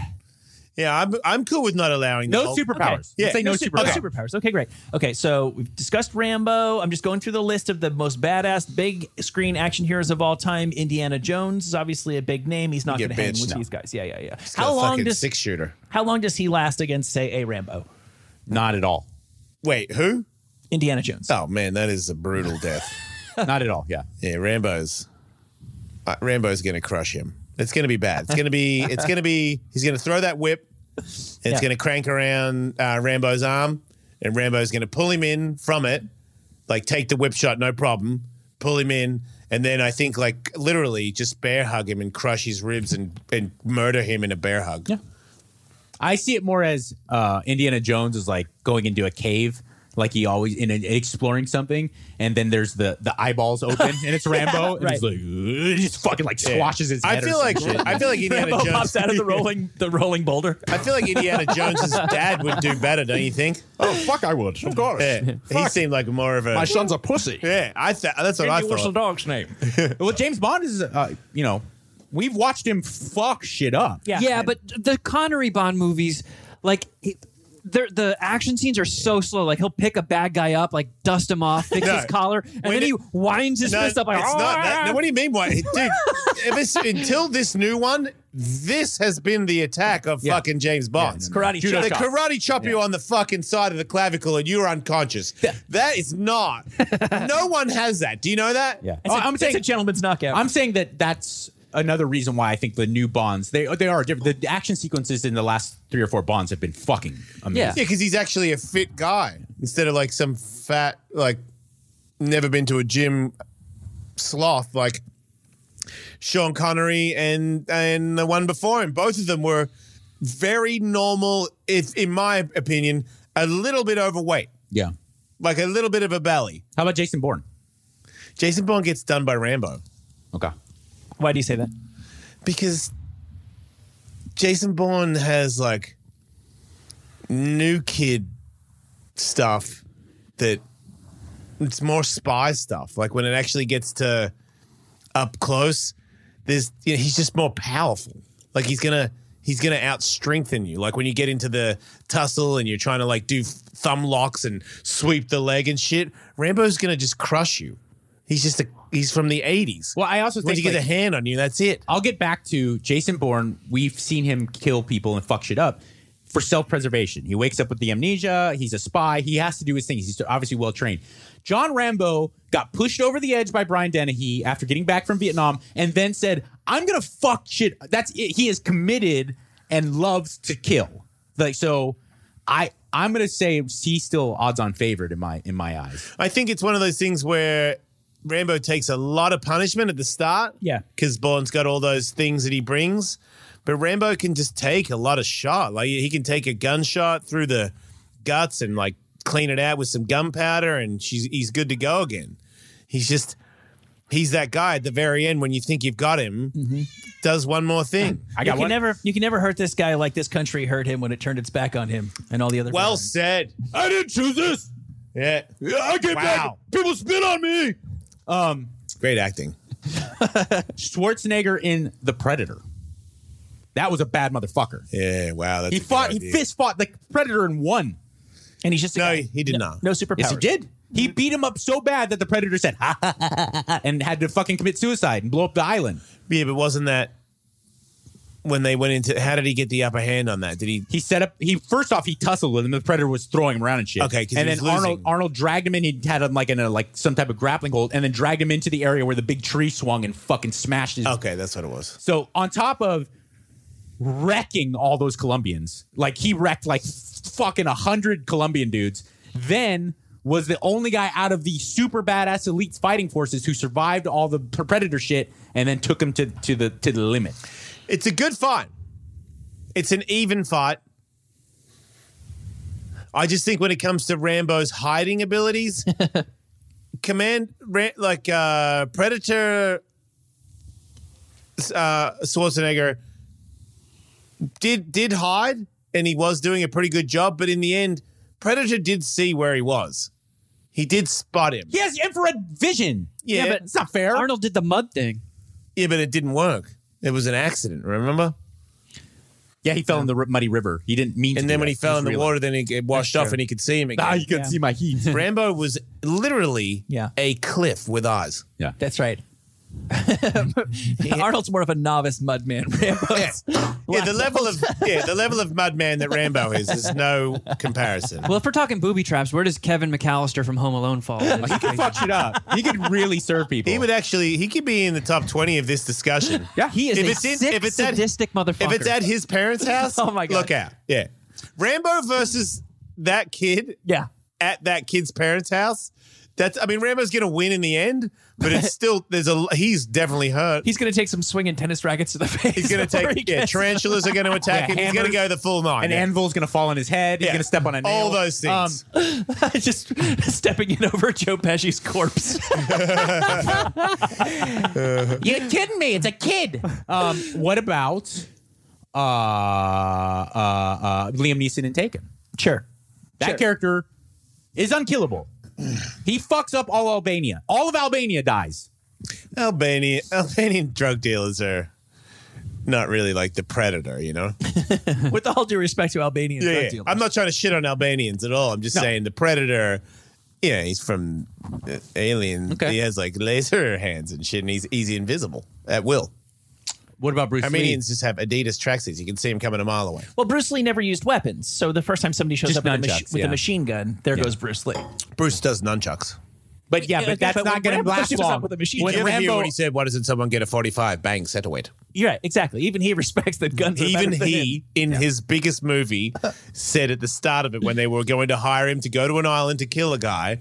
Speaker 2: Yeah, I'm. I'm cool with not allowing the
Speaker 3: No
Speaker 2: Hulk-
Speaker 3: superpowers.
Speaker 2: Yeah.
Speaker 3: Let's say no,
Speaker 1: No super-
Speaker 3: superpowers.
Speaker 1: no superpowers. Okay, great. Okay, so we've discussed Rambo. I'm just going through the list of the most badass big screen action heroes of all time. Indiana Jones is obviously a big name. He's not
Speaker 2: Get
Speaker 1: going to hang
Speaker 2: bitched
Speaker 1: with
Speaker 2: now.
Speaker 1: these guys. Yeah, yeah, yeah.
Speaker 2: He's got
Speaker 1: How
Speaker 2: a
Speaker 1: long
Speaker 2: fucking
Speaker 1: does
Speaker 2: six shooter?
Speaker 1: how long does he last against say a Rambo?
Speaker 3: Not at all.
Speaker 2: Wait, who?
Speaker 1: Indiana Jones.
Speaker 2: Oh man, that is a brutal death.
Speaker 3: Not at all. Yeah.
Speaker 2: Yeah, Rambo's. Uh, Rambo's gonna crush him. It's gonna be bad. It's gonna be. It's gonna be. He's gonna throw that whip. and It's
Speaker 1: Yeah.
Speaker 2: gonna crank around uh, Rambo's arm, and Rambo's gonna pull him in from it. Like take the whip shot, no problem. Pull him in, and then I think like literally just bear hug him and crush his ribs and and murder him in a bear hug.
Speaker 3: Yeah. I see it more as uh, Indiana Jones is like going into a cave, like he always in a, exploring something, and then there's the the eyeballs open, and it's Rambo, and he's like, "Ugh," just fucking like
Speaker 2: Yeah.
Speaker 3: squashes his
Speaker 2: I
Speaker 3: head or
Speaker 2: feel
Speaker 3: some
Speaker 2: like
Speaker 3: shit.
Speaker 2: I feel like Indiana
Speaker 1: Rambo
Speaker 2: Jones
Speaker 1: Oh, pops out of the rolling the rolling boulder.
Speaker 2: I feel like Indiana Jones's dad would do better, don't you think?
Speaker 6: Oh, fuck, I would. Of course.
Speaker 2: Yeah, he
Speaker 6: Fuck.
Speaker 2: seemed like more of a.
Speaker 6: My son's a pussy.
Speaker 2: yeah, I th- that's what I
Speaker 1: Andy, what's the
Speaker 2: thought.
Speaker 1: dog's name?
Speaker 3: well, James Bond is, uh, you know, we've watched him fuck shit up.
Speaker 1: Yeah.
Speaker 4: Yeah, but the Connery Bond movies, like. he- they're the action scenes are so slow. Like he'll pick a bad guy up, like dust him off, fix
Speaker 2: No.
Speaker 4: his collar, and
Speaker 2: When
Speaker 4: then
Speaker 2: it-
Speaker 4: he winds his
Speaker 2: No,
Speaker 4: fist up like.
Speaker 2: it's not that.
Speaker 4: "Ah."
Speaker 2: No, what do you mean? Why, dude? ever s- until this new one, this has been the attack of fucking James Bond.
Speaker 1: no, no. Karate Judo
Speaker 2: They
Speaker 1: chop.
Speaker 2: karate chop you on the fucking side of the clavicle, and you're unconscious. that is not. no one has that. Do you know that?
Speaker 3: Yeah.
Speaker 1: It's a-
Speaker 3: I'm
Speaker 1: it's
Speaker 3: saying-
Speaker 1: a gentleman's knockout.
Speaker 3: I'm saying that that's another reason why I think the new Bonds they they are different. The action sequences in the last three or four Bonds have been fucking amazing.
Speaker 2: Yeah, because he's actually a fit guy instead of like some fat, like never been to a gym sloth like Sean Connery and and the one before him. Both of them were very normal, if in my opinion, a little bit overweight,
Speaker 3: Yeah.
Speaker 2: like a little bit of a belly.
Speaker 3: How about Jason Bourne?
Speaker 2: Jason Bond gets done by Rambo
Speaker 3: Okay.
Speaker 1: Why do you say that?
Speaker 2: because Jason Bourne has like new kid stuff that it's more spy stuff. Like when it actually gets to up close, there's you know, he's just more powerful. Like he's gonna he's gonna out strengthen you. Like when you get into the tussle and you're trying to like do thumb locks and sweep the leg and shit, Rambo's gonna just crush you. He's just a he's from the eighties.
Speaker 3: Well, I also
Speaker 2: Once
Speaker 3: think
Speaker 2: you get
Speaker 3: like-
Speaker 2: a hand on you, that's it.
Speaker 3: I'll get back to Jason Bourne. We've seen him kill people and fuck shit up for self preservation. He wakes up with the amnesia. He's a spy. He has to do his things. He's obviously well trained. John Rambo got pushed over the edge by Brian Dennehy after getting back from Vietnam and then said, I'm going to fuck shit. That's it. He is committed and loves to kill. Like, so I. I'm gonna say he's still odds on favored in my in my eyes.
Speaker 2: I think it's one of those things where Rambo takes a lot of punishment at the start.
Speaker 1: Yeah.
Speaker 2: Because Bond's got all those things that he brings. But Rambo can just take a lot of shot. Like he can take a gunshot through the guts and like clean it out with some gunpowder and she's he's good to go again. He's just he's that guy at the very end when you think you've got him,
Speaker 3: Mm-hmm.
Speaker 2: does one more thing.
Speaker 3: I
Speaker 1: you
Speaker 3: got
Speaker 1: can
Speaker 3: one.
Speaker 1: never you can never hurt this guy like this country hurt him when it turned its back on him and all the other
Speaker 2: Well
Speaker 1: villains.
Speaker 2: said.
Speaker 6: I didn't choose this.
Speaker 2: Yeah.
Speaker 6: I get
Speaker 2: Wow.
Speaker 6: People spit on me.
Speaker 2: Great acting.
Speaker 3: Schwarzenegger in The Predator. That was a bad motherfucker.
Speaker 2: Yeah, wow. That's
Speaker 3: He
Speaker 2: a good
Speaker 3: fought. He
Speaker 2: idea.
Speaker 3: fist fought the predator and won.
Speaker 1: and he's just a
Speaker 2: No,
Speaker 1: guy.
Speaker 2: he did not.
Speaker 1: no superpowers.
Speaker 3: Yes, he did. He beat him up so bad that the predator said, "Ha ha ha ha," ha," and had to fucking commit suicide and blow up the island.
Speaker 2: Yeah, but wasn't that when they went into? How did he get the upper hand on that? Did he?
Speaker 3: He set up. He first off he tussled with him. The predator was throwing him around and shit.
Speaker 2: Okay, 'cause he
Speaker 3: and
Speaker 2: was
Speaker 3: then
Speaker 2: losing.
Speaker 3: Arnold Arnold dragged him in. He had him like in a like some type of grappling hold, and then dragged him into the area where the big tree swung and fucking smashed his
Speaker 2: Okay, that's what it was.
Speaker 3: So on top of wrecking all those Colombians, like he wrecked like fucking a hundred Colombian dudes, then was the only guy out of the super badass elite fighting forces who survived all the predator shit and then took him to, to the to the limit.
Speaker 2: It's a good fight. It's an even fight. I just think when it comes to Rambo's hiding abilities, command Ra- like uh, Predator uh, Schwarzenegger did did hide, and he was doing a pretty good job. But in the end, Predator did see where he was. He did spot him.
Speaker 3: He has infrared vision.
Speaker 2: Yeah,
Speaker 3: it's not fair.
Speaker 4: Arnold did the mud thing.
Speaker 2: Yeah, but it didn't work. It was an accident, remember?
Speaker 3: yeah, he fell in the r- muddy river. He didn't mean. to
Speaker 2: And
Speaker 3: do
Speaker 2: then when
Speaker 3: that.
Speaker 2: he fell in
Speaker 3: just
Speaker 2: the
Speaker 3: realized.
Speaker 2: water, then it, it washed off and he could see him again.
Speaker 3: ah, you couldn't see my heat.
Speaker 2: Rambo was literally
Speaker 1: Yeah.
Speaker 2: a cliff with eyes.
Speaker 3: yeah,
Speaker 1: That's right. Arnold's more of a novice mud man. Rambo's
Speaker 2: Yeah, the level of yeah, the level of Mudman that Rambo is is no comparison.
Speaker 4: Well, if we're talking booby traps, where does Kevin McAllister from Home Alone fall? in this equation?
Speaker 3: Fuck shit up. He could really serve people.
Speaker 2: He would actually he could be in the top twenty of this discussion.
Speaker 3: Yeah.
Speaker 4: he is
Speaker 2: If
Speaker 4: a
Speaker 2: it's in-
Speaker 4: sick,
Speaker 2: if it's at-
Speaker 4: sadistic motherfucker.
Speaker 2: If it's at his parents' house,
Speaker 1: Oh my God.
Speaker 2: look out. Yeah. Rambo versus that kid
Speaker 1: yeah.
Speaker 2: at that kid's parents' house. That's I mean Rambo's going to win in the end, but it's still there's a he's definitely hurt.
Speaker 1: He's gonna take some swinging tennis rackets to the face.
Speaker 2: He's going to
Speaker 1: before
Speaker 2: take
Speaker 1: he
Speaker 2: yeah,
Speaker 1: gets-
Speaker 2: tarantulas are going to attack
Speaker 3: Yeah,
Speaker 2: him. He's going to
Speaker 3: hammers.
Speaker 2: go the full nine.
Speaker 3: An
Speaker 2: Yeah.
Speaker 3: anvil's gonna fall on his head. He's
Speaker 2: Yeah.
Speaker 3: gonna step on a nail.
Speaker 2: All those things.
Speaker 1: Um, just stepping it over Joe Pesci's corpse.
Speaker 3: You're kidding me? It's a kid. Um, what about uh, uh, uh, Liam Neeson in Taken?
Speaker 1: sure.
Speaker 3: That
Speaker 1: Sure.
Speaker 3: character is unkillable. he fucks up all Albania. All of Albania dies.
Speaker 2: Albanian Albanian drug dealers are not really like the predator, you know.
Speaker 1: With all due respect to Albanian
Speaker 2: Yeah,
Speaker 1: drug
Speaker 2: yeah.
Speaker 1: dealers.
Speaker 2: I'm not trying to shit on Albanians at all. I'm just saying the Predator. Yeah, he's from uh, Alien.
Speaker 1: Okay.
Speaker 2: He has like laser hands and shit, and he's easy invisible at will.
Speaker 3: What about Bruce Lee?
Speaker 2: Armenians just have Adidas tracksuits. You can see him coming a mile away.
Speaker 1: well, Bruce Lee never used weapons, so the first time somebody shows
Speaker 3: Just
Speaker 1: up with, a, machi-
Speaker 3: nunchucks,
Speaker 1: with
Speaker 3: yeah.
Speaker 1: a machine gun, there goes Bruce Lee.
Speaker 2: Bruce does nunchucks.
Speaker 3: But yeah,
Speaker 1: Yeah,
Speaker 3: but
Speaker 1: okay,
Speaker 3: that's
Speaker 1: but
Speaker 3: not
Speaker 1: when
Speaker 3: going to
Speaker 1: Rambo
Speaker 3: last
Speaker 1: shoots up
Speaker 3: long.
Speaker 1: with a machine
Speaker 3: When
Speaker 1: gun-
Speaker 2: You ever hear
Speaker 3: Rambo,
Speaker 2: what he said? Why doesn't someone get a 45? Bang, settle it.
Speaker 1: You're right, exactly. Even he respects that guns. are
Speaker 2: Even
Speaker 1: better than
Speaker 2: he, in
Speaker 1: him.
Speaker 2: his biggest movie, said at the start of it when they were going to hire him to go to an island to kill a guy,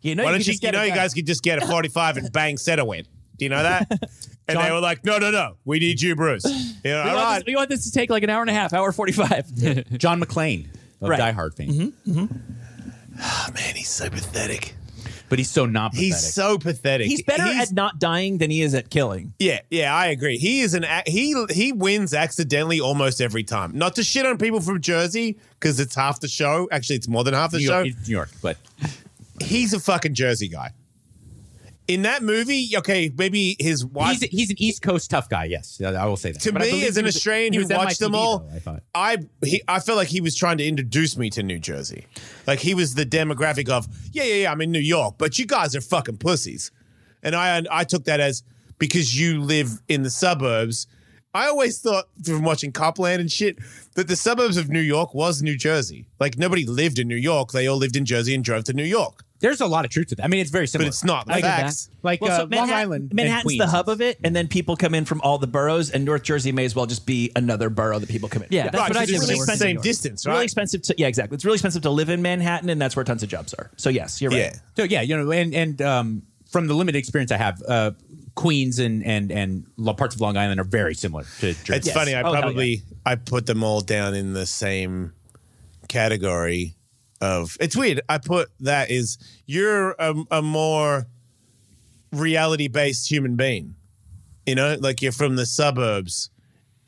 Speaker 1: you know,
Speaker 2: Why
Speaker 1: you,
Speaker 2: don't
Speaker 1: could
Speaker 2: you,
Speaker 1: just
Speaker 2: you
Speaker 1: get
Speaker 2: know
Speaker 1: a
Speaker 2: you
Speaker 1: gun.
Speaker 2: guys could just get a 45 and bang Setawin. Do you know that? And they
Speaker 3: John-
Speaker 2: were like, no, no, no. We need you, Bruce. You know,
Speaker 1: We
Speaker 2: all
Speaker 1: want,
Speaker 2: right.
Speaker 1: this, we want this to take like an hour and a half, hour forty-five.
Speaker 3: John McClane of
Speaker 1: Right. Mm-hmm.
Speaker 3: Die Hard fame,
Speaker 2: Oh, Man, he's so pathetic.
Speaker 3: but he's so not pathetic.
Speaker 2: He's so pathetic.
Speaker 1: He's better
Speaker 2: He's-
Speaker 1: at not dying than he is at killing.
Speaker 2: Yeah, yeah, I agree. He is an ac- he he wins accidentally almost every time. Not to shit on people from Jersey because it's half the show. Actually, it's more than half the
Speaker 3: New
Speaker 2: show.
Speaker 3: York, it's New York, but
Speaker 2: He's a fucking Jersey guy. In that movie, okay, maybe his wife.
Speaker 3: he's, he's an East Coast tough guy. Yes, I will say that.
Speaker 2: to
Speaker 3: But I
Speaker 2: me
Speaker 3: believe
Speaker 2: as
Speaker 3: he
Speaker 2: an
Speaker 3: was-
Speaker 2: Australian
Speaker 3: he
Speaker 2: who
Speaker 3: was at
Speaker 2: watched
Speaker 3: MITV
Speaker 2: them all,
Speaker 3: though, I thought.
Speaker 2: I he, I felt like he was trying to introduce me to New Jersey. Like he was the demographic of yeah yeah yeah I'm in New York, but you guys are fucking pussies, and I I took that as because you live in the suburbs. I always thought from watching Copland and shit that the suburbs of New York was New Jersey. Like nobody lived in New York; they all lived in Jersey and drove to New York.
Speaker 3: There's a lot of truth to that. I mean, it's very
Speaker 2: But
Speaker 3: similar.
Speaker 2: it's not the
Speaker 4: I get
Speaker 2: facts.
Speaker 3: like
Speaker 1: Well,
Speaker 3: uh,
Speaker 1: so Manhattan-
Speaker 3: Long Island. and
Speaker 1: Manhattan's the
Speaker 3: Queens.
Speaker 1: hub of it, and then people come in from all the boroughs, and North Jersey may as well just be another borough that people come in.
Speaker 4: Yeah, that's
Speaker 2: Right,
Speaker 4: what I
Speaker 2: 'cause
Speaker 4: did.
Speaker 2: it's
Speaker 4: when I
Speaker 2: really
Speaker 4: worked
Speaker 2: the
Speaker 4: in New
Speaker 2: same
Speaker 4: York.
Speaker 2: distance,
Speaker 1: It's really
Speaker 2: right?
Speaker 1: expensive to yeah, exactly. It's really expensive to live in Manhattan, and that's where tons of jobs are. So yes, you're right.
Speaker 2: Yeah.
Speaker 3: So yeah, you know, and and um, from the limited experience I have, uh, Queens and and and lo- parts of Long Island are very similar to Jersey.
Speaker 2: It's funny. I
Speaker 1: Oh, hell
Speaker 2: probably I put them all down in the same category of. It's weird. I put that is you're a, a more reality based human being. You know, like you're from the suburbs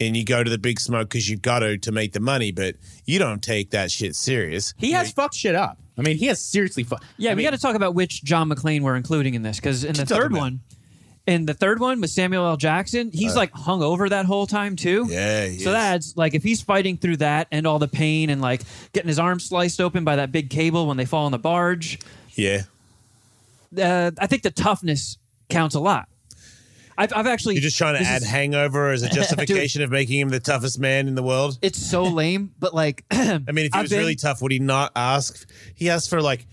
Speaker 2: and you go to the big smoke because you've got to to make the money, but you don't take that shit serious.
Speaker 3: He has fucked shit up. I mean, he has seriously fucked.
Speaker 4: Yeah, we got to talk about which John McClane we're including in this because in the
Speaker 2: talk
Speaker 4: third
Speaker 2: about it.
Speaker 4: one, in the third one with Samuel L. Jackson, he's like hung over that whole time too.
Speaker 2: Uh. Yeah, he
Speaker 4: So
Speaker 2: is.
Speaker 4: that's like if he's fighting through that and all the pain and like getting his arm sliced open by that big cable when they fall on the barge,
Speaker 2: Yeah.
Speaker 4: uh, I think the toughness counts a lot. I've, I've actually
Speaker 2: You're just trying to
Speaker 4: this
Speaker 2: add
Speaker 4: is-
Speaker 2: hangover as a justification of making him the toughest man in the world.
Speaker 4: it's so lame, but like
Speaker 2: I mean, if he
Speaker 4: I've
Speaker 2: was
Speaker 4: been-
Speaker 2: really tough, would he not ask? He asked for like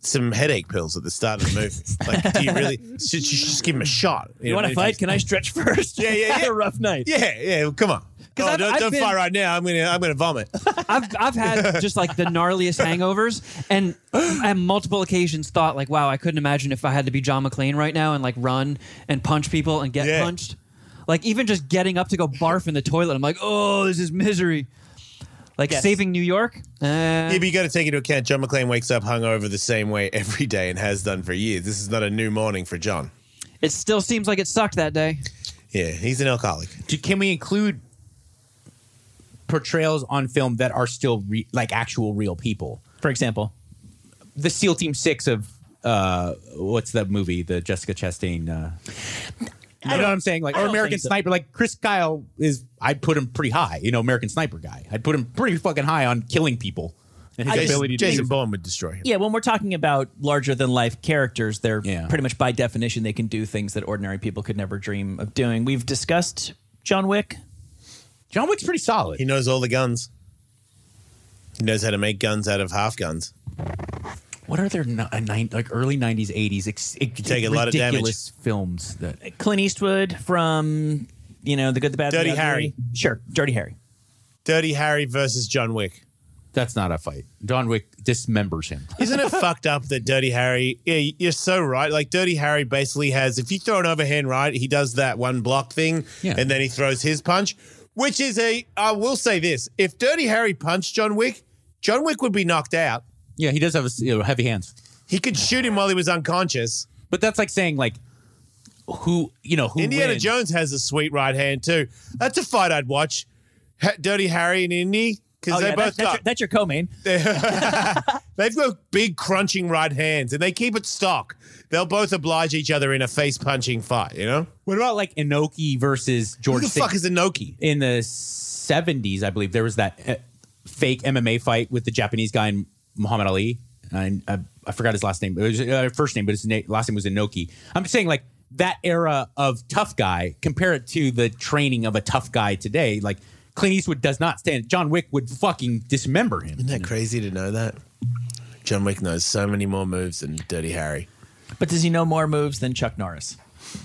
Speaker 2: some headache pills at the start of the movie. like, do you really? Should you just give him a shot?
Speaker 1: You
Speaker 2: know
Speaker 1: want to
Speaker 2: what I mean?
Speaker 1: fight? Can I stretch first?
Speaker 2: Yeah, yeah,
Speaker 1: I had
Speaker 2: yeah.
Speaker 1: a rough night.
Speaker 2: Yeah, yeah. well, Come on.
Speaker 4: 'Cause
Speaker 2: Oh,
Speaker 4: I've-
Speaker 2: don't
Speaker 4: I've
Speaker 2: don't
Speaker 4: been-
Speaker 2: fight right now. I'm gonna I'm gonna vomit.
Speaker 4: I've I've had just like the gnarliest hangovers, and on multiple occasions thought like, wow, I couldn't imagine if I had to be John McClane right now and like run and punch people and get
Speaker 2: Yeah.
Speaker 4: punched. Like even just getting up to go barf in the toilet, I'm like, oh, this is misery. Like
Speaker 1: Yes.
Speaker 4: saving New York. Uh,
Speaker 2: Yeah, but you got to take into account John McClane wakes up hungover the same way every day and has done for years. This is not a new morning for John.
Speaker 4: It still seems like it sucked that day.
Speaker 2: Yeah, he's an alcoholic.
Speaker 3: Do- can we include portrayals on film that are still re- like actual real people?
Speaker 1: For example,
Speaker 3: The SEAL Team Six of uh, what's that movie? The Jessica Chastain. Uh, you know what I'm saying? Like,
Speaker 1: I
Speaker 3: or
Speaker 1: don't
Speaker 3: American
Speaker 1: think so.
Speaker 3: Sniper. Like Chris Kyle is, I put him pretty high. You know, American Sniper guy. I'd put him pretty fucking high on killing people. and his
Speaker 1: I just-
Speaker 3: ability to
Speaker 2: Jason Bourne would destroy him.
Speaker 1: Yeah, when we're talking about larger than life characters, they're
Speaker 3: Yeah.
Speaker 1: pretty much by definition they can do things that ordinary people could never dream of doing. We've discussed John Wick.
Speaker 3: John Wick's pretty solid.
Speaker 2: He knows all the guns. He knows how to make guns out of half guns.
Speaker 3: what are their ni- uh, nine, like early '90s, '80s? Ex- ex-
Speaker 2: take a lot of damage.
Speaker 3: ridiculous films that
Speaker 1: Clint Eastwood from you know the good, the bad,
Speaker 2: Dirty
Speaker 1: the Ugly.
Speaker 2: Harry.
Speaker 1: Sure, Dirty Harry.
Speaker 2: Dirty Harry versus John Wick.
Speaker 3: that's not a fight. John Wick dismembers him.
Speaker 2: Isn't it fucked up that Dirty Harry? Yeah, you're so right. Like Dirty Harry basically has, if you throw an overhand right, he does that one block thing,
Speaker 3: Yeah.
Speaker 2: and then he throws his punch, which is a. I will say this: if Dirty Harry punched John Wick, John Wick would be knocked out.
Speaker 3: Yeah, he does have a, s- you know, heavy hands,
Speaker 2: He could shoot him while he was unconscious.
Speaker 3: but that's like saying like who you know who
Speaker 2: Indiana
Speaker 3: wins?
Speaker 2: Jones has a sweet right hand too. That's a fight I'd watch. Ha- Dirty Harry and Indy because
Speaker 1: Oh,
Speaker 2: they
Speaker 1: yeah, that-
Speaker 2: both
Speaker 1: that's,
Speaker 2: got
Speaker 1: your, that's your co-main.
Speaker 2: They've got big crunching right hands and they keep it stock. They'll both oblige each other in a face punching fight, you know?
Speaker 3: What about like Inoki versus
Speaker 2: Who
Speaker 3: George?
Speaker 2: the fuck
Speaker 3: St-
Speaker 2: is Inoki?
Speaker 3: in the '70s? I believe there was that uh, fake MMA fight with the Japanese guy and Muhammad Ali, and I, I forgot his last name. It was uh, first name, but his na- last name was Inoki. I'm just saying like that era of tough guy. Compare it to the training of a tough guy today. Like Clint Eastwood does not stand. John Wick would fucking dismember him.
Speaker 2: Isn't that crazy to know that? John Wick knows so many more moves than Dirty Harry.
Speaker 1: But does he know more moves than Chuck Norris?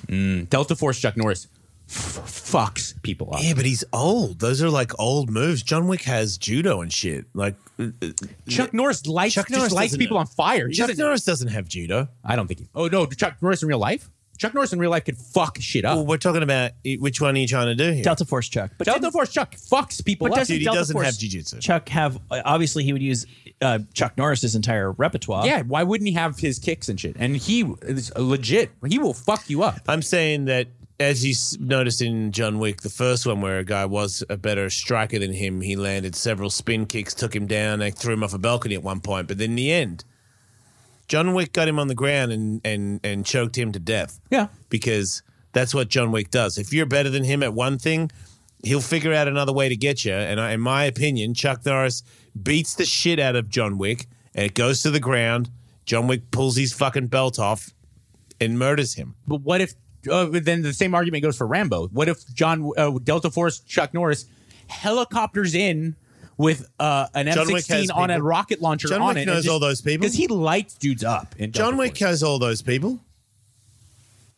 Speaker 3: Delta Force Chuck Norris f- fucks people up.
Speaker 2: Yeah, but he's old. Those are like old moves. John Wick has judo and shit. Like uh, uh,
Speaker 3: Chuck Norris lights
Speaker 2: Chuck
Speaker 3: just
Speaker 2: Norris
Speaker 3: lights
Speaker 2: doesn't
Speaker 3: people
Speaker 2: know.
Speaker 3: on fire. He
Speaker 2: Chuck
Speaker 3: doesn't-
Speaker 2: Norris doesn't have judo.
Speaker 3: I don't think he. Oh no, Chuck Norris in real life? Chuck Norris in real life could fuck shit up.
Speaker 2: Well, we're talking about uh, which one are you trying to do here?
Speaker 1: Delta Force Chuck. But
Speaker 3: Delta
Speaker 1: didn't-
Speaker 3: Force Chuck fucks people
Speaker 1: But
Speaker 3: up.
Speaker 1: doesn't
Speaker 2: Dude, he
Speaker 1: Delta
Speaker 2: doesn't
Speaker 1: Force
Speaker 2: have jiu-jitsu.
Speaker 1: Chuck have obviously he would use uh, Chuck Norris's entire repertoire.
Speaker 3: yeah, why wouldn't he have his kicks and shit? And he is legit. He will fuck you up.
Speaker 2: I'm saying that as you s- noticed in John Wick, the first one where a guy was a better striker than him, he landed several spin kicks, took him down, they threw him off a balcony at one point. But then in the end, John Wick got him on the ground and and and choked him to death.
Speaker 3: Yeah.
Speaker 2: because that's what John Wick does. If you're better than him at one thing, he'll figure out another way to get you. And I, in my opinion, Chuck Norris beats the shit out of John Wick, and it goes to the ground. John Wick pulls his fucking belt off and murders him.
Speaker 3: But what if uh, then the same argument goes for Rambo? What if John uh, Delta Force Chuck Norris helicopters in with uh, an
Speaker 2: John Wick has
Speaker 3: M16 on a
Speaker 2: people-
Speaker 3: rocket launcher
Speaker 2: John
Speaker 3: on
Speaker 2: Wick
Speaker 3: it?
Speaker 2: knows all those people.
Speaker 3: because he lights dudes up. In Delta
Speaker 2: John Wick
Speaker 3: Force.
Speaker 2: has all those people.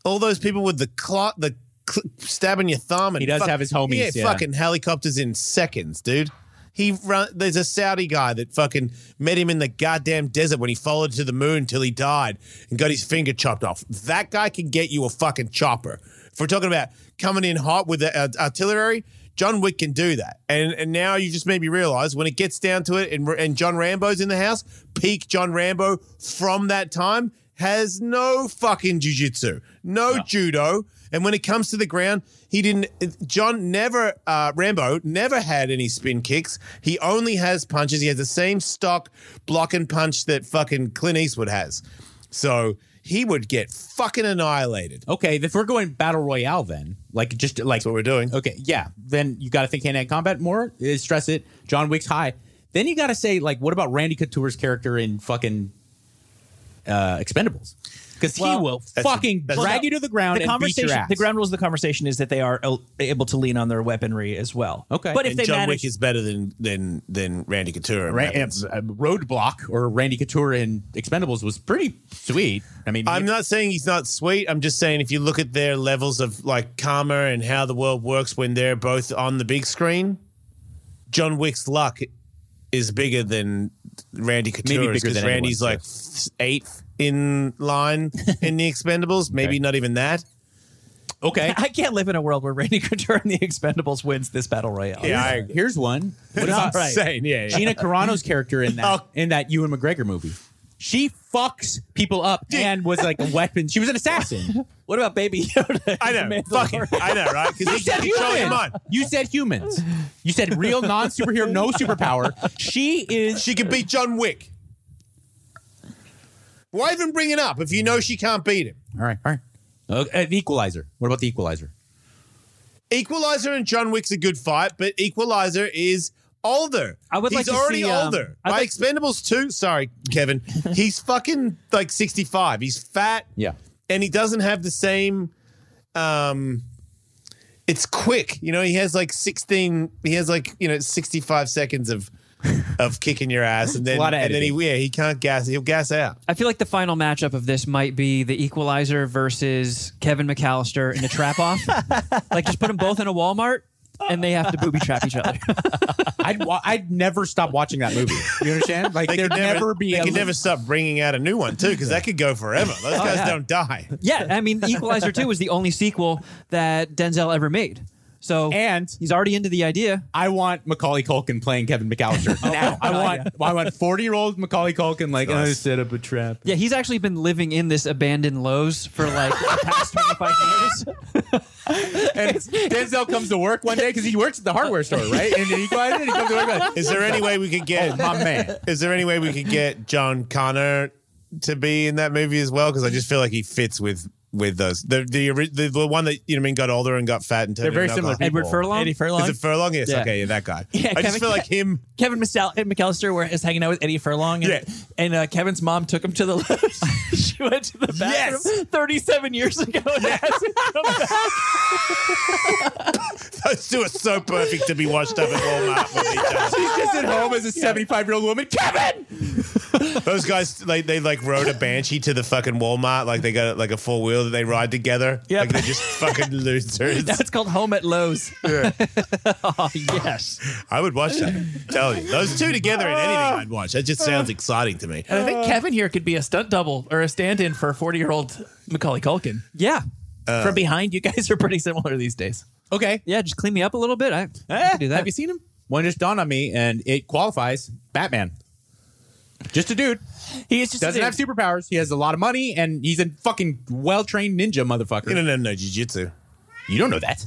Speaker 2: All those people with the clock, the cl- stabbing your thumb, and
Speaker 3: He does have his homies,
Speaker 2: He had
Speaker 3: yeah.
Speaker 2: fucking helicopters in seconds, dude. He run. There's a Saudi guy that fucking met him in the goddamn desert when he followed to the moon till he died and got his finger chopped off. That guy can get you a fucking chopper. If we're talking about coming in hot with the uh, artillery, John Wick can do that. And and now you just made me realize when it gets down to it, and and John Rambo's in the house, peak John Rambo from that time has no fucking jujitsu, no judo. And when it comes to the ground, he didn't. John never, uh, Rambo never had any spin kicks. He only has punches. He has the same stock block and punch that fucking Clint Eastwood has. So he would get fucking annihilated.
Speaker 3: Okay, if we're going battle royale, then like just like
Speaker 2: That's what we're doing.
Speaker 3: Okay, yeah. Then you got to think hand-to-hand combat more. eh, Stress it. John Wick's high. Then you got to say like, what about Randy Couture's character in fucking uh, Expendables? Because
Speaker 1: Well,
Speaker 3: he will
Speaker 2: that's-
Speaker 3: fucking
Speaker 2: that's-
Speaker 3: drag you to the ground
Speaker 1: the
Speaker 3: and beat your
Speaker 1: conversation,
Speaker 3: ass.
Speaker 1: the ground rules of the conversation is that they are el- able to lean on their weaponry as well.
Speaker 3: Okay.
Speaker 1: but if
Speaker 2: And
Speaker 1: they
Speaker 2: John
Speaker 1: manage,
Speaker 2: Wick is better than than than Randy Couture.
Speaker 3: Ra- eh, uh, roadblock or Randy Couture in Expendables was pretty sweet. I mean,
Speaker 2: I'm not saying he's not sweet. I'm just saying if you look at their levels of like karma and how the world works when they're both on the big screen, John Wick's luck is bigger than Randy
Speaker 3: Maybe
Speaker 2: Couture's
Speaker 3: bigger
Speaker 2: because
Speaker 3: than
Speaker 2: Randy's like eighth in line in the Expendables. Maybe
Speaker 3: Okay.
Speaker 2: not even that.
Speaker 3: okay.
Speaker 1: I can't live in a world where Randy Couture and the Expendables wins this battle royale.
Speaker 2: Yeah, I-
Speaker 3: Here's one. What about
Speaker 1: All right.
Speaker 2: yeah,
Speaker 3: Gina Carano's character in that
Speaker 2: Oh.
Speaker 3: in that Ewan McGregor movie? She fucks people up and was like a weapon. She was an assassin.
Speaker 1: What about Baby Yoda?
Speaker 2: I know, fucking, I know, right? Because
Speaker 3: You
Speaker 2: he
Speaker 3: said
Speaker 2: can control your
Speaker 3: humans.
Speaker 2: mind.
Speaker 3: You said humans. You said real non superhero, no superpower. She is.
Speaker 2: She could beat John Wick. Why even bring it up if you know she can't beat him?
Speaker 3: All right, all right. Uh, the Equalizer. What about the Equalizer?
Speaker 2: Equalizer and John Wick's a good fight, but Equalizer is older.
Speaker 4: I would
Speaker 2: He's
Speaker 4: like to
Speaker 2: already
Speaker 4: see, um,
Speaker 2: older.
Speaker 4: I'd
Speaker 2: By
Speaker 4: like-
Speaker 2: Expendables 2, sorry, Kevin. he's fucking like 65. He's fat.
Speaker 3: Yeah.
Speaker 2: And he doesn't have the same um it's quick. You know, he has like 16 he has like, you know, 65 seconds of of kicking your ass and then
Speaker 3: lot of
Speaker 2: and then he yeah, he can't gas. He'll gas out.
Speaker 4: I feel like the final matchup of this might be the Equalizer versus Kevin McAllister in the trap off. like just put them both in a Walmart and they have to booby trap each other.
Speaker 3: I'd wa- I'd never stop watching that movie. You understand? Like
Speaker 2: They
Speaker 3: there'd
Speaker 2: could
Speaker 3: never, be
Speaker 2: They
Speaker 3: a
Speaker 2: could never stop bringing out a new one too, because that could go forever. Those guys
Speaker 4: Oh, yeah.
Speaker 2: don't die.
Speaker 4: yeah, I mean, Equalizer Two was the only sequel that Denzel ever made. So
Speaker 3: And-
Speaker 4: he's already into the idea.
Speaker 3: I want Macaulay Culkin playing Kevin McAllister.
Speaker 2: Oh,
Speaker 3: now I want I want forty year old Macaulay Culkin like I set up a trap.
Speaker 4: Yeah, he's actually been living in this abandoned Lowe's for like the past 25 years.
Speaker 3: And Denzel comes to work one day because he works at the hardware store, right? And he goes in and he comes to work. Like,
Speaker 2: Is there any way we could get
Speaker 3: Oh, my man.
Speaker 2: Is there any way we could get John Connor to be in that movie as well? Because I just feel like he fits with with those the the ori- the, the one that you know what I mean got older and got fat and turned
Speaker 3: They're very
Speaker 2: into an
Speaker 3: similar
Speaker 2: alcoholic.
Speaker 4: Edward
Speaker 3: People.
Speaker 4: Furlong.
Speaker 1: Eddie Furlong.
Speaker 2: Is it Furlong? Yes.
Speaker 1: Yeah.
Speaker 2: Okay, yeah, that guy.
Speaker 1: Yeah,
Speaker 2: I
Speaker 1: Kevin-
Speaker 2: just feel like him.
Speaker 1: Kevin Masal- McAllister were, is hanging out with Eddie Furlong, and,
Speaker 2: Yeah.
Speaker 1: and uh, Kevin's mom took him to the Lowe's. she went to the bathroom
Speaker 2: Yes.
Speaker 1: 37 years ago. and asked him to come back.
Speaker 2: Those two are so perfect to be washed up at Walmart with each other.
Speaker 3: He's just at home as a seventy five year old woman. Kevin.
Speaker 2: Those guys, like they like rode a banshee to the fucking Walmart. Like they got like a four wheel that they ride together.
Speaker 1: Yep.
Speaker 2: Like they're just fucking losers.
Speaker 1: Now it's called Home at Lowe's.
Speaker 4: Oh, yes.
Speaker 2: I would watch that. Tell you, those two together in anything I'd watch. That just sounds exciting to me.
Speaker 1: And I
Speaker 3: Uh.
Speaker 1: think Kevin here could be a stunt double or a stand in for 40 year old Macaulay Culkin.
Speaker 4: Yeah.
Speaker 3: Uh.
Speaker 1: From behind, you guys are pretty similar these days.
Speaker 3: Okay.
Speaker 4: Yeah, just clean me up a little bit. I, I can do that.
Speaker 1: Have you seen him?
Speaker 3: One just dawned on me, and it qualifies. Batman. Just a dude.
Speaker 1: He is just
Speaker 3: Doesn't have superpowers. He has a lot of money, and he's a fucking well trained ninja motherfucker.
Speaker 2: You don't know no jujitsu.
Speaker 3: you don't know that.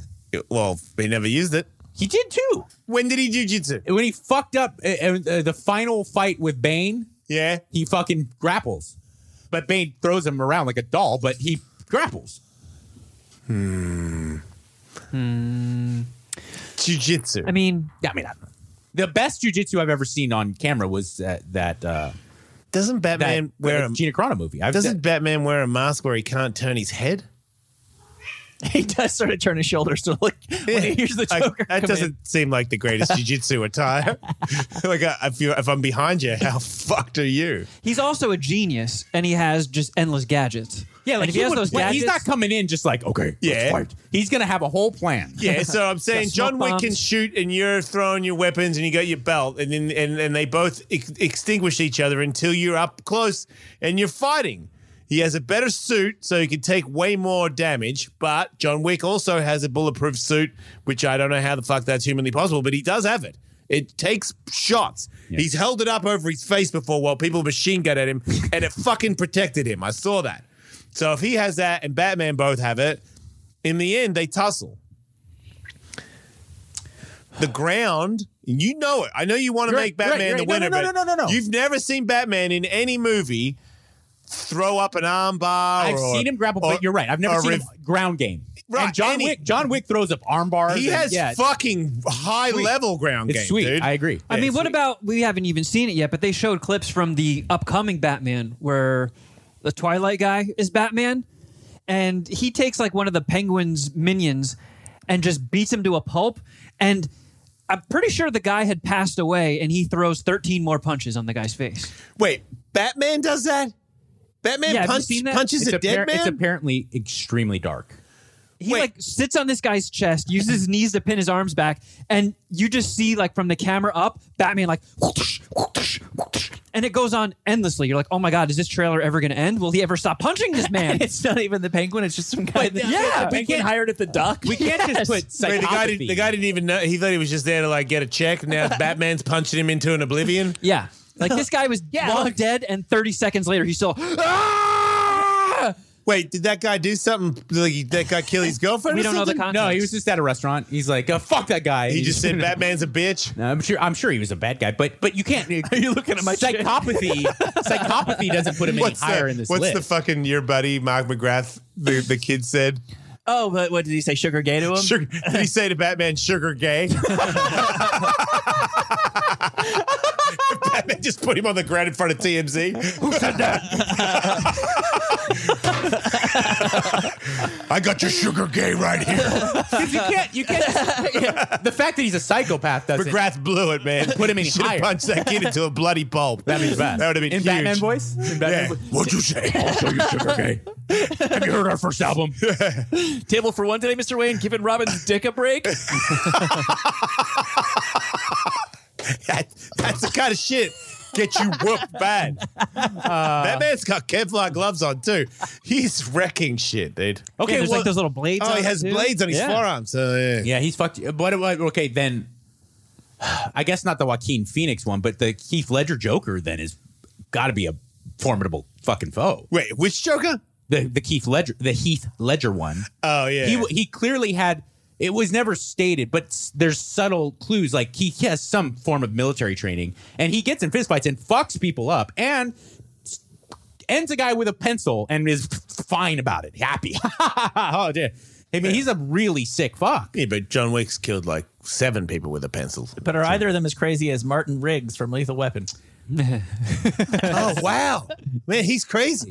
Speaker 2: Well, he never used it.
Speaker 3: He did too.
Speaker 2: When did he jujitsu?
Speaker 3: when he fucked up uh, uh, the final fight with Bane,
Speaker 2: Yeah,
Speaker 3: he fucking grapples. But Bane throws him around like a doll, but he grapples.
Speaker 2: jujitsu.
Speaker 4: I mean,
Speaker 3: Yeah, I mean, I don't know. The best jujitsu I've ever seen on camera was uh, that uh,
Speaker 2: doesn't
Speaker 3: that uh,
Speaker 2: Batman wear a
Speaker 3: Gina Carano movie. I've
Speaker 2: doesn't Batman wear a mask where he can't turn his head?
Speaker 1: He does sort of turn his shoulder. So, like, when he hears the
Speaker 2: I-
Speaker 1: Joker,
Speaker 2: that
Speaker 1: come
Speaker 2: doesn't
Speaker 1: in-
Speaker 2: seem like the greatest jujitsu attire. like, I, if you if I'm behind you, how fucked are you?
Speaker 4: he's also a genius and he has just endless gadgets. Yeah,
Speaker 3: Like,
Speaker 4: if he,
Speaker 3: he
Speaker 4: has
Speaker 3: would-
Speaker 4: those
Speaker 3: when-
Speaker 4: gadgets.
Speaker 3: he's not coming in just like okay,
Speaker 2: Yeah.
Speaker 3: yeah. He's gonna have a whole plan.
Speaker 2: Yeah, so I'm saying
Speaker 4: smoke
Speaker 2: John Wick can
Speaker 4: bombs.
Speaker 2: shoot, and you're throwing your weapons, and you got your belt, and then and, and they both ex- extinguish each other until you're up close and you're fighting. He has a better suit, so he can take way more damage. But John Wick also has a bulletproof suit, which I don't know how the fuck that's humanly possible, but he does have it. It takes shots. He's held it up over his face before while people machine gun at him, and it fucking protected him. I saw that. So if he has that and Batman both have it, in the end they tussle the ground. and You know it. I know you want to
Speaker 3: You're
Speaker 2: make
Speaker 3: right, you're
Speaker 2: Batman
Speaker 3: right,
Speaker 2: the
Speaker 3: you're
Speaker 2: winner,
Speaker 3: right. No, no,
Speaker 2: but
Speaker 3: no, no, no, no.
Speaker 2: you've never seen Batman in any movie throw up an armbar.
Speaker 3: I've
Speaker 2: or-
Speaker 3: seen him grapple,
Speaker 2: or-
Speaker 3: but you're right. I've
Speaker 2: or
Speaker 3: never seen
Speaker 2: ref-
Speaker 3: him ground game.
Speaker 2: Right,
Speaker 3: and John
Speaker 2: and he-
Speaker 3: Wick, John Wick throws up arm bars.
Speaker 2: He
Speaker 3: and-
Speaker 2: has
Speaker 3: yeah, it's-
Speaker 2: fucking high level ground
Speaker 3: it's
Speaker 2: game,
Speaker 3: sweet.
Speaker 2: dude.
Speaker 3: I agree.
Speaker 4: I mean, what
Speaker 2: sweet.
Speaker 4: about we haven't even seen it yet, but they showed clips from the upcoming Batman where the Twilight guy is Batman and he takes like one of the Penguin's minions and just beats him to a pulp and I'm pretty sure the guy had passed away and he throws 13 more punches on the guy's face.
Speaker 2: Wait, Batman does that? Batman
Speaker 4: Yeah, have you
Speaker 2: punch,
Speaker 4: seen that?
Speaker 2: punches a dead
Speaker 3: appar-
Speaker 2: man.
Speaker 3: It's apparently extremely dark.
Speaker 4: He
Speaker 2: Wait.
Speaker 4: like sits on this guy's chest, uses his knees to pin his arms back, and you just see like from the camera up, Batman like whoosh, whoosh, whoosh, and it goes on endlessly. You're like, oh my god, is this trailer ever gonna end? Will he ever stop punching this man?
Speaker 1: it's not even the penguin. It's just some guy.
Speaker 3: But
Speaker 1: that-
Speaker 3: yeah,
Speaker 1: the
Speaker 3: we
Speaker 1: penguin
Speaker 3: can't-
Speaker 1: hired at the dock.
Speaker 3: We can't just put
Speaker 2: Wait,
Speaker 3: psychopathy.
Speaker 2: the guy, did, the guy didn't even know. He thought he was just there to like get a check. Now Batman's punching him into an oblivion.
Speaker 4: yeah. Like this guy was long
Speaker 1: look.
Speaker 4: dead, and 30 seconds later he's still.
Speaker 2: Wait, did that guy do something? Like he- that guy kill his girlfriend?
Speaker 4: We
Speaker 2: or
Speaker 4: don't know the
Speaker 2: something?
Speaker 4: context.
Speaker 3: No, he was just at a restaurant. He's like, uh, "Fuck that guy."
Speaker 2: He just said Batman's a bitch.
Speaker 3: No, I'm sure. I'm sure he was a bad guy, but but you can't. Are
Speaker 1: you looking at my shit?
Speaker 3: psychopathy? psychopathy doesn't put him any higher
Speaker 2: the,
Speaker 3: in this
Speaker 2: What's
Speaker 3: list.
Speaker 2: the fucking your buddy Mark McGrath? The the kid said.
Speaker 1: oh, but what did he say? Sugar gay to him?
Speaker 2: Sugar, did he say to Batman, "Sugar gay"? Batman just put him on the ground in front of TMZ. Who said that? I got your sugar gay right here.
Speaker 3: 'Cause you can't. You can't. the fact that he's a psychopath doesn't.
Speaker 2: McGrath blew it, man.
Speaker 3: Put him in
Speaker 2: Should
Speaker 3: higher.
Speaker 2: have punched that kid into a bloody pulp. That
Speaker 3: means bad.
Speaker 2: That would have been
Speaker 3: in
Speaker 2: huge.
Speaker 3: Batman voice. In Batman
Speaker 2: Yeah.
Speaker 3: voice?
Speaker 2: What'd you say? I'll show you sugar gay. Have you heard our first album?
Speaker 1: Table for one today, Mr. Wayne, giving Robin's dick a break.
Speaker 2: That, that's the kind of shit get you whooped bad.
Speaker 3: Uh,
Speaker 2: that man's got Kevlar gloves on too. He's wrecking shit, dude.
Speaker 4: Okay, there's
Speaker 3: well-
Speaker 4: like those little blades.
Speaker 2: Oh,
Speaker 4: on
Speaker 2: he
Speaker 4: it,
Speaker 2: has
Speaker 4: too.
Speaker 2: blades on his
Speaker 4: Yeah.
Speaker 2: forearms. So yeah.
Speaker 3: Yeah, he's fucked. But but- okay, then I guess not the Joaquin Phoenix one, but the Keith Ledger Joker then is got to be a formidable fucking foe.
Speaker 2: Wait, which Joker?
Speaker 3: The the Keith Ledger the Heath Ledger one.
Speaker 2: Oh yeah.
Speaker 3: He he clearly had. It was never stated, but s- there's subtle clues. Like he has some form of military training, and he gets in fistfights and fucks people up, and s- ends a guy with a pencil, and is fine about it, happy. oh, dear. I mean, he's a really sick fuck.
Speaker 2: yeah, but John Wick's killed like seven people with a pencil.
Speaker 1: But are either of them as crazy as Martin Riggs from Lethal Weapon?
Speaker 3: uh,
Speaker 2: oh wow, man, he's crazy.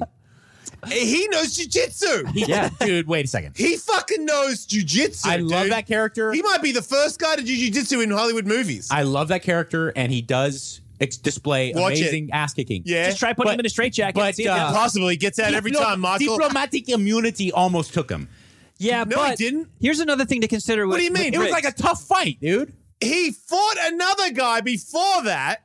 Speaker 2: he knows jujitsu.
Speaker 3: Yeah, dude. Wait a second.
Speaker 2: He fucking knows jujitsu.
Speaker 3: I love
Speaker 2: dude.
Speaker 3: that character.
Speaker 2: He might be the first guy to do jujitsu in Hollywood movies.
Speaker 3: I love that character, and he does ex- display
Speaker 2: Watch it.
Speaker 3: amazing ass kicking.
Speaker 2: yeah.
Speaker 1: Just try putting
Speaker 3: But-
Speaker 1: him in a straitjacket. and
Speaker 3: but,
Speaker 1: see if
Speaker 3: uh,
Speaker 1: that-
Speaker 2: Possibly gets out every
Speaker 3: Diplo-
Speaker 2: time, Michael.
Speaker 3: Diplomatic immunity almost took him.
Speaker 4: Yeah,
Speaker 2: No, he
Speaker 4: but
Speaker 2: didn't.
Speaker 4: Here's another thing to consider. With,
Speaker 2: What do you
Speaker 4: with
Speaker 2: mean?
Speaker 3: It was
Speaker 4: Riggs.
Speaker 3: like a tough fight, dude.
Speaker 2: he fought another guy before that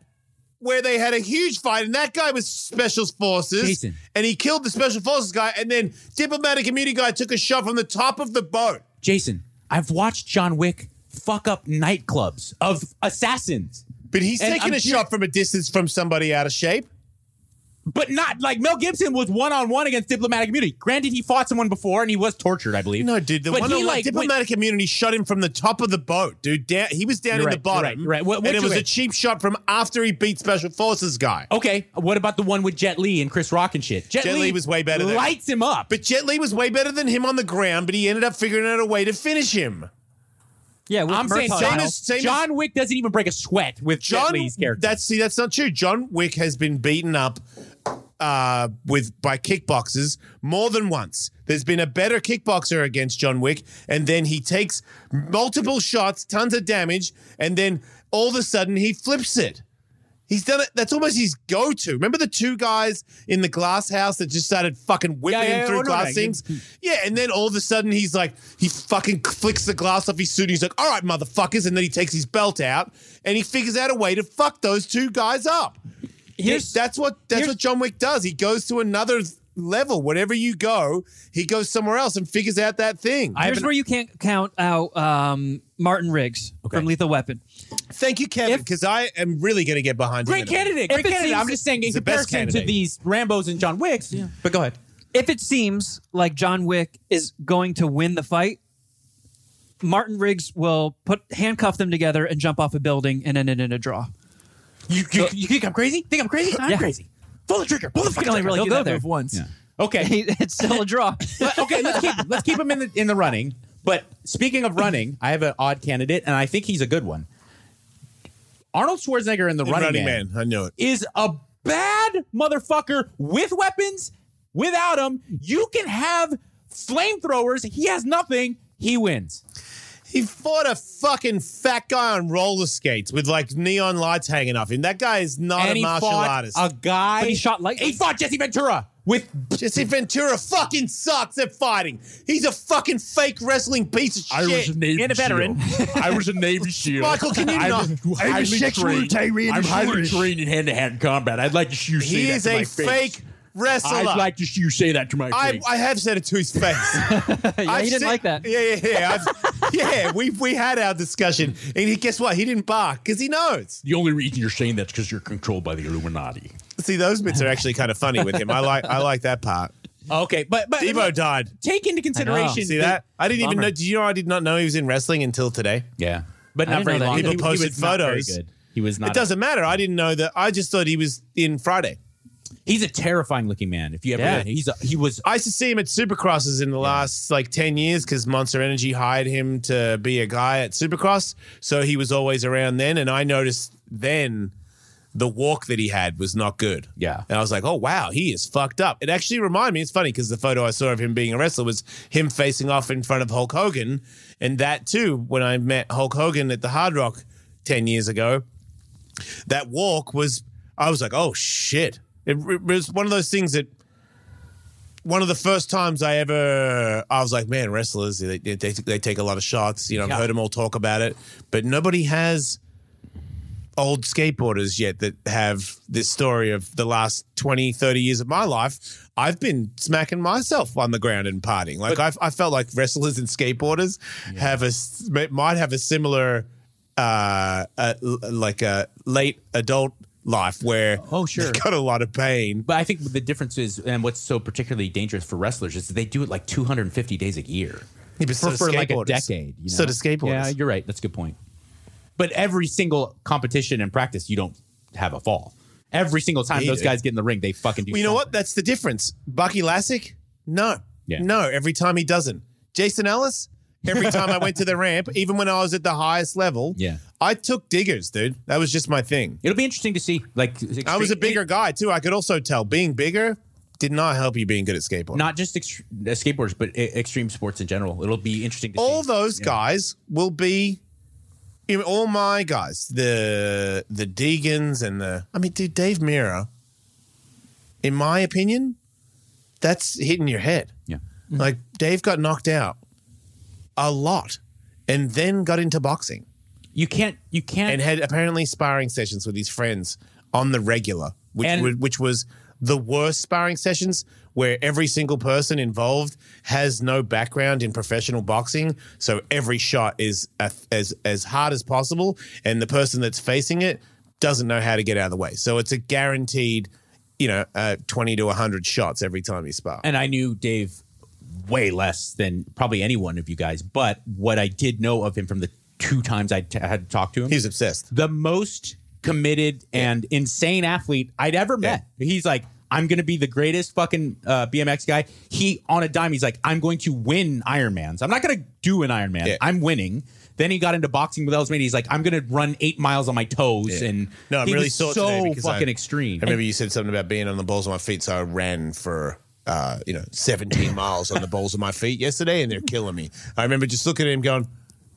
Speaker 2: where they had a huge fight and that guy was special forces
Speaker 3: Jason.
Speaker 2: and he killed the special forces guy and then diplomatic immunity guy took a shot from the top of the boat
Speaker 3: Jason, I've watched John Wick fuck up nightclubs of assassins,
Speaker 2: but he's
Speaker 3: And
Speaker 2: taking
Speaker 3: I'm
Speaker 2: a
Speaker 3: ju-
Speaker 2: shot from a distance from somebody out of shape
Speaker 3: but not like Mel Gibson was one on one against diplomatic immunity. Granted, he fought someone before and he was tortured, I believe.
Speaker 2: no dude the
Speaker 3: But
Speaker 2: one
Speaker 3: he,
Speaker 2: on
Speaker 3: like,
Speaker 2: diplomatic immunity shot him from the top of the boat dude down, he was down
Speaker 3: You're
Speaker 2: in
Speaker 3: right,
Speaker 2: the
Speaker 3: you're
Speaker 2: bottom
Speaker 3: right, you're right. What- Oh,
Speaker 2: and
Speaker 3: which
Speaker 2: it was
Speaker 3: way?
Speaker 2: a cheap shot from after he beat special forces guy
Speaker 3: Okay, what about the one with Jet Li and Chris Rock and shit? Jet,
Speaker 2: Jet Li was way better than-
Speaker 3: Lights him up.
Speaker 2: but Jet Li was way better than him on the ground, but he ended up figuring out a way to finish him.
Speaker 4: yeah. With
Speaker 3: I'm saying
Speaker 4: Murtaugh.
Speaker 3: John,
Speaker 2: as- same as-
Speaker 3: John Wick doesn't even break a sweat with John,
Speaker 2: John,
Speaker 3: Jet Li's character.
Speaker 2: that's see, that's not true. John Wick has been beaten up uh, with by kickboxers more than once. There's been a better kickboxer against John Wick, and then he takes multiple shots, tons of damage, and then all of a sudden he flips it. He's done it. That's almost his go-to. Remember the two guys in the glass house that just started fucking whipping
Speaker 3: Yeah, yeah,
Speaker 2: him
Speaker 3: yeah,
Speaker 2: through
Speaker 3: oh, no,
Speaker 2: glass
Speaker 3: no,
Speaker 2: things? Yeah, and then all of a sudden he's like, he fucking flicks the glass off his suit. And he's like, all right, motherfuckers, and then he takes his belt out and he figures out a way to fuck those two guys up.
Speaker 4: Here's-
Speaker 2: that's what that's
Speaker 4: here's-
Speaker 2: what John Wick does. He goes to another level. Wherever you go, he goes somewhere else and figures out that thing.
Speaker 4: Here's where you can't count out um, Martin Riggs from Lethal Weapon.
Speaker 2: Thank you, Kevin,
Speaker 4: If-
Speaker 2: because I am really going to get behind him in
Speaker 3: Great
Speaker 2: a minute.
Speaker 3: candidate.
Speaker 4: If
Speaker 3: Great
Speaker 4: it
Speaker 3: candidate.
Speaker 4: seems-
Speaker 3: I'm just saying, in
Speaker 2: He's the best
Speaker 3: comparison to
Speaker 2: candidate.
Speaker 3: these Rambos and John Wicks. But go ahead.
Speaker 4: If it seems like John Wick is going to win the fight, Martin Riggs will put handcuff them together and jump off a building and end it in a draw.
Speaker 3: You, you, you think I'm crazy? Think I'm crazy? I'm
Speaker 4: Yeah.
Speaker 3: crazy. Pull the trigger. Pull the
Speaker 1: You can
Speaker 3: fucking
Speaker 1: only
Speaker 3: trigger.
Speaker 1: really
Speaker 4: They'll
Speaker 1: do
Speaker 4: go
Speaker 1: that
Speaker 4: there.
Speaker 1: move once.
Speaker 3: Okay.
Speaker 4: it's still a draw.
Speaker 3: Let- okay. Let's keep let's keep him in the in the running. But speaking of running, I have an odd candidate, and I think he's a good one. Arnold Schwarzenegger in the
Speaker 2: In
Speaker 3: running,
Speaker 2: Running
Speaker 3: man.
Speaker 2: man. I knew it.
Speaker 3: is a bad motherfucker with weapons. Without him, you can have flamethrowers. He has nothing. He wins.
Speaker 2: He fought a fucking fat guy on roller skates with like neon lights hanging off him. That guy is not
Speaker 3: and
Speaker 2: a
Speaker 3: he
Speaker 2: martial
Speaker 3: fought
Speaker 2: artist.
Speaker 3: a guy.
Speaker 4: But he shot lightning.
Speaker 3: He fought Jesse Ventura with
Speaker 2: Jesse Ventura fucking sucks at fighting. He's a fucking fake wrestling piece of
Speaker 6: I was a
Speaker 2: shit.
Speaker 6: Navy
Speaker 1: And a veteran.
Speaker 6: SEAL. I was a Navy SEAL.
Speaker 2: Michael, can you
Speaker 6: I'm
Speaker 2: not-
Speaker 6: highly
Speaker 7: I'm a six
Speaker 6: trained-
Speaker 7: military
Speaker 6: I'm highly
Speaker 7: insurance.
Speaker 6: trained in hand-to-hand combat. I'd like to see you say
Speaker 2: He
Speaker 6: that
Speaker 2: is
Speaker 6: to my
Speaker 2: a
Speaker 6: face.
Speaker 2: fake wrestler.
Speaker 6: I'd like to see you say that to my
Speaker 2: I,
Speaker 6: face.
Speaker 2: I have said it to his face.
Speaker 4: yeah,
Speaker 2: I've
Speaker 4: he didn't
Speaker 2: seen-
Speaker 4: like that.
Speaker 2: Yeah, yeah, yeah. I've, yeah, we we had our discussion, and he, guess what? He didn't bark because he knows.
Speaker 6: the only reason you're saying that's because you're controlled by the Illuminati.
Speaker 2: See, those bits are actually kind of funny with him. I like I like that part.
Speaker 3: okay, but but
Speaker 2: Debo died.
Speaker 3: take into consideration
Speaker 2: See that? I didn't even know. Do you know? I did not know he was in wrestling until today.
Speaker 3: Yeah, but
Speaker 4: I
Speaker 3: not
Speaker 4: didn't
Speaker 3: very
Speaker 4: know that
Speaker 3: long.
Speaker 4: either.
Speaker 3: He- he
Speaker 2: People
Speaker 3: was
Speaker 2: posted
Speaker 3: not very
Speaker 2: photos.
Speaker 3: good. He was not.
Speaker 2: It doesn't matter. I didn't know that. I just thought he was in Friday.
Speaker 3: He's a terrifying looking man. If you ever,
Speaker 2: Yeah.
Speaker 3: met him. he's a, he was
Speaker 2: I used to see him at Supercrosses in the last like 10 years because Monster Energy hired him to be a guy at Supercross. So he was always around then. And I noticed then the walk that he had was not good.
Speaker 3: Yeah.
Speaker 2: And I was like, oh, wow, he is fucked up. It actually reminded me, it's funny because the photo I saw of him being a wrestler was him facing off in front of Hulk Hogan. And that too, when I met Hulk Hogan at the Hard Rock 10 years ago, that walk was I was like, oh shit! It, it was one of those things that one of the first times I ever I was like, man, wrestlers they they, they, they take a lot of shots. You know, I've heard them all talk about it, but nobody has old skateboarders yet that have this story of the last 20 30 years of my life i've been smacking myself on the ground and partying like I've, i felt like wrestlers and skateboarders have a s- might have a similar uh, uh l- like a late adult life where
Speaker 3: Oh, sure.
Speaker 2: they've got a lot of pain
Speaker 3: But I think the difference is, and what's so particularly dangerous for wrestlers is that they do it like 250 days a year
Speaker 2: Yeah, but so
Speaker 3: for,
Speaker 2: do
Speaker 3: for like a
Speaker 2: skateboarders.
Speaker 3: decade. You know?
Speaker 2: So do skateboarders.
Speaker 3: Yeah, you're right. That's a good point. But every single competition and practice, you don't have a fall. Every single time
Speaker 2: They
Speaker 3: those
Speaker 2: do.
Speaker 3: guys get in the ring, they fucking do.
Speaker 2: Well, you know what?
Speaker 3: something.
Speaker 2: That's the difference. Bucky Lassick, no,
Speaker 3: Yeah.
Speaker 2: no. Every time he doesn't. Jason Ellis, every time I went to the ramp, even when I was at the highest level,
Speaker 3: Yeah.
Speaker 2: I took diggers, dude. That was just my thing.
Speaker 3: It'll be interesting to see. Like,
Speaker 2: I was a
Speaker 3: extreme-
Speaker 2: bigger guy too. I could also tell being bigger did not help you being good at skateboarding.
Speaker 3: not just ext- uh, skateboarders, but e- extreme sports in general. It'll be interesting. to
Speaker 2: all
Speaker 3: see.
Speaker 2: those guys will be you know, all my guys the the Deegans and the I mean dude Dave Mira in my opinion that's hitting your head
Speaker 3: Yeah.
Speaker 2: like Dave got knocked out a lot and then got into boxing
Speaker 3: you can't. You can't.
Speaker 2: and had apparently sparring sessions with his friends on the regular, which
Speaker 3: And-
Speaker 2: wa- which was the worst sparring sessions where every single person involved has no background in professional boxing, so every shot is a- as as hard as possible, and the person that's facing it doesn't know how to get out of the way. So it's a guaranteed, you know, uh, twenty to hundred shots every time you spar.
Speaker 3: and I knew Dave way less than probably any one of you guys. But what I did know of him from the two times I t- had to talk to him,
Speaker 2: He's obsessed.
Speaker 3: the most committed and insane athlete I'd ever met. He's like, I'm going to be the greatest fucking uh, BMX guy. He on a dime, he's like, I'm going to win Ironmans. I'm not going to do an Ironman.
Speaker 2: Yeah.
Speaker 3: I'm winning. Then he got into boxing with Elsmade. He's like, I'm going to run eight miles on my toes.
Speaker 2: Yeah.
Speaker 3: And
Speaker 2: No, I'm
Speaker 3: he
Speaker 2: really
Speaker 3: was
Speaker 2: sore
Speaker 3: so
Speaker 2: today because
Speaker 3: fucking
Speaker 2: I-
Speaker 3: extreme.
Speaker 2: I remember you said something about being on the balls of my feet, so I ran for uh, you know 17 miles on the balls of my feet yesterday, and they're killing me. I remember just looking at him going,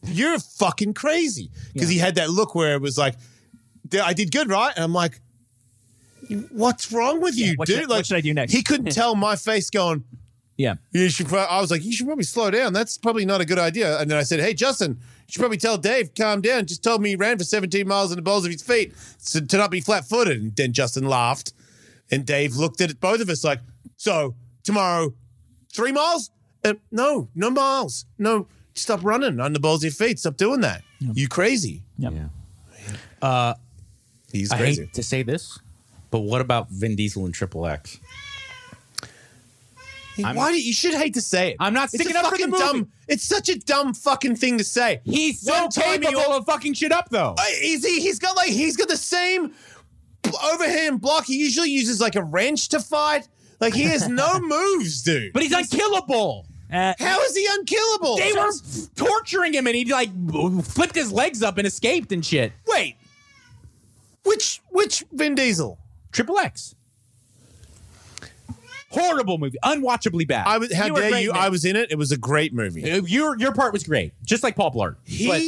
Speaker 2: "You're fucking crazy," because he had that look where it was like, "D- "I did good, right?" And I'm like, "What's wrong with you,
Speaker 1: what
Speaker 2: dude?"
Speaker 1: should-
Speaker 2: like,
Speaker 1: what should I do next?
Speaker 2: He couldn't tell my face going.
Speaker 3: yeah.
Speaker 2: You should. Pro- I was like, you should probably slow down. That's probably not a good idea. And then I said, hey, Justin, you should probably tell Dave, calm down. Just told me he ran for 17 miles in the balls of his feet so, to not be flat footed. And then Justin laughed. And Dave looked at both of us like, so tomorrow, three miles? Uh, no, no miles. No, stop running on the balls of your feet. Stop doing that. You crazy.
Speaker 3: Yeah.
Speaker 1: Uh,
Speaker 2: He's
Speaker 3: I
Speaker 2: crazy.
Speaker 3: hate to say this, but what about Vin Diesel and Triple X?
Speaker 2: Why do you, you should hate to say it?
Speaker 3: I'm not
Speaker 2: it's a
Speaker 3: sticking up for the
Speaker 2: fucking
Speaker 3: movie.
Speaker 2: dumb. It's such a dumb fucking thing to say.
Speaker 3: He's so
Speaker 2: One time he
Speaker 3: capable of fucking shit up, though.
Speaker 2: Uh, is he? He's got like he's got the same b- overhand block. He usually uses like a wrench to fight. Like he has no moves, dude.
Speaker 3: but he's unkillable.
Speaker 1: Uh,
Speaker 2: how is he unkillable?
Speaker 3: They were f- torturing him, and he like flipped his legs up and escaped and shit.
Speaker 2: wait. Which which Vin Diesel?
Speaker 3: Triple X. Horrible movie, unwatchably bad.
Speaker 2: I was. How
Speaker 3: You were
Speaker 2: dare
Speaker 3: great
Speaker 2: you?
Speaker 3: in it.
Speaker 2: I was in it. It was a great movie.
Speaker 3: Uh, Your your part was great, just like Paul Blart.
Speaker 2: He.
Speaker 3: But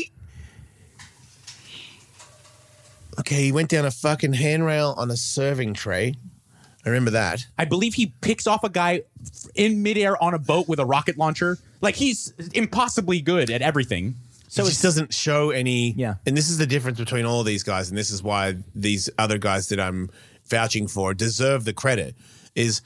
Speaker 2: okay, he went down a fucking handrail on a serving tray. I remember that.
Speaker 3: I believe he picks off a guy in midair on a boat with a rocket launcher. Like he's impossibly good at everything.
Speaker 2: So it just doesn't show any.
Speaker 1: Yeah.
Speaker 2: And this is the difference between all these guys, and this is why these other guys that I'm vouching for deserve the credit. Is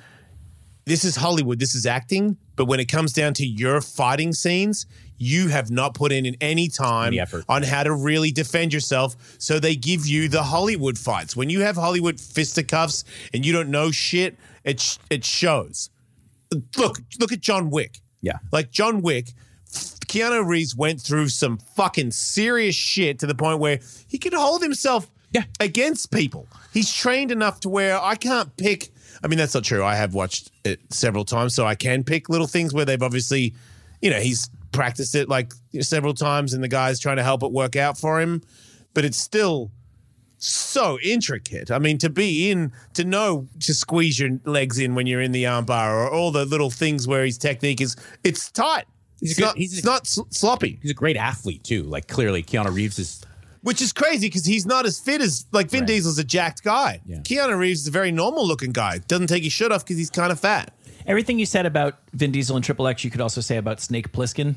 Speaker 2: this is Hollywood, this is acting, but when it comes down to your fighting scenes, you have not put in any time
Speaker 3: Any effort.
Speaker 2: on how to really defend yourself. So they give you the Hollywood fights. When you have Hollywood fisticuffs and you don't know shit, it sh- it shows. Look, look at John Wick.
Speaker 3: Yeah.
Speaker 2: Like John Wick, Keanu Reeves went through some fucking serious shit to the point where he could hold himself
Speaker 3: Yeah.
Speaker 2: against people. He's trained enough to where I can't pick. I mean, that's not true. I have watched it several times, so I can pick little things where they've obviously, you know, he's practiced it like several times, and the guy's trying to help it work out for him. But it's still so intricate. I mean, to be in, to know to squeeze your legs in when you're in the armbar, or all the little things where his technique is, it's tight.
Speaker 3: He's
Speaker 2: it's
Speaker 3: good-
Speaker 2: not,
Speaker 3: he's-
Speaker 2: it's not sl- sloppy.
Speaker 3: He's a great athlete too. Like clearly, Keanu Reeves is
Speaker 2: Which is crazy because he's not as fit as like Vin
Speaker 3: Right.
Speaker 2: Diesel's a jacked guy.
Speaker 3: Yeah.
Speaker 2: Keanu Reeves is a very normal looking guy. Doesn't take his shirt off because he's kind of fat.
Speaker 1: Everything you said about Vin Diesel and Triple X, you could also say about Snake Plissken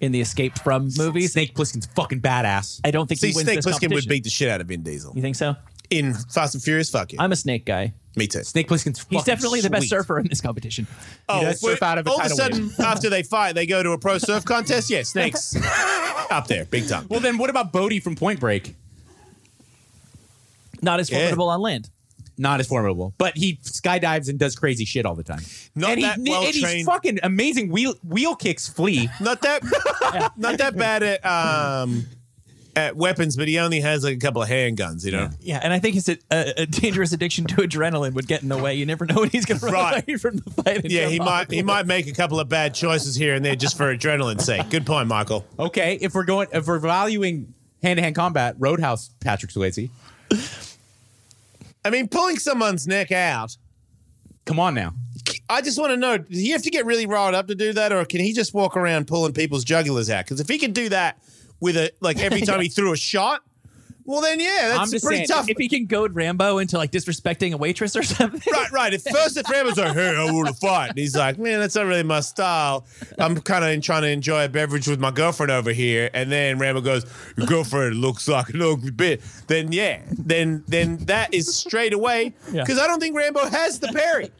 Speaker 1: in the Escape From movies.
Speaker 3: Snake Plissken's fucking badass.
Speaker 1: I don't think
Speaker 2: See,
Speaker 1: he wins
Speaker 2: Snake
Speaker 1: this
Speaker 2: Plissken would
Speaker 1: competition.
Speaker 2: beat the shit out of Vin Diesel
Speaker 1: You think so?
Speaker 2: in Fast and Furious. Fuck you.
Speaker 1: I'm a snake guy.
Speaker 2: Me too.
Speaker 3: Snake Plissken's fucking
Speaker 1: He's definitely the best
Speaker 3: sweet.
Speaker 1: surfer in this competition.
Speaker 2: Oh,
Speaker 3: does
Speaker 2: we're-
Speaker 3: surf out of a
Speaker 2: all of a
Speaker 3: tidal
Speaker 2: sudden after they fight, they go to a pro surf contest. Yeah, snakes up there, big time.
Speaker 3: Well, then what about Bodie from Point Break?
Speaker 1: Not as
Speaker 2: Yeah.
Speaker 1: formidable on land.
Speaker 3: Not as formidable, but he skydives and does crazy shit all the time.
Speaker 2: Not
Speaker 3: and
Speaker 2: that
Speaker 3: he, and he's
Speaker 2: well-trained.
Speaker 3: fucking amazing. Wheel wheel kicks flee.
Speaker 2: Not that, not that bad at um, at weapons, but he only has like a couple of handguns. You know.
Speaker 1: Yeah, and I think his a, a dangerous addiction to adrenaline would get in the way. You never know when he's going to run
Speaker 2: Right.
Speaker 1: away from the fight. and
Speaker 2: Yeah,
Speaker 1: jump
Speaker 2: he
Speaker 1: off
Speaker 2: might
Speaker 1: the
Speaker 2: he
Speaker 1: cliff.
Speaker 2: might make a couple of bad choices here and there just for adrenaline's sake. Good point, Michael.
Speaker 3: Okay, if we're going, if we're valuing hand to hand combat, Roadhouse Patrick Swayze.
Speaker 2: I mean, pulling someone's neck out.
Speaker 3: Come on now.
Speaker 2: I just want to know: Does he have to get really riled up to do that, or can he just walk around pulling people's jugulars out? Because if he can do that with a like every time he threw a shot, well then yeah,
Speaker 3: I'm
Speaker 2: that's
Speaker 3: just
Speaker 2: pretty
Speaker 3: saying,
Speaker 2: tough.
Speaker 1: If he can goad Rambo into like disrespecting a waitress or something.
Speaker 2: Right, right. At first, the Rambo's like, "Hey, I want to fight," and he's like, "Man, that's not really my style. I'm kind of trying to enjoy a beverage with my girlfriend over here." And then Rambo goes, "Your girlfriend looks like an ugly bitch." Then yeah, then then that is straight away
Speaker 1: Yeah.
Speaker 2: because I don't think Rambo has the parry.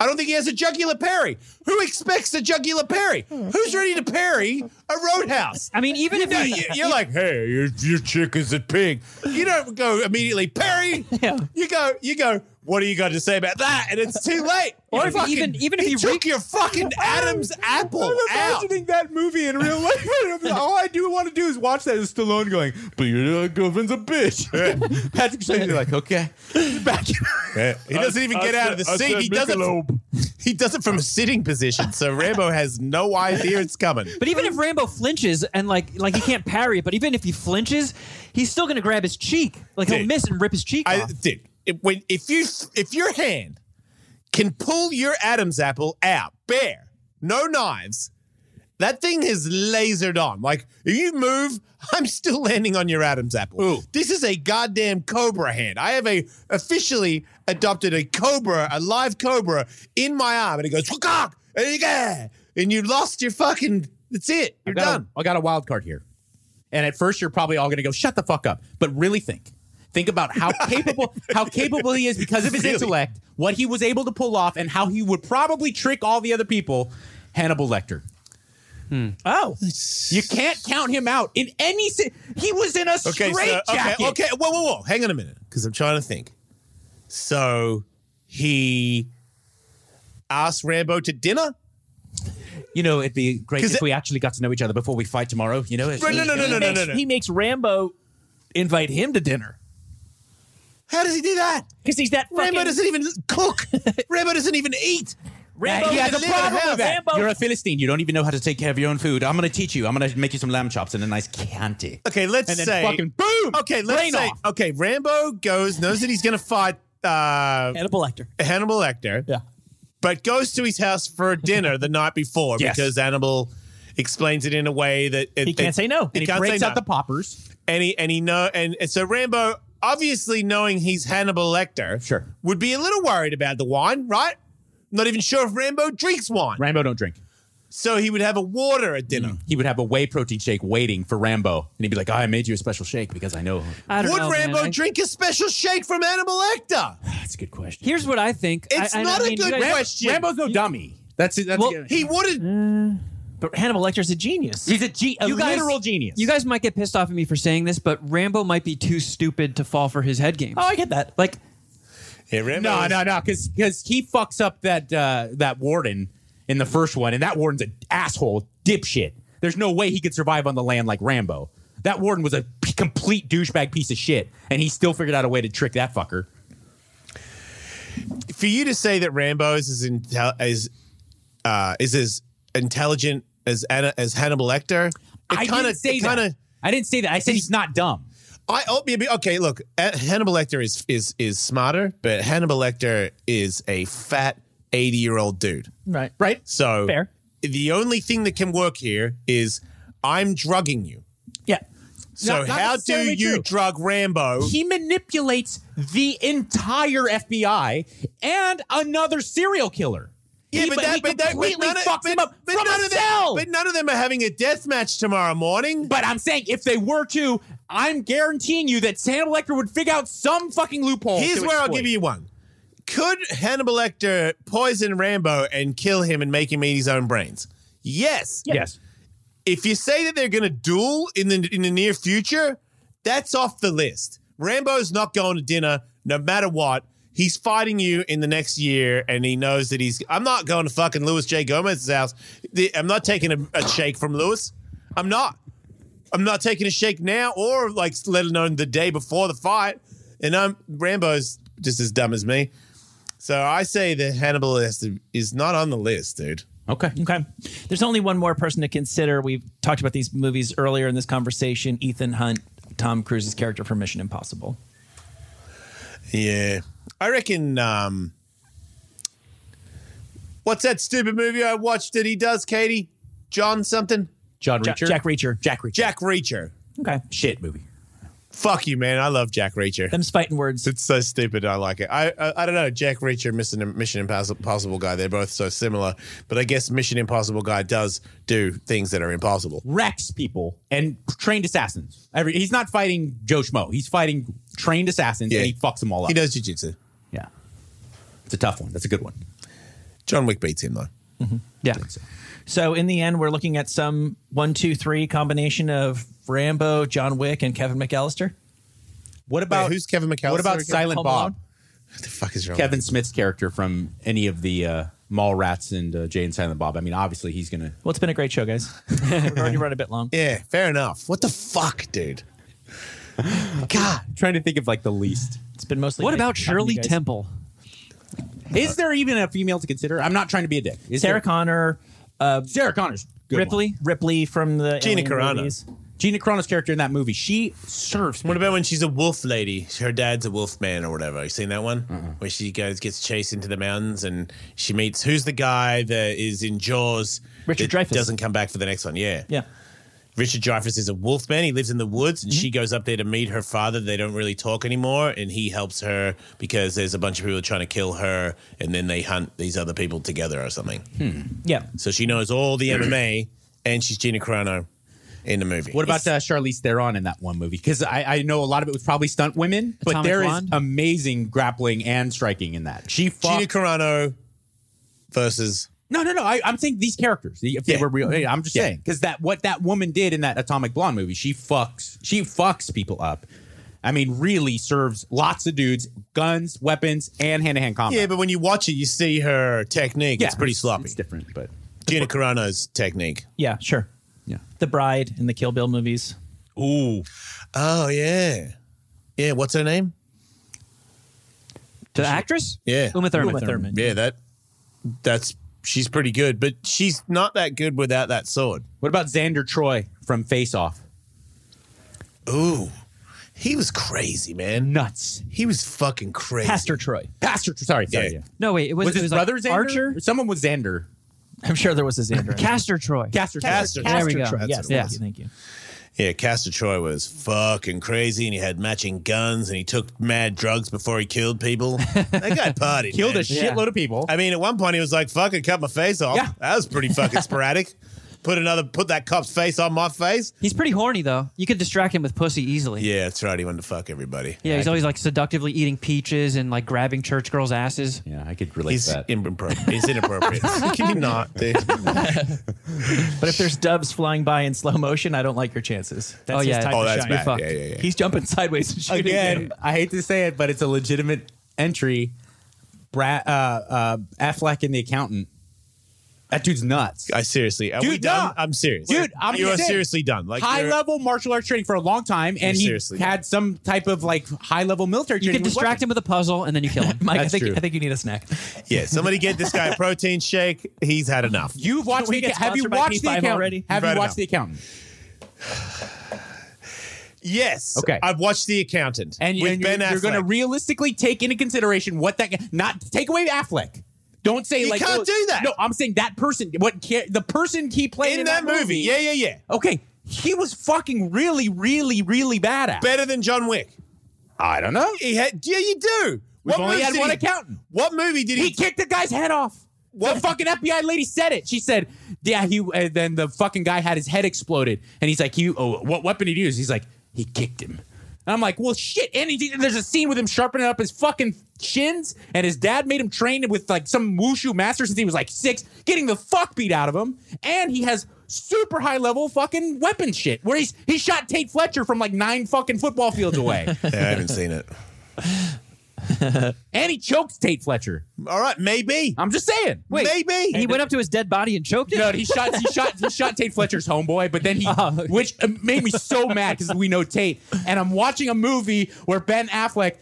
Speaker 2: I don't think he has a jugular parry. Who expects a jugular parry? Who's ready to parry a roadhouse?
Speaker 4: I mean, even if
Speaker 2: No,
Speaker 4: he,
Speaker 2: you- you're like, hey, your, your chick is a pig. You don't go immediately, Perry.
Speaker 1: Yeah.
Speaker 2: You go, you go. What do you got to say about that? And it's too late.
Speaker 4: Or
Speaker 2: You
Speaker 4: if he even- even if
Speaker 2: he
Speaker 4: he re-
Speaker 2: took your fucking Adam's apple out.
Speaker 3: that movie in real life. All I do want to do is watch that is Stallone going, but your uh, girlfriend's a bitch. Patrick Swayze like, okay, back.
Speaker 2: Yeah, He doesn't even get out of the seat. He does it. He does it from a sitting position. So Rambo has no idea it's coming.
Speaker 4: but even if Rambo flinches and like like he can't parry it, but even if he flinches, he's still gonna grab his cheek. Like he'll
Speaker 2: Dude.
Speaker 4: miss and rip his cheek
Speaker 2: I
Speaker 4: off.
Speaker 2: dude, if, when if you if your hand can pull your Adam's apple out bare, no knives, that thing is lasered on. Like if you move, I'm still landing on your Adam's apple. This is a goddamn cobra hand. I have a officially adopted a cobra, a live cobra in my arm, and it goes "Wukong!" and you go, and you lost your fucking. That's it. You're
Speaker 3: I got
Speaker 2: done.
Speaker 3: A, I got a wild card here. And at first, you're probably all going to go, shut the fuck up. But really think. Think about how capable how capable he is because of his intellect, what he was able to pull off, and how he would probably trick all the other people. Hannibal Lecter.
Speaker 2: Hmm.
Speaker 1: Oh,
Speaker 3: You can't count him out in any. Si- he was in a
Speaker 2: Okay,
Speaker 3: straight
Speaker 2: so, okay,
Speaker 3: jacket.
Speaker 2: okay. Whoa, whoa, whoa. Hang on a minute, because I'm trying to think. So he asked Rambo to dinner.
Speaker 3: You know, it'd be great
Speaker 2: 'Cause
Speaker 3: if
Speaker 2: it-
Speaker 3: we actually got to know each other before we fight tomorrow. You know, it's-
Speaker 2: No, no, no, no, no, no, no, no.
Speaker 1: he makes Rambo invite him to dinner
Speaker 2: How does he do that?
Speaker 1: because he's that fucking.
Speaker 2: Rambo doesn't even cook. Rambo doesn't even eat.
Speaker 1: Rambo
Speaker 3: he has
Speaker 1: can
Speaker 3: a
Speaker 1: live in
Speaker 3: problem
Speaker 1: hell.
Speaker 3: with that.
Speaker 1: Rambo-
Speaker 3: You're a Philistine. You don't even know how to take care of your own food. I'm going to teach you. I'm going to make you some lamb chops and a nice Chianti.
Speaker 2: Okay, let's
Speaker 3: And then
Speaker 2: say
Speaker 3: fucking boom.
Speaker 2: Okay, let's
Speaker 3: Brain
Speaker 2: say
Speaker 3: off.
Speaker 2: okay. Rambo goes knows that he's gonna fight uh,
Speaker 1: Hannibal Lecter.
Speaker 2: Hannibal Lecter.
Speaker 1: Yeah.
Speaker 2: but goes to his house for dinner the night before
Speaker 3: Yes.
Speaker 2: because Hannibal explains it in a way that it,
Speaker 1: He can't
Speaker 2: it-
Speaker 1: say no.
Speaker 2: He
Speaker 1: And he
Speaker 2: can't
Speaker 3: breaks
Speaker 2: say
Speaker 3: out
Speaker 2: no.
Speaker 3: the poppers.
Speaker 2: and he and he know and, and so Rambo obviously knowing he's Hannibal Lecter,
Speaker 3: Sure.
Speaker 2: would be a little worried about the wine, right? Not even sure if Rambo drinks wine,
Speaker 3: Rambo don't drink.
Speaker 2: so he would have a water at
Speaker 4: Mm.
Speaker 2: dinner.
Speaker 3: He would have a whey protein shake waiting for Rambo, and he'd be like, "I made you a special shake because I know." Ah,
Speaker 4: I don't
Speaker 2: Would
Speaker 4: know, man.
Speaker 2: Rambo
Speaker 4: I-
Speaker 2: drink a special shake from Hannibal Lecter?
Speaker 3: That's a good question.
Speaker 4: Here's what I think.
Speaker 2: It's
Speaker 4: I- I-
Speaker 2: not
Speaker 4: I
Speaker 2: a
Speaker 4: mean,
Speaker 2: good
Speaker 4: you guys-
Speaker 2: question.
Speaker 3: Rambo's no dummy. That's it. That's
Speaker 4: Well,
Speaker 3: good.
Speaker 2: he wouldn't.
Speaker 1: But Hannibal Lecter's a genius.
Speaker 3: he's a, ge- a
Speaker 4: Mm. You guys-
Speaker 3: literal genius.
Speaker 4: You guys might get pissed off at me for saying this, but Rambo might be too stupid to fall for his head game.
Speaker 1: Oh, I get that.
Speaker 4: Like,
Speaker 2: Yeah, Rambo
Speaker 3: no,
Speaker 2: is-
Speaker 3: no, no, because because he fucks up that uh, that warden in the first one, and that warden's an asshole, dipshit. There's no way he could survive on the land like Rambo. That warden was a p- complete douchebag piece of shit, and he still figured out a way to trick that fucker.
Speaker 2: for you to say that Rambo is as intel- as uh, is as intelligent as Anna, as Hannibal Lecter, it
Speaker 3: I didn't say
Speaker 2: it kinda-
Speaker 3: that. I didn't say that. I said he's not dumb.
Speaker 2: I oh, maybe okay. Look, A- Hannibal Lecter is is is smarter, but Hannibal Lecter is a fat eighty year old dude.
Speaker 1: Right.
Speaker 3: Right?
Speaker 2: So
Speaker 1: Fair.
Speaker 2: the only thing that can work here is I'm drugging you.
Speaker 1: Yeah.
Speaker 2: So
Speaker 3: Not- not
Speaker 2: how do
Speaker 3: necessarily
Speaker 2: you
Speaker 3: true.
Speaker 2: drug Rambo?
Speaker 3: He manipulates the entire FBI and another serial killer. he, he completely
Speaker 2: none of-
Speaker 3: fucks him up
Speaker 2: but
Speaker 3: from
Speaker 2: none
Speaker 3: a
Speaker 2: of them-
Speaker 3: cell.
Speaker 2: But none of them are having a death match tomorrow morning.
Speaker 3: But I'm saying if they were to, I'm guaranteeing you that Sam Lecter would figure out some fucking loophole.
Speaker 2: Here's
Speaker 3: to
Speaker 2: where I'll
Speaker 3: exploit.
Speaker 2: give you one. Could Hannibal Lecter poison Rambo and kill him and make him eat his own brains? Yes.
Speaker 1: Yes.
Speaker 2: If you say that they're going to duel in the in the near future, that's off the list. Rambo's not going to dinner no matter what. He's fighting you in the next year, and he knows that he's. I'm not going to fucking Louis J. Gomez's house. The- I'm not taking a, a shake from Louis. I'm not. I'm not taking a shake now, or like let alone the day before the fight. And I'm Rambo's just as dumb as me. So I say that Hannibal has to, is not on the list, dude.
Speaker 3: Okay.
Speaker 1: Okay. There's only one more person to consider. We've talked about these movies earlier in this conversation Ethan Hunt, Tom Cruise's character from Mission Impossible.
Speaker 2: Yeah. I reckon um What's that stupid movie I watched that he does, Katie? John something?
Speaker 3: John
Speaker 1: Ja-
Speaker 3: Reacher.
Speaker 1: Jack Reacher.
Speaker 3: Jack Reacher.
Speaker 2: Jack Reacher.
Speaker 1: Okay.
Speaker 3: Shit movie.
Speaker 2: Fuck you, man. I love Jack Reacher.
Speaker 1: Them's fighting words.
Speaker 2: It's so stupid. I like it. I I, I don't know. Jack Reacher, Mission, Mission Impossible, Impossible guy. They're both so similar, but I guess Mission Impossible guy does do things that are impossible.
Speaker 3: Wrecks people and trained assassins. Every he's not fighting Joe Schmo. He's fighting trained assassins
Speaker 2: Yeah.
Speaker 3: and he fucks them all up.
Speaker 2: He does jujitsu.
Speaker 3: yeah. It's a tough one. That's a good one.
Speaker 2: John Wick beats him though.
Speaker 1: Yeah. So in the end, we're looking at some one, two, three combination of Rambo, John Wick, and Kevin McAllister.
Speaker 3: What about
Speaker 2: who's Kevin McAllister
Speaker 3: What about
Speaker 2: again?
Speaker 3: Silent
Speaker 1: Home
Speaker 3: Bob?
Speaker 1: Alone?
Speaker 2: What the fuck is wrong?
Speaker 3: Kevin Smith's character from any of the uh, Mall Rats and uh, Jay and Silent Bob. I mean, obviously he's gonna.
Speaker 1: Well, it's been a great show, guys. We've already run a bit long.
Speaker 2: Yeah, fair enough. What the fuck, dude?
Speaker 3: God, I'm trying to think of like the least.
Speaker 1: It's been mostly.
Speaker 4: What
Speaker 1: nice
Speaker 4: about
Speaker 1: talking to you
Speaker 4: Shirley
Speaker 1: guys.
Speaker 4: Temple?
Speaker 2: Uh,
Speaker 3: Is there even a female to consider? I'm not trying to be a dick. Is
Speaker 1: Sarah
Speaker 3: there-
Speaker 1: Connor,
Speaker 3: Sarah Connor's good
Speaker 4: Ripley?
Speaker 3: one.
Speaker 1: Ripley from the
Speaker 2: Gina
Speaker 1: Alien
Speaker 2: Carano.
Speaker 1: movies.
Speaker 3: Gina Carano's character in that movie. She serves.
Speaker 2: What about when she's a wolf lady? Her dad's a wolf man or whatever. You seen that one?
Speaker 1: Mm-hmm.
Speaker 2: Where she goes gets chased into the mountains and she meets who's the guy that is in Jaws?
Speaker 1: Richard
Speaker 2: that
Speaker 1: Dreyfuss.
Speaker 2: doesn't come back for the next one. Yeah,
Speaker 1: Yeah. Mm-hmm.
Speaker 2: Richard Dreyfuss is a wolf man. He lives in the woods, and she goes up there to meet her father. They don't really talk anymore, and he helps her because there's a bunch of people trying to kill her, and then they hunt these other people together or something.
Speaker 1: Hmm. Yeah.
Speaker 2: So she knows all the MMA, and she's Gina Carano in the movie.
Speaker 3: What about uh, Charlize Theron in that one movie? Because I, I know a lot of it was probably stunt women, but
Speaker 4: Atomic
Speaker 3: there is
Speaker 4: Blonde?
Speaker 3: amazing grappling and striking in that. She
Speaker 2: Gina
Speaker 3: fucked.
Speaker 2: Carano versus?
Speaker 3: no, no, no. I, I'm saying these characters. If
Speaker 2: Yeah.
Speaker 3: they were real, hey, I'm just saying because that what that woman did in that Atomic Blonde movie, she fucks. She fucks people up. I mean, really serves lots of dudes, guns, weapons, and hand to hand combat.
Speaker 2: Yeah, but when you watch it, you see her technique.
Speaker 3: Yeah,
Speaker 2: it's pretty sloppy.
Speaker 3: It's different, but
Speaker 2: Gina Carano's technique.
Speaker 1: Yeah. Sure.
Speaker 3: yeah.
Speaker 1: The Bride in the Kill Bill movies.
Speaker 2: Ooh. Oh yeah. Yeah. What's her name?
Speaker 4: To the actress?
Speaker 2: Yeah.
Speaker 4: Uma Thurman.
Speaker 1: Uma Thurman.
Speaker 2: Yeah. That. That's. She's pretty good, but she's not that good without that sword.
Speaker 3: What about Xander Troy from Face Off?
Speaker 2: Ooh. He was crazy, man.
Speaker 3: Nuts.
Speaker 2: He was fucking crazy.
Speaker 1: Pastor Troy.
Speaker 3: Pastor, sorry, sorry.
Speaker 2: Yeah.
Speaker 3: Yeah.
Speaker 4: No, wait. It was,
Speaker 3: Was, his
Speaker 4: it was
Speaker 3: brother
Speaker 4: like
Speaker 3: Xander?
Speaker 4: Archer?
Speaker 3: Someone was Xander.
Speaker 1: I'm sure there was his Andrew.
Speaker 4: Caster Troy.
Speaker 3: Caster.
Speaker 2: Caster.
Speaker 4: There we
Speaker 1: Pastor
Speaker 4: go.
Speaker 1: Troy.
Speaker 2: That's
Speaker 1: Yes.
Speaker 4: what it
Speaker 1: Yes.
Speaker 4: was.
Speaker 1: Thank you.
Speaker 2: Yeah, Castor Troy was fucking crazy, and he had matching guns, and he took mad drugs before he killed people. that guy partied.
Speaker 3: Killed a
Speaker 2: man.
Speaker 3: shitload of people.
Speaker 2: I mean, at one point he was like, "Fuck it, cut my face off."
Speaker 3: Yeah.
Speaker 2: That was pretty fucking sporadic. Put another, put that cop's face on my face.
Speaker 4: He's pretty horny, though. You could distract him with pussy easily.
Speaker 2: Yeah, that's right. He wanted to fuck everybody.
Speaker 4: Yeah, he's always like seductively eating peaches and like grabbing church girls' asses.
Speaker 3: Yeah, I could relate
Speaker 2: He's
Speaker 3: to that.
Speaker 2: inappropriate. He's inappropriate. Can you not? Dude?
Speaker 1: But if there's doves flying by in slow motion, I don't like your chances. That's
Speaker 4: Oh, yeah.
Speaker 1: his time
Speaker 2: Oh,
Speaker 1: to
Speaker 2: that's
Speaker 1: shine.
Speaker 2: bad.
Speaker 4: fucked.
Speaker 2: Yeah, yeah, yeah.
Speaker 1: He's jumping sideways and shooting.
Speaker 3: Again,
Speaker 1: you.
Speaker 3: I hate to say it, but it's a legitimate entry. Bra- uh, uh, Affleck and the accountant. That dude's nuts.
Speaker 2: I seriously, are we
Speaker 3: Dude,
Speaker 2: done?
Speaker 3: nah.
Speaker 2: I'm serious,
Speaker 3: Dude, I'm
Speaker 2: you are
Speaker 3: sick.
Speaker 2: seriously done. Like
Speaker 3: high
Speaker 2: you're-
Speaker 3: level martial arts training for a long time, and he
Speaker 2: seriously.
Speaker 3: had some type of like high level military
Speaker 4: You
Speaker 3: training.
Speaker 4: can
Speaker 3: with
Speaker 4: distract him with a puzzle and then you kill him.
Speaker 1: Mike, I
Speaker 3: That's
Speaker 1: think
Speaker 3: true.
Speaker 1: I think you need a snack.
Speaker 2: Yeah, somebody get this guy a protein shake. He's had enough.
Speaker 3: weapons. You've watched
Speaker 1: we
Speaker 3: the
Speaker 1: get
Speaker 3: have you
Speaker 1: sponsored by
Speaker 3: watched the
Speaker 1: P5
Speaker 3: accountant?
Speaker 1: already?
Speaker 3: Have
Speaker 2: Right
Speaker 3: you
Speaker 2: now.
Speaker 3: watched the accountant?
Speaker 2: Yes.
Speaker 3: Okay.
Speaker 2: I've watched The Accountant
Speaker 3: And,
Speaker 2: with
Speaker 3: and
Speaker 2: Ben
Speaker 3: you're,
Speaker 2: Affleck.
Speaker 3: you're going to realistically take into consideration what that guy- not take away Affleck. Don't say
Speaker 2: You
Speaker 3: like oh,
Speaker 2: can't do that.
Speaker 3: No, I'm saying that person. What ca- the person he played
Speaker 2: in,
Speaker 3: in,
Speaker 2: that, movie. Yeah, yeah, yeah.
Speaker 3: Okay, he was fucking really, really, really bad at.
Speaker 2: Better than John Wick.
Speaker 3: I don't know.
Speaker 2: He had. Yeah, you do. What
Speaker 3: only
Speaker 2: movies
Speaker 3: had
Speaker 2: did
Speaker 3: one
Speaker 2: he-
Speaker 3: accountant.
Speaker 2: What movie did he?
Speaker 3: He kicked the guy's head off. The fucking FBI lady said it. She said, "Yeah, he." And then the fucking guy had his head exploded, and he's like, "You, oh, what weapon did he use?" He's like, "He kicked him." And I'm like, "Well, shit." And he, there's a scene with him sharpening up his fucking shins, and his dad made him train with like some wushu master since he was like six, getting the fuck beat out of him, and he has. Super high level fucking weapon shit. Where he's he shot Tate Fletcher from like nine fucking football fields away,
Speaker 2: Yeah, I haven't seen it.
Speaker 3: and he chokes Tate Fletcher.
Speaker 2: All right, maybe.
Speaker 3: I'm just saying.
Speaker 4: Wait,
Speaker 2: maybe.
Speaker 4: he went up to his dead body and choked him.
Speaker 3: No, he shot. He shot. He shot Tate Fletcher's homeboy, but then he,
Speaker 1: Oh,
Speaker 3: which uh, made me so mad because we know Tate, and I'm watching a movie where Ben Affleck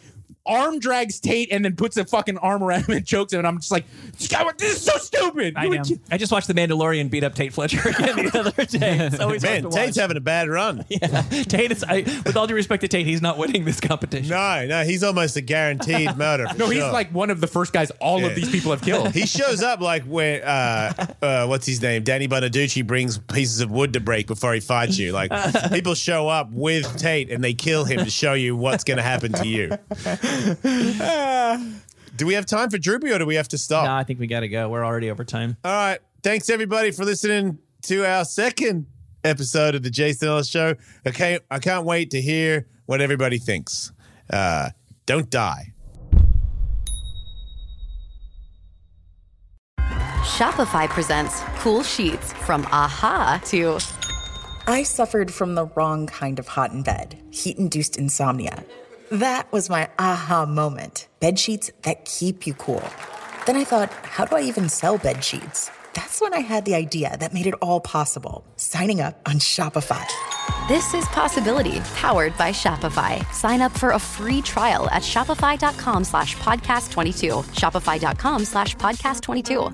Speaker 3: arm drags Tate and then puts a fucking arm around him and chokes him, and I'm just like, "Skywalker, this is so stupid.
Speaker 1: I,
Speaker 3: You
Speaker 1: am.
Speaker 3: would-
Speaker 1: I just watched The Mandalorian beat up Tate Fletcher again the other day. It's always
Speaker 2: Man,
Speaker 1: hard to
Speaker 2: Tate's
Speaker 1: watch.
Speaker 2: having a bad run.
Speaker 1: Tate is, I, with all due respect to Tate, he's not winning this competition.
Speaker 2: No, no, he's almost a guaranteed murder. for
Speaker 3: No, he's
Speaker 2: sure.
Speaker 3: like one of the first guys all
Speaker 2: Yeah.
Speaker 3: of these people have killed.
Speaker 2: He shows up like when uh, uh, what's his name? Danny Bonaducci brings pieces of wood to break before he fights you. Like people show up with Tate and they kill him to show you what's going to happen to you. do we have time for Droopy or do we have to stop?
Speaker 1: Nah, I think we got to go. We're already over time.
Speaker 2: All right. Thanks everybody for listening to our second episode of the Jason Ellis Show. Okay, I can't wait to hear what everybody thinks. Uh, don't die.
Speaker 7: Shopify presents cool sheets from aha to
Speaker 8: I suffered from the wrong kind of hot in bed, heat induced insomnia. That was my aha moment. Bed sheets that keep you cool. Then I thought, how do I even sell bed sheets? That's when I had the idea that made it all possible signing up on Shopify.
Speaker 7: This is Possibility, powered by Shopify. Sign up for a free trial at shopify.com slash podcast 22. Shopify.com slash podcast 22.